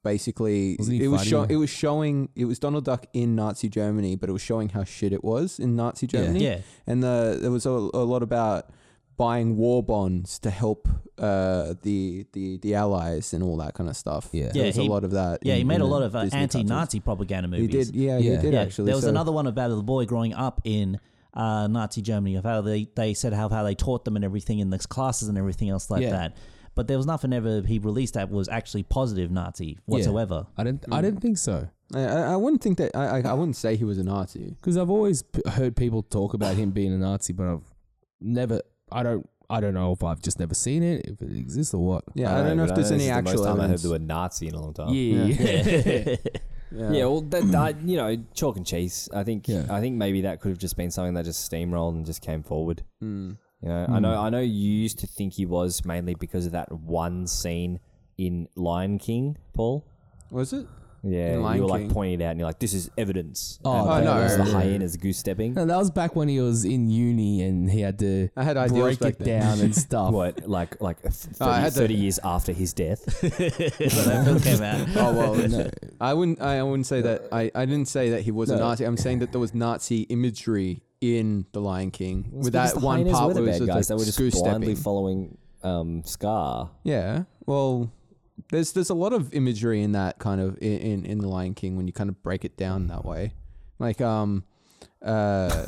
basically,
Wasn't he
it was
fighting
show-
with-
it was showing it was Donald Duck in Nazi Germany, but it was showing how shit it was in Nazi Germany.
Yeah.
and the, there was a, a lot about buying war bonds to help uh, the the the Allies and all that kind of stuff.
Yeah.
there
Yeah,
was
he-
a lot of that.
Yeah,
in-
he made
in
a
the
lot of uh,
Disney cartoons.
anti-Nazi propaganda movies.
He did, yeah,
Yeah.
he did
Yeah,
actually.
there was
so-
another one about the boy growing up in uh, Nazi Germany of how they, they said how, how they taught them and everything in the classes and everything else like
Yeah.
that. But there was nothing ever he released that was actually positive Nazi
Yeah.
whatsoever.
I didn't.
Mm.
I didn't think so.
I, I I wouldn't think that I, I I wouldn't say he was a Nazi.
Because I've always p- heard people talk about him being a Nazi, but I've never. I don't. I don't know if I've just never seen it, if it exists or what.
Yeah, I, don't know
but
if there's
this
any
is the most
actual
time I heard
evidence.
the word Nazi in a long time.
Yeah.
Yeah, well, that, that you know, chalk and cheese. I think
Yeah.
I think maybe that could have just been something that just steamrolled and just came forward.
Mm.
You know, I
Hmm.
know I know you used to think he was mainly because of that one scene in Lion King, Paul.
Was it?
Yeah,
In Lion
you were
King.
like pointing it out, and you're like, "This is evidence."
Oh,
And
oh,
that
no.
was
Yeah.
the hyenas goose stepping.
No, that was back when he was in uni and he had to
I had ideals
break
back
it
then.
down and stuff.
What, like, like f- 30,
I had to-
30 years after his death?
That film came out.
Oh well, I wouldn't. I wouldn't say that. I, I didn't say that he was a Nazi. I'm saying that there was Nazi imagery in The Lion King with
Because
that
the
one
hyenas
part
were
where
the
it was
bad guys.
just, like
they were just
goose
blindly
stepping.
following um, Scar.
yeah. Well, there's there's a lot of imagery in that kind of in, in in The Lion King when you kind of break it down that way, like um, uh,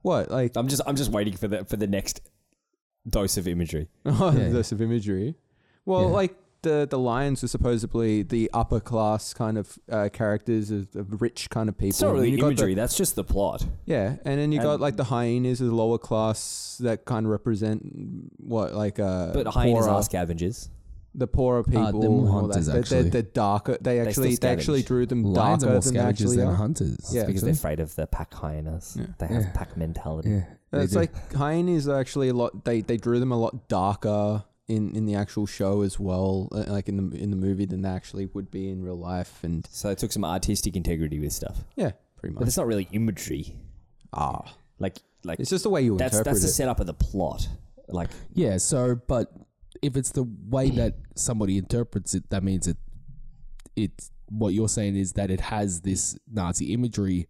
What? Like
I'm just I'm just waiting for the for the next dose of imagery.
Yeah.
dose of oh, imagery. Well,
Yeah.
like the the lions were supposedly the upper class kind of uh, characters of, of rich kind of people.
It's not
And
really
you got the-
imagery. that's just the plot.
yeah, and then you
And-
got like the hyenas of the lower class that kind of represent what like uh
But hyenas uh,
poorer-
are scavengers.
the poorer people.
they're
and
more
all that.
hunters,
They're- They're,
actually.
they're darker. They
They still
actually they actually
scavenge.
drew them
Lions are
darker
more
than they
scavengers
actually
than
are.
hunters.
Yeah,
because
actually.
they're afraid of the pack hyenas. They have pack mentality.
Yeah, they
It's
do.
like hyenas are actually a lot. They they drew them a lot darker in in the actual show as well, uh, like in the in the movie than they actually would be in real life. And
So it took some artistic integrity with stuff.
yeah, pretty
But
much.
it's not really imagery.
Ah,
Like like
it's just the way you
that's
interpret
that's the
it.
setup of the plot. Like
yeah. So, but if it's the way that somebody interprets it, that means it. It's what you're saying is that it has this Nazi imagery.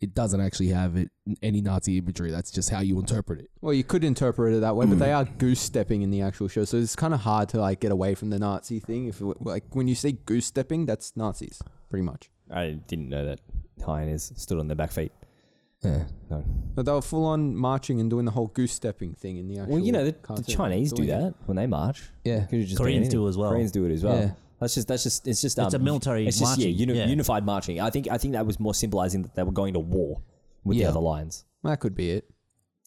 It doesn't actually have it any Nazi imagery. That's just how you interpret it.
well, you could interpret it that way, but they
Hmm.
are goose stepping in the actual show, so it's kind of hard to like get away from the Nazi thing. If it- like when you say goose stepping, that's Nazis, pretty much.
I didn't know that hyenas stood on their back feet.
Yeah.
No.
But they were full on marching and doing the whole goose stepping thing in the actual.
Well, you know the, the
cartoon.
Chinese do
Doing it.
that when they march.
Yeah.
Could've just been
Koreans do
anything.
as well.
Koreans do it as well.
Yeah.
That's just that's just it's just um,
It's a military
It's just
marching,
yeah, uni-
yeah.
unified marching. I think I think that was more symbolizing that they were going to war with
Yeah.
the other lions.
That could be it.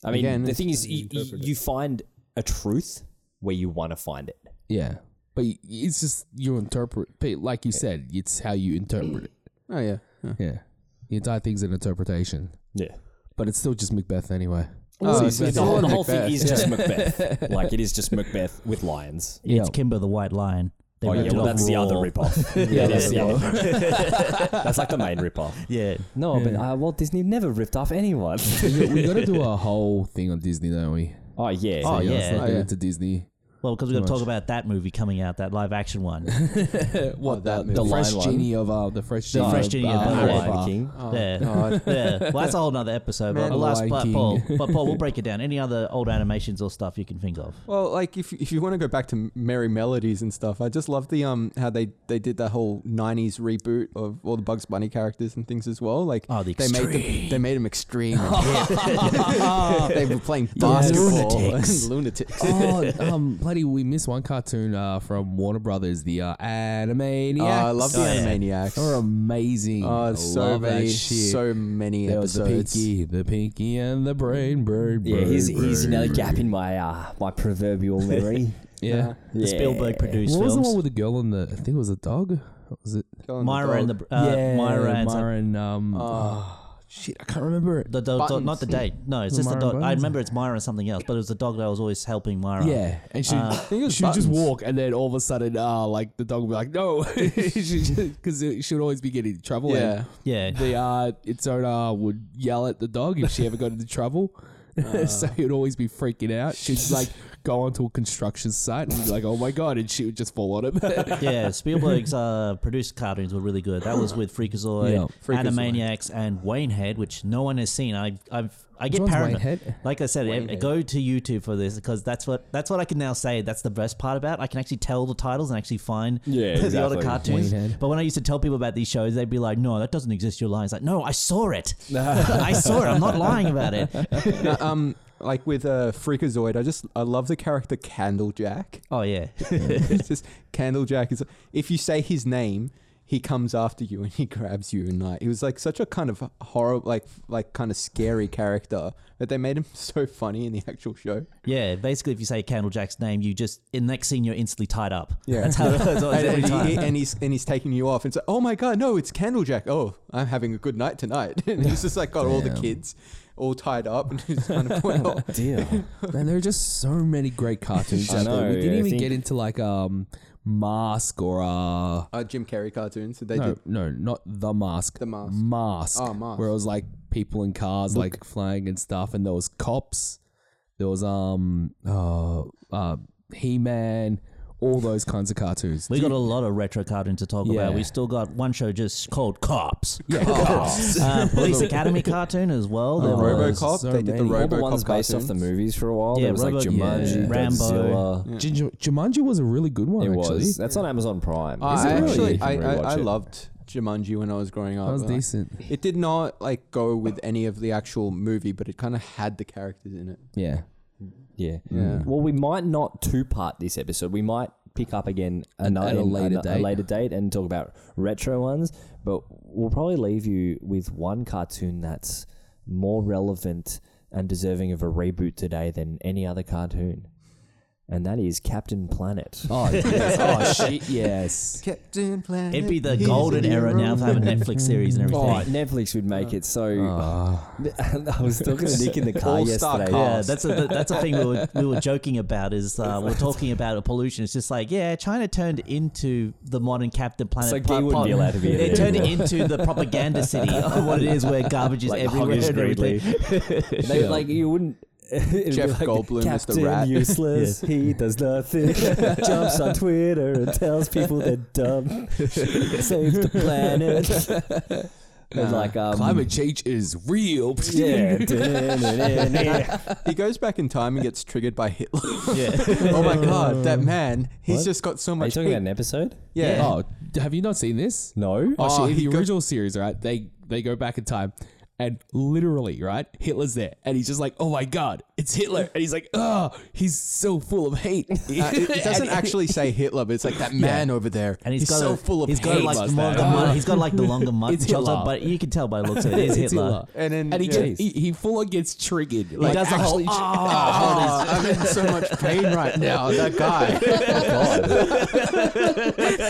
I mean,
Again,
the
it's
thing is, you, you you find a truth where you want to find it.
Yeah. But y- it's just you interpret, but like you said, it's how you interpret it.
Oh yeah. yeah.
Yeah. The entire thing's an interpretation,
Yeah.
but it's still just Macbeth anyway.
Oh,
It's,
it's
the whole, the
all
whole thing
Macbeth.
is just Macbeth. Like it is just Macbeth with lions.
Yeah.
It's Kimber the White Lion. They
Oh yeah,
ripped it
well
off
that's the
Raw.
other ripoff. yeah, that's the other- That's like the main ripoff.
Yeah,
No, but uh, Walt Disney never ripped off anyone.
we got to do a whole thing on Disney, don't we?
oh yeah.
Oh,
yeah,
yeah.
let's not
Oh,
get
yeah.
into Disney.
well, because we're going
Too
to talk
much.
about that movie coming out, that live action one.
What
Uh, that
the,
movie.
the
The
fresh
Lion one.
genie of uh, the fresh
The
genie
Fresh
of,
Genie of
uh,
Bel Air.
Arabah.
Lion King.
Oh,
Yeah.
God.
yeah, well, that's a whole nother episode.
Man,
But, alas,
Lion
but
King.
Paul, but Paul, we'll break it down. Any other old animations or stuff you can think of?
Well, like if if you want to go back to Merry Melodies and stuff, I just love the um how they they did that whole '90s reboot of all the Bugs Bunny characters and things as well. Like
Oh, the
they made them
extreme.
they made them extreme. they were playing basketball
lunatics.
and lunatics.
oh, um, bloody! We missed one cartoon uh, from Warner Brothers, the uh, Animaniacs.
Oh, I love the
Oh, yeah.
Animaniacs.
They're amazing. I
Oh, so
love that
many,
shit.
so many
there was the
episodes.
pinky, the pinky, and the brain bird.
Yeah,
bird,
he's, he's
bird.
another gap in my uh, my proverbial memory.
Yeah.
The Spielberg produced
What was the
films.
one with the girl and the? I think it was a dog. What was it?
Go on,
Myra and
dog.
the uh, Myra and
Myra and um. oh, shit, I can't remember it.
the dog, dog- not the date. No, it's just the
Myra
dog. I
Buttons.
remember it's Myra and something else, but it was the dog that I was always helping Myra.
Yeah, and she she would just walk, and then all of a sudden, uh, like the dog would be like, "No," because she would always be getting in trouble.
yeah.
yeah.
and the uh, its owner would yell at the dog if she ever got into trouble.
Uh.
so he'd always be freaking out. She'd like go onto a construction site and be like, "Oh my god!" and she would just fall on him.
yeah, Spielberg's uh, produced cartoons were really good. That was with Freakazoid,
Yeah,
Freakazoid.
Animaniacs, and Wanehead, which no one has seen. I I've, I get
one's
paranoid.
Wanehead?
Like I said, eh, go to YouTube for this because that's what that's what I can now say. That's the best part about. it. I can actually tell the titles and actually find
Yeah,
the other
exactly.
cartoons.
Wanehead.
But when I used to tell people about these shows, they'd be like, "No, that doesn't exist." You're lying. It's like, "No, I saw it. I saw it. I'm not lying about it."
No, um, like with uh, Freakazoid, I just I love the character Candlejack.
Oh yeah,
it's just Candlejack is. If you say his name, he comes after you and he grabs you. And like, he was like such a kind of horrible, like like kind of scary character. But they made him so funny in the actual show.
yeah. Basically, if you say Candlejack's name, you just in the next scene you're instantly tied up.
Yeah.
that's how. That's
Oh,
always
And,
every
and
time.
he, and he's and he's taking you off. And it's like, oh my god, no, it's Candlejack. Oh, I'm having a good night tonight. And he's just like got all the
Damn.
kids all tied up and he's kind of well.
Dear.
Man, there are just so many great cartoons
I
out there.
know,
We
yeah,
didn't
I
even
think-
get into like um Mask or uh
Uh, Jim Carrey cartoons. So they
no
did
no not the Mask
The Mask.
Mask
Oh, Mask.
where it was like people in cars like flying and stuff and there was cops there was um uh, uh He Man all those kinds of cartoons.
We got a lot of retro cartoons to talk
Yeah.
about. We still got one show just called Cops.
yeah,
Oh,
cops.
Uh, Police Academy cartoon as well. There
the
was-
RoboCop.
so
they did the
many.
RoboCop
All the ones based off the
cartoons.
movies for a while.
Yeah,
there was like
Robo-
Jumanji,
yeah. Rambo.
Godzilla.
Jin- Jumanji was a really good one.
It
actually.
was. That's on Amazon Prime.
I
It's
I
really-
actually,
you can
I, I,
rewatch
I
it.
loved Jumanji when I was growing up.
was
but, like,
decent.
It did not like go with any of the actual movie, but it kind of had the characters in it.
Yeah. Yeah.
Yeah.
Well, we might not two part this episode. We might pick up again another
at a
an-
later
an-
date.
later date and talk about retro ones, but we'll probably leave you with one cartoon that's more relevant and deserving of a reboot today than any other cartoon. And that is Captain Planet.
Oh, yes. oh shit, yes.
Captain Planet.
It'd be the golden era now if I have a Netflix series and everything.
Oh, Netflix would make it so.
uh. Ah,
I was talking to Nick in the car
All-star
yesterday.
cast.
Yeah, that's a, that- that's a thing we were, we were joking about is uh, we're talking about pollution. It's just like, yeah, China turned into the modern Captain Planet.
like
pro-
they wouldn't
pro-
be allowed to be in
They
it
turned it
anymore.
into the propaganda city of what it is where garbage is
Like
everywhere.
Hoggers
and everything.
They, Like you wouldn't. it'd be
Jeff
like,
Goldblum is the
Captain
rat."
Useless. He does nothing. Jumps on Twitter and tells people they're dumb. Save the planet. And like um,
Climate change is real. Oh,
Yeah.
he goes back in time and gets triggered by Hitler.
Yeah.
oh my god, that man! He's
What?
just got so
Are you
much.
talking
hate.
about an episode?
yeah.
Oh, have you not seen this?
No.
Oh,
Oh,
shit, in
he
the
go-
original series, right? They they go back in time, and literally, right? Hitler's there, and he's just like, "Oh my god, it's Hitler!" And he's like, "Oh, he's so full of hate."
Uh, it, it doesn't actually say Hitler, but it's like that man over there.
And
he's
got
so
a,
full of
he's got
hate.
like
Must
the longer
have.
mu- he's got like the longer mu-
It's
mustache,
Hitler.
but you can tell by the looks of it, it is
It's
Hitler.
And then
and he,
yeah.
gets, he he full on gets triggered. He
does a whole-
Oh, I'm in so much pain right now. That guy.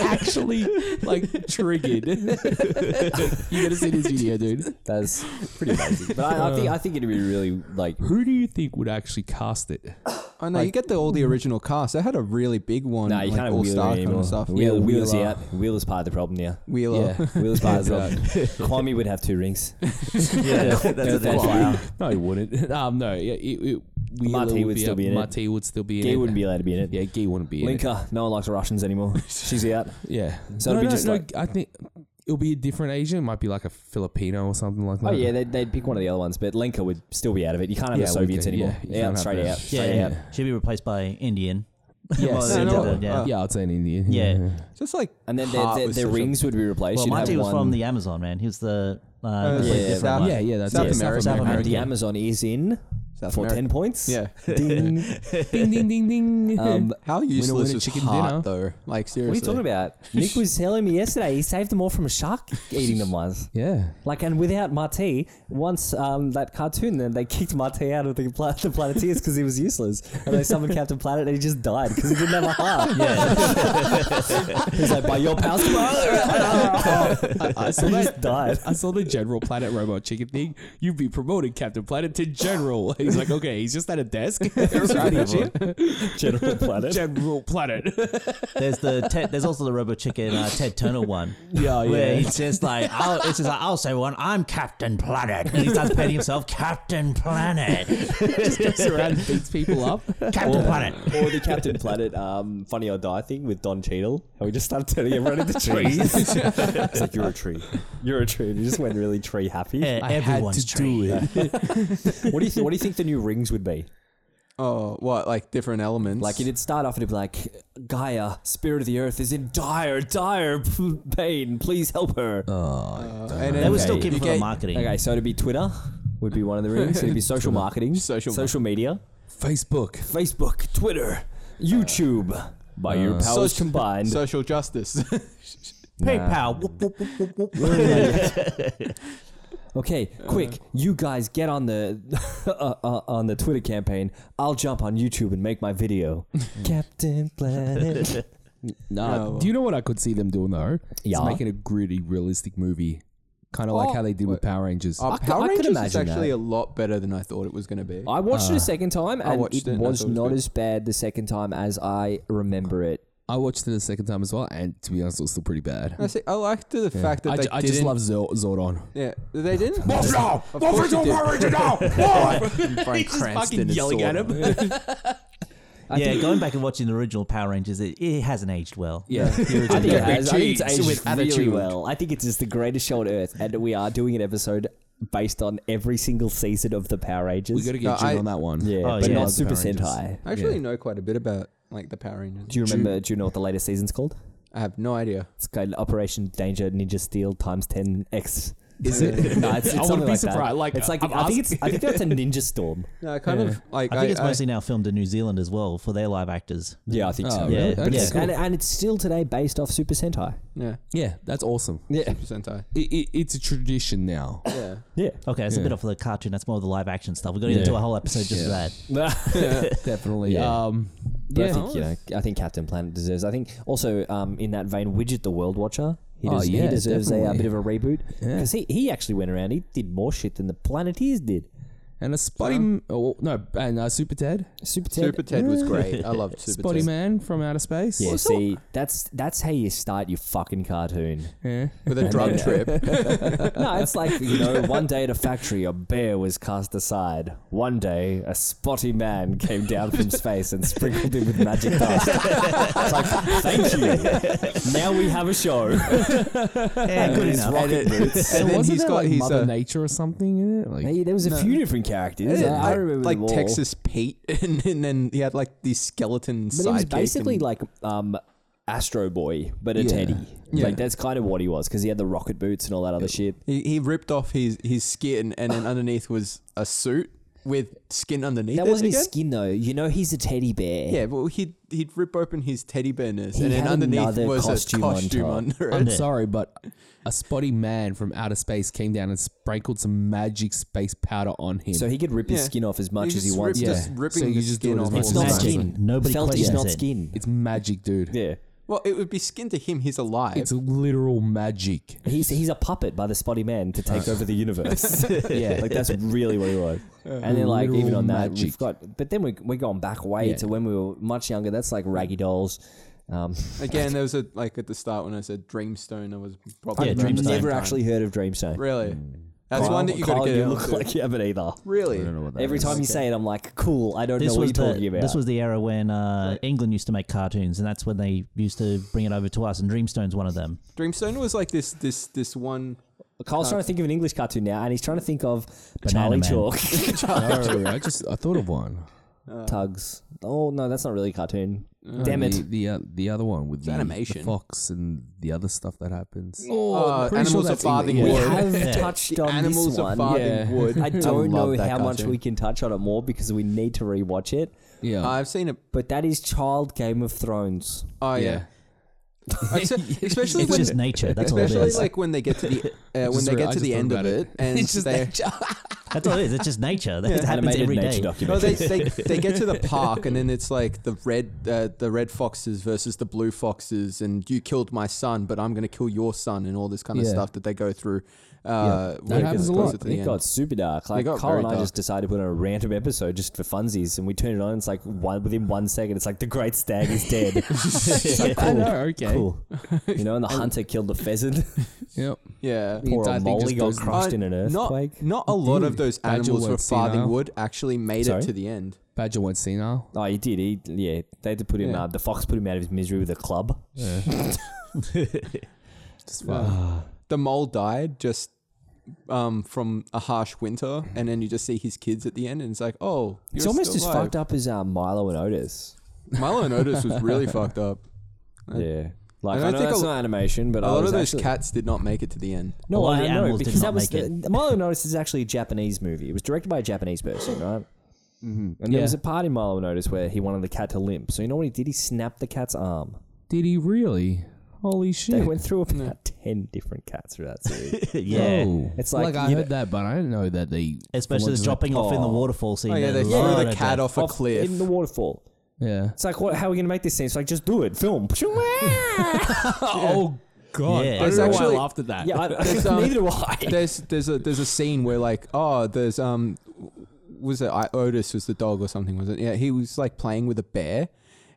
actually like triggered. you gotta see this video, dude.
That's pretty amazing. But I, I think I think it'd be really like
Who do you think would actually cast it?
Oh no, you get the, all the original cast. They had a really big one,
nah, you
like
can't
all
wheel
star
it
kind
anymore.
of stuff.
Wheel,
Yeah,
wheel's
wheel-
out. Wheel is part of the problem. Yeah.
Wheeler.
Yeah.
Wheel's part of the problem. Kwame would have two rings.
Yeah, that's a
That's why.
No, he wouldn't. Um, no, yeah, it, it,
Marty
Wheeler
would
be
still be in it.
Marty would still be in
Gay
it.
wouldn't be allowed to be in it.
Yeah, Gay wouldn't be in it.
Linka, no one likes Russians anymore. She's out.
Yeah.
So
no,
it'd be
no,
just
no,
like-
I think it'll be a different Asian. It might be like a Filipino or something like that.
Oh yeah, they'd, they'd pick one of the other ones, but Lenka would still be out of it. You can't have
Yeah,
the Soviets
Lenka,
anymore.
yeah, you
Yeah,
can't have
straight
that.
out,
Yeah,
straight out.
should be replaced by Indian.
Yes.
Well, yeah,
No, no,
yeah.
uh,
Yeah, I'd say in India.
Yeah.
Just like
And then their,
Hart
their,
was
their
such a-
rings would be replaced.
Well,
You'd
Monty
have
was
one,
from the Amazon, man. He was the uh,
Uh,
completely
yeah,
different
South-
one.
Yeah, yeah, that's
South
it.
America.
South
and
America.
the Amazon is in
South
for
America.
ten points.
Yeah.
Ding.
Ding ding ding ding.
Um,
How useless is
chicken
Hart though? Like seriously.
what are you talking about? Nick was telling me yesterday he saved them all from a shark eating them once.
yeah.
Like and without Marty, once um, that cartoon, then they kicked Marty out of the, pla- the Planeteers because he was useless, and they summoned Captain Planet, and he just died because he didn't have a heart. he's like, by your powers,
I, I saw
he
that.
just died.
I saw the General Planet Robot Chicken thing. You've been promoting Captain Planet to General. He's like, okay, he's just at a desk.
General Planet.
General Planet.
There's the Ted, there's also the Robo Chicken uh, Ted Turner one.
Yeah,
Where
yeah.
he's just like, I'll, it's just like, I'll say one, I'm Captain Planet. And he starts painting himself Captain Planet.
just jumps around and beats people up.
Captain Planet.
or the Captain Planet um, Funny or Die thing with Don Cheadle. And we just started turning everyone into trees. it's like, you're a tree. You're a tree. And you just went really tree happy.
Yeah,
I had
everyone's
to do
tree.
it.
What do you think? What do you think the new rings would be?
Oh, what like different elements?
Like it'd start off and it'd be like, Gaia, spirit of the earth, is in dire, dire p- pain. Please help her.
Uh, and
They
then
were still
you
keeping for
get-
the marketing.
Okay, so it'd be Twitter. Would be one of the rings. It'd be social marketing,
Social
media,
Facebook.
Facebook, Twitter, YouTube. By your powers
Soc-
combined,
Social justice.
PayPal. Whoop, whoop, whoop, whoop, whoop.
Okay, quick, you guys get on the uh, uh, on the Twitter campaign. I'll jump on YouTube and make my video. Captain Planet.
Nah, do you know what I could see them doing though?
Yeah.
It's making a gritty, realistic movie, kind of like how they did with Power Rangers.
Oh,
could-
Power
I could
Rangers is
imagine that.
actually a lot better than I thought it was going to be.
I watched it a second time, and
watched
it,
it and Uh, I
was
thought it was
not
good.
as bad the second time as I remember it.
I watched it a second time as well, and to be honest, it was still pretty bad.
I, see, I liked the fact that
I,
they
ju- I
didn't.
just love Zor- Zordon.
yeah, they didn't.
now!
Of course you did. Frank
He's just
Cranston
fucking
is
yelling at
Zordon.
him.
yeah, going back and watching the original Power Rangers, it, it hasn't aged well.
yeah,
I think, it
yeah.
has, I think
Cheese
it's aged
with
really
attitude.
well. I think it's just the greatest show on earth, and we are doing an episode based on every single season of the Power Rangers.
We got to
No,
get Jim
I-
on that one.
yeah,
Oh,
but
yeah.
not
Love
Super
Power Rangers.
Sentai.
I actually know quite a bit about like the Power Rangers.
Do you remember? Do you know what the latest season's called?
I have no idea.
It's called Operation Danger Ninja Steel times ten X.
Is it?
no, it's, it's
I
something
wouldn't be
like that.
surprised. Like,
it's like
I'm
I think it's I think that's a Ninja Storm.
No, I kind
Yeah.
of like.
I think it's mostly now filmed in New Zealand as well for their live actors.
Yeah, I think so.
Oh,
Yeah,
really?
but
Okay.
it's-
And, and it's still today based off Super Sentai.
yeah,
yeah, that's awesome.
yeah. Super Sentai.
It, it, it's a tradition now.
Yeah.
Yeah,
Okay, it's a bit off the cartoon. That's more of the live action stuff. We're going to
Yeah.
do a whole episode just for that.
Definitely.
Yeah.
Um,
But
yeah.
I think you know. I think Captain Planet deserves. I think also um, in that vein, Widget the World Watcher. He,
Oh,
does,
yeah,
he deserves a, uh
definitely.
bit of a reboot because he, he actually went around. He did more shit than the Planeteers did.
and a Spotty, oh, no, and uh, Super Ted,
Super Ted.
Super Ted was great. I loved Super
Spotty
Ted.
Man from outer space.
Yeah, see, that's that's how you start your fucking cartoon.
with a drug trip.
no, it's like you know, one day at a factory, a bear was cast aside. One day, a spotty man came down from space and sprinkled him with magic dust. it's like, thank you. Now we have a show.
Yeah, good enough.
So
And then
wasn't
he's
there
got
like
his,
Mother
uh,
Nature or something in it? Like,
Hey, there was a few different characters.
Yeah,
I, I remember
like
them all.
Texas Pete, and, and then he had like these skeleton
But it was basically like um, Astro Boy, but a teddy. Like that's kind of what he was because he had the rocket boots and all that other shit.
he, he ripped off his his skin, and then underneath was a suit with skin underneath.
That
it
wasn't his
again.
skin though. You know, he's a teddy bear.
Yeah, well, he'd he'd rip open his teddy bearness,
He
and then
had
underneath
another
was
costume
a
on
costume
top.
under
I'm
it.
sorry, but a Spotty Man from outer space came down and sprinkled some magic space powder on him.
So he could rip his
Yeah.
skin off as much
He
as he
just
wants.
ripped-
to.
just ripping
so you
the
just
skin
do it
off
as
much
much
It's
as
not
you
Magic.
want.
skin.
Nobody
Felt is
questions
not
it.
skin.
It's magic, dude.
Yeah.
Well, it would be skin to him. He's alive.
It's literal magic.
He's, he's a puppet by the spotty man to take over the universe.
Yeah.
like that's really what he was. And then like even
Literal
on that
magic.
we've got, but then we we're going back way
Yeah.
to when we were much younger. That's like Raggy Dolls. Um,
Again, there was a like at the start when I said Dreamstone, I was probably
Yeah,
around the
Dreamstone.
same
never
time.
actually heard of Dreamstone.
really. That's
Kyle-
one that you got
Kyle,
to get
You
out
look
to.
like you haven't either.
really.
Every time you say it, I'm like, cool. I don't
This
know what
was,
you're talking
the,
about.
this was the era when uh, England used to make cartoons, and that's when they used to bring it over to us, and Dreamstone's one of them.
Dreamstone was like this this this one.
Kyle's
Uh,
trying to think of an English cartoon now, and he's trying to think of
Banana
Charlie
Man.
Chalk.
No, I just I thought of one.
Tugs. Oh no, that's not really a cartoon. Damn
The
it.
the, uh, the other one with the,
animation.
the fox and the other stuff that happens.
Oh,
pretty sure
animals are
that's
farthing
English.
We
wood.
have touched on
animals
this
are
one.
farthing
Yeah.
wood.
I don't
love
know how
that
much
cartoon.
we can touch on it more because we need to rewatch it.
Yeah,
Uh, I've seen it.
But that is Child Game of Thrones.
Oh yeah.
yeah.
Exce- especially
It's
when,
just nature. That's all it
especially
is.
like when they get to the uh, when
Just
they
re-
get
I
to
just
the
thought
end of
about
it,
it.
and they,
That's all it is. It's just nature. That happens
Animated
every
nature
day.
no,
documentary.
they, they they get to the park, and then it's like the red uh, the red foxes versus the blue foxes, and you killed my son, but I'm gonna kill your son, and all this kind of
Yeah.
stuff that they go through. Uh,
That
when it
happens
gets
a
closer
lot.
to the
It
end.
got super dark. Like
got
Kyle
very
and I
dark.
just decided to put on a random episode just for funsies, and we turned it on. And it's like one within one second, it's like the great stag is dead. It's like,
I
cool,
know, okay.
cool. You know, and the hunter killed the pheasant.
Yep.
yeah.
The
Poor
entire thing
Molly
just
got
goes-
crushed. Lost in an
Uh,
earthquake?
Not, not a lot of those
Badger
animals for
won't see now.
farthing wood actually made
Sorry?
it to the end.
Badger went senile.
Oh, he did. He yeah, they had to put him.
Yeah.
Uh, the fox put him out of his misery with a club.
Just fuck.
The mole died just um, from a harsh winter, and then you just see his kids at the end, and it's like, oh,
It's almost as fucked up as uh, Milo and Otis.
Milo and Otis was really fucked up.
Yeah. Like,
And
I,
I
know
think
that's
a-
not animation, but
A
I
lot
was
of those
actually,
cats did not make it to the end.
No,
A lot
I
of the
know
animals did
because
not
that was
make
the, Milo and Otis is actually a Japanese movie. It was directed by a Japanese person, right? Mm-hmm. And there
Yeah.
was a part in Milo and Otis where he wanted the cat to limp. So you know what he did? He snapped the cat's arm.
Did he really? Holy
They
shit!
went through about ten different cats for that series.
yeah.
Oh.
It's like,
I
you
heard that, but I didn't know that they.
Especially the
Just
dropping off in the waterfall scene.
Oh yeah, they
There's a
threw
lot
the
of
cat
that.
off a
off
cliff.
in the waterfall.
Yeah.
It's like, what? How are we gonna make this scene? It's like, just do it. Film.
Oh god!
Yeah.
I don't
There's
know why
actually-
I laughed at that.
yeah, I,
There's, um,
neither do I.
there's there's a there's a scene where like oh there's um was it I, Otis was the dog or something was it yeah he was like playing with a bear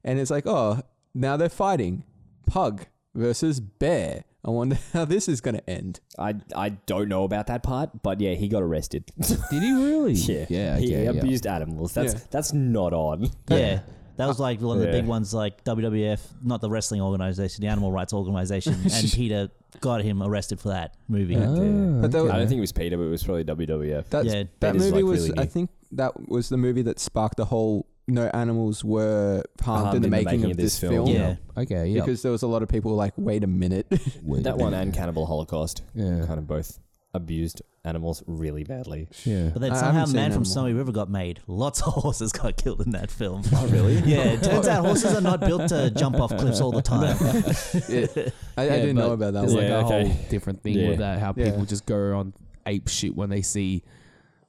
and it's like oh now they're fighting pug versus bear I wonder how this is gonna end
I I don't know about that part, but yeah, he got arrested.
Did he really?
yeah,
Yeah.
he
Okay, yeah.
abused animals. That's
Yeah.
that's not on.
Yeah. That was like one of the
Yeah.
big ones, like WWF, not the wrestling organization, the animal rights organization, and Peter got him arrested for that movie.
but that,
I don't think it was Peter, but it was probably WWF.
that's,
Yeah,
that
Peter's,
movie
like,
was
really
I
new.
think that was the movie that sparked the whole no animals were harmed in the making, of this, film.
Yeah.
Okay, yeah.
Because there was a lot of people like, wait a minute.
Wait
That
a
one
minute.
and Cannibal Holocaust
Yeah.
kind of both abused animals really badly.
Yeah.
But then
I
somehow
haven't seen
Man
that
from
one.
Snowy River got made. Lots of horses got killed in that film. Oh, really? yeah, it turns out horses are not built to jump off cliffs all the time.
Yeah. I, I
Yeah,
didn't know
but
about that
There's
one.
like
Yeah,
a
okay.
whole different thing
Yeah.
with that. How
Yeah.
people just go on ape shit when they see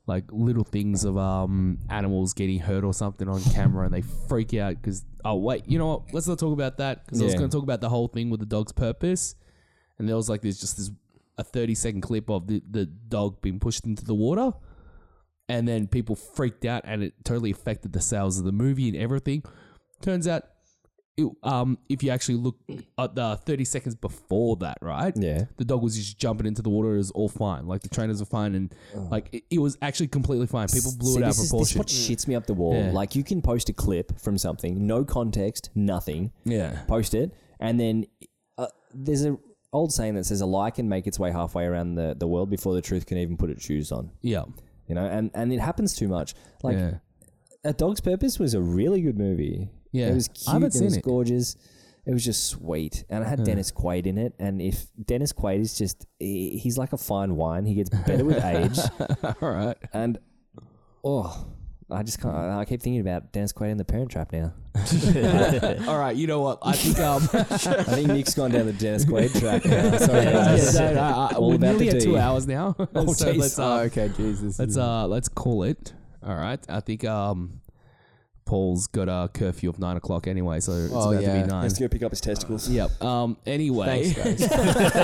like little things of um animals getting hurt or something on camera, and they freak out because oh wait, you know what? Let's not talk about that because I was
Yeah.
going to talk about the whole thing with the dog's purpose, and there was like there's just this a 30 second clip of the, the dog being pushed into the water and then people freaked out and it totally affected the sales of the movie and everything turns out it, um, if you actually look at the 30 seconds before that right
Yeah.
the dog was just jumping into the water it was all fine like the trainers were fine and like it, it was actually completely fine people blew
See,
it out of
this is-
proportion
this is what shits me up the wall.
Yeah.
Like you can post a clip from something, no context, nothing.
Mm. yeah
Post it, and then uh, there's a old saying that says a lie can make its way halfway around the, the world before the truth can even put its shoes on.
yeah
You know, and and it happens too much. Like
yeah
A Dog's Purpose was a really good movie.
Yeah.
it was
I
cute.
haven't
it
seen
was
it.
gorgeous. It was just sweet, and it had Dennis Quaid in it. And if Dennis Quaid is just, he- he's like a fine wine. He gets better with age.
all right
And oh, I just can't. I keep thinking about Dennis Quaid and the Parent Trap now.
all right you know what i think um
I think Nick's gone down the Dennis Quaid track. Now. Sorry, guys.
so, uh, uh,
All
we're
about
nearly
the
at two
tea.
hours now
Oh,
so
jeez.
let's uh,
Oh, okay, Jesus. Mm.
Let's uh let's call it. All right. I think um Paul's got a curfew of nine o'clock anyway, so it's
Oh,
about to
yeah.
be nine.
Let's go pick up his testicles.
Yep. Um. Anyway,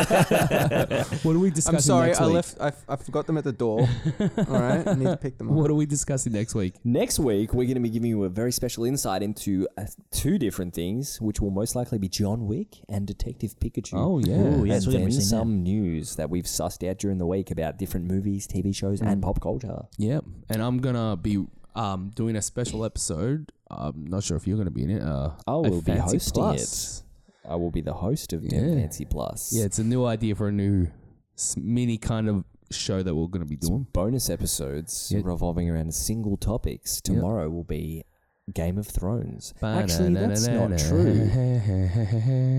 what are we discussing?
I'm sorry,
Next
I
week?
left. I, f- I forgot them at the door. All right, I need to pick them up.
What are we discussing next week?
Next week, we're going to be giving you a very special insight into uh, two different things, which will most likely be John Wick and Detective Pikachu.
Oh yeah.
Ooh, yes,
and
we're gonna
then
be seeing that.
some news that we've sussed out during the week about different movies, TV shows, and pop culture.
Yep. And I'm gonna be um doing a special episode. I'm not sure if you're gonna be in it. Uh,
I will
at
be
Fancy
hosting
Plus.
I will be the host of Dead
Yeah.
Fancy Plus.
Yeah, it's a new idea for a new s- mini kind of show that we're gonna be doing.
Bonus episodes
Yeah.
revolving around single topics. Tomorrow will be Game of Thrones. Actually, that's not true. Because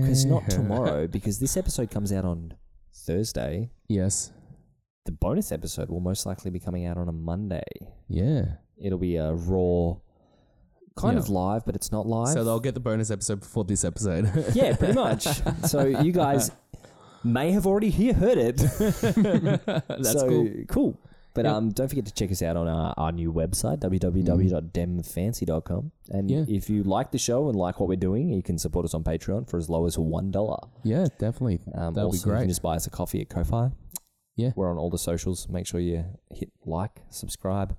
Because
not tomorrow, because this episode comes out on Thursday.
Yes.
The bonus episode will most likely be coming out on a Monday.
Yeah.
It'll be a raw, kind
Yeah.
of live, but it's not live.
So they'll get the bonus episode before this episode.
yeah, pretty much. so you guys may have already he- heard it.
That's
so,
cool.
cool. But
Yep.
um, don't forget to check us out on our, our new website, www.demfancy.com. And
Yeah.
if you like the show and like what we're doing, you can support us on Patreon for as low as $1.
Yeah, definitely.
Um,
That'll
also,
be
You can
great.
just buy us a coffee at Ko-Fi.
Yeah.
We're on all the socials. Make sure you hit like, subscribe,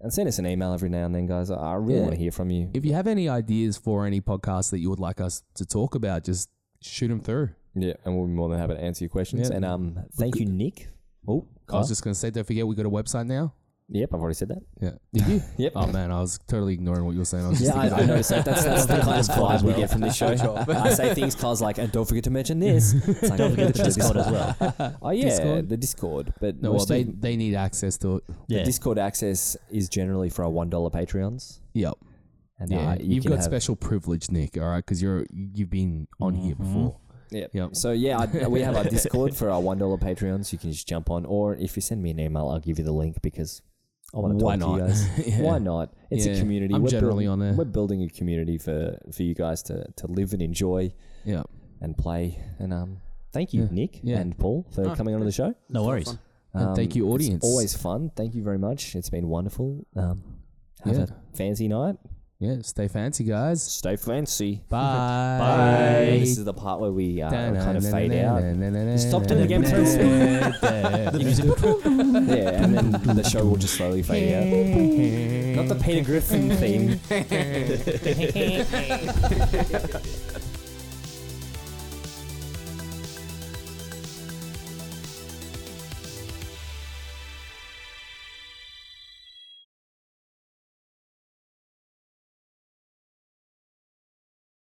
and send us an email every now and then, guys. I- I really
Yeah.
want to hear from you.
If you have any ideas for any podcasts that you would like us to talk about, just shoot them through.
yeah, and we'll be more than happy to answer your questions.
Yeah.
And um, thank you, Nick. Oh,
I was
Kyle?
just going to say, don't forget, we got a website now.
yep, I've already said that.
Yeah. Did you?
Yep.
Oh, man, I was totally ignoring what you were saying. I was just
Yeah, I,
thinking
I noticed that. That's, that's the kind of vibe we
well.
get from this show. I say things, Carl's like, and don't forget to mention this. It's like,
Don't forget the Discord as well.
Oh, yeah,
Discord?
the Discord. But
no, well,
most
they,
of
they need access to it.
Yeah.
the Discord access is generally for our $1 Patreons.
Yep.
And
Yeah.
uh, you
You've
can
got
have-
special privilege, Nick, all right? Because you're, you've been on here before.
Yep.
Yep.
So yeah, I, we have our Discord for our one dollar Patreons. You can just jump on, or if you send me an email, I'll give you the link because I want to
Why
talk to you
not?
guys.
Yeah.
Why not? It's
Yeah.
a community.
I'm
We're
generally
building,
on there.
We're building a community for for you guys to to live and enjoy
Yeah.
and play. And um, thank you, Nick
Yeah.
and Paul, for coming on the show.
no worries.
And
Um,
thank you,
it's
audience.
always fun. Thank you very much. It's been wonderful. Um, have
Yeah.
a fancy night.
Yeah. Stay fancy, guys.
Stay fancy.
Bye.
This is the part where we uh, kind of fade out.
Stop
Stop doing the game please.
the music.
Yeah, and then the show will just slowly fade out. Not the Peter Griffin theme.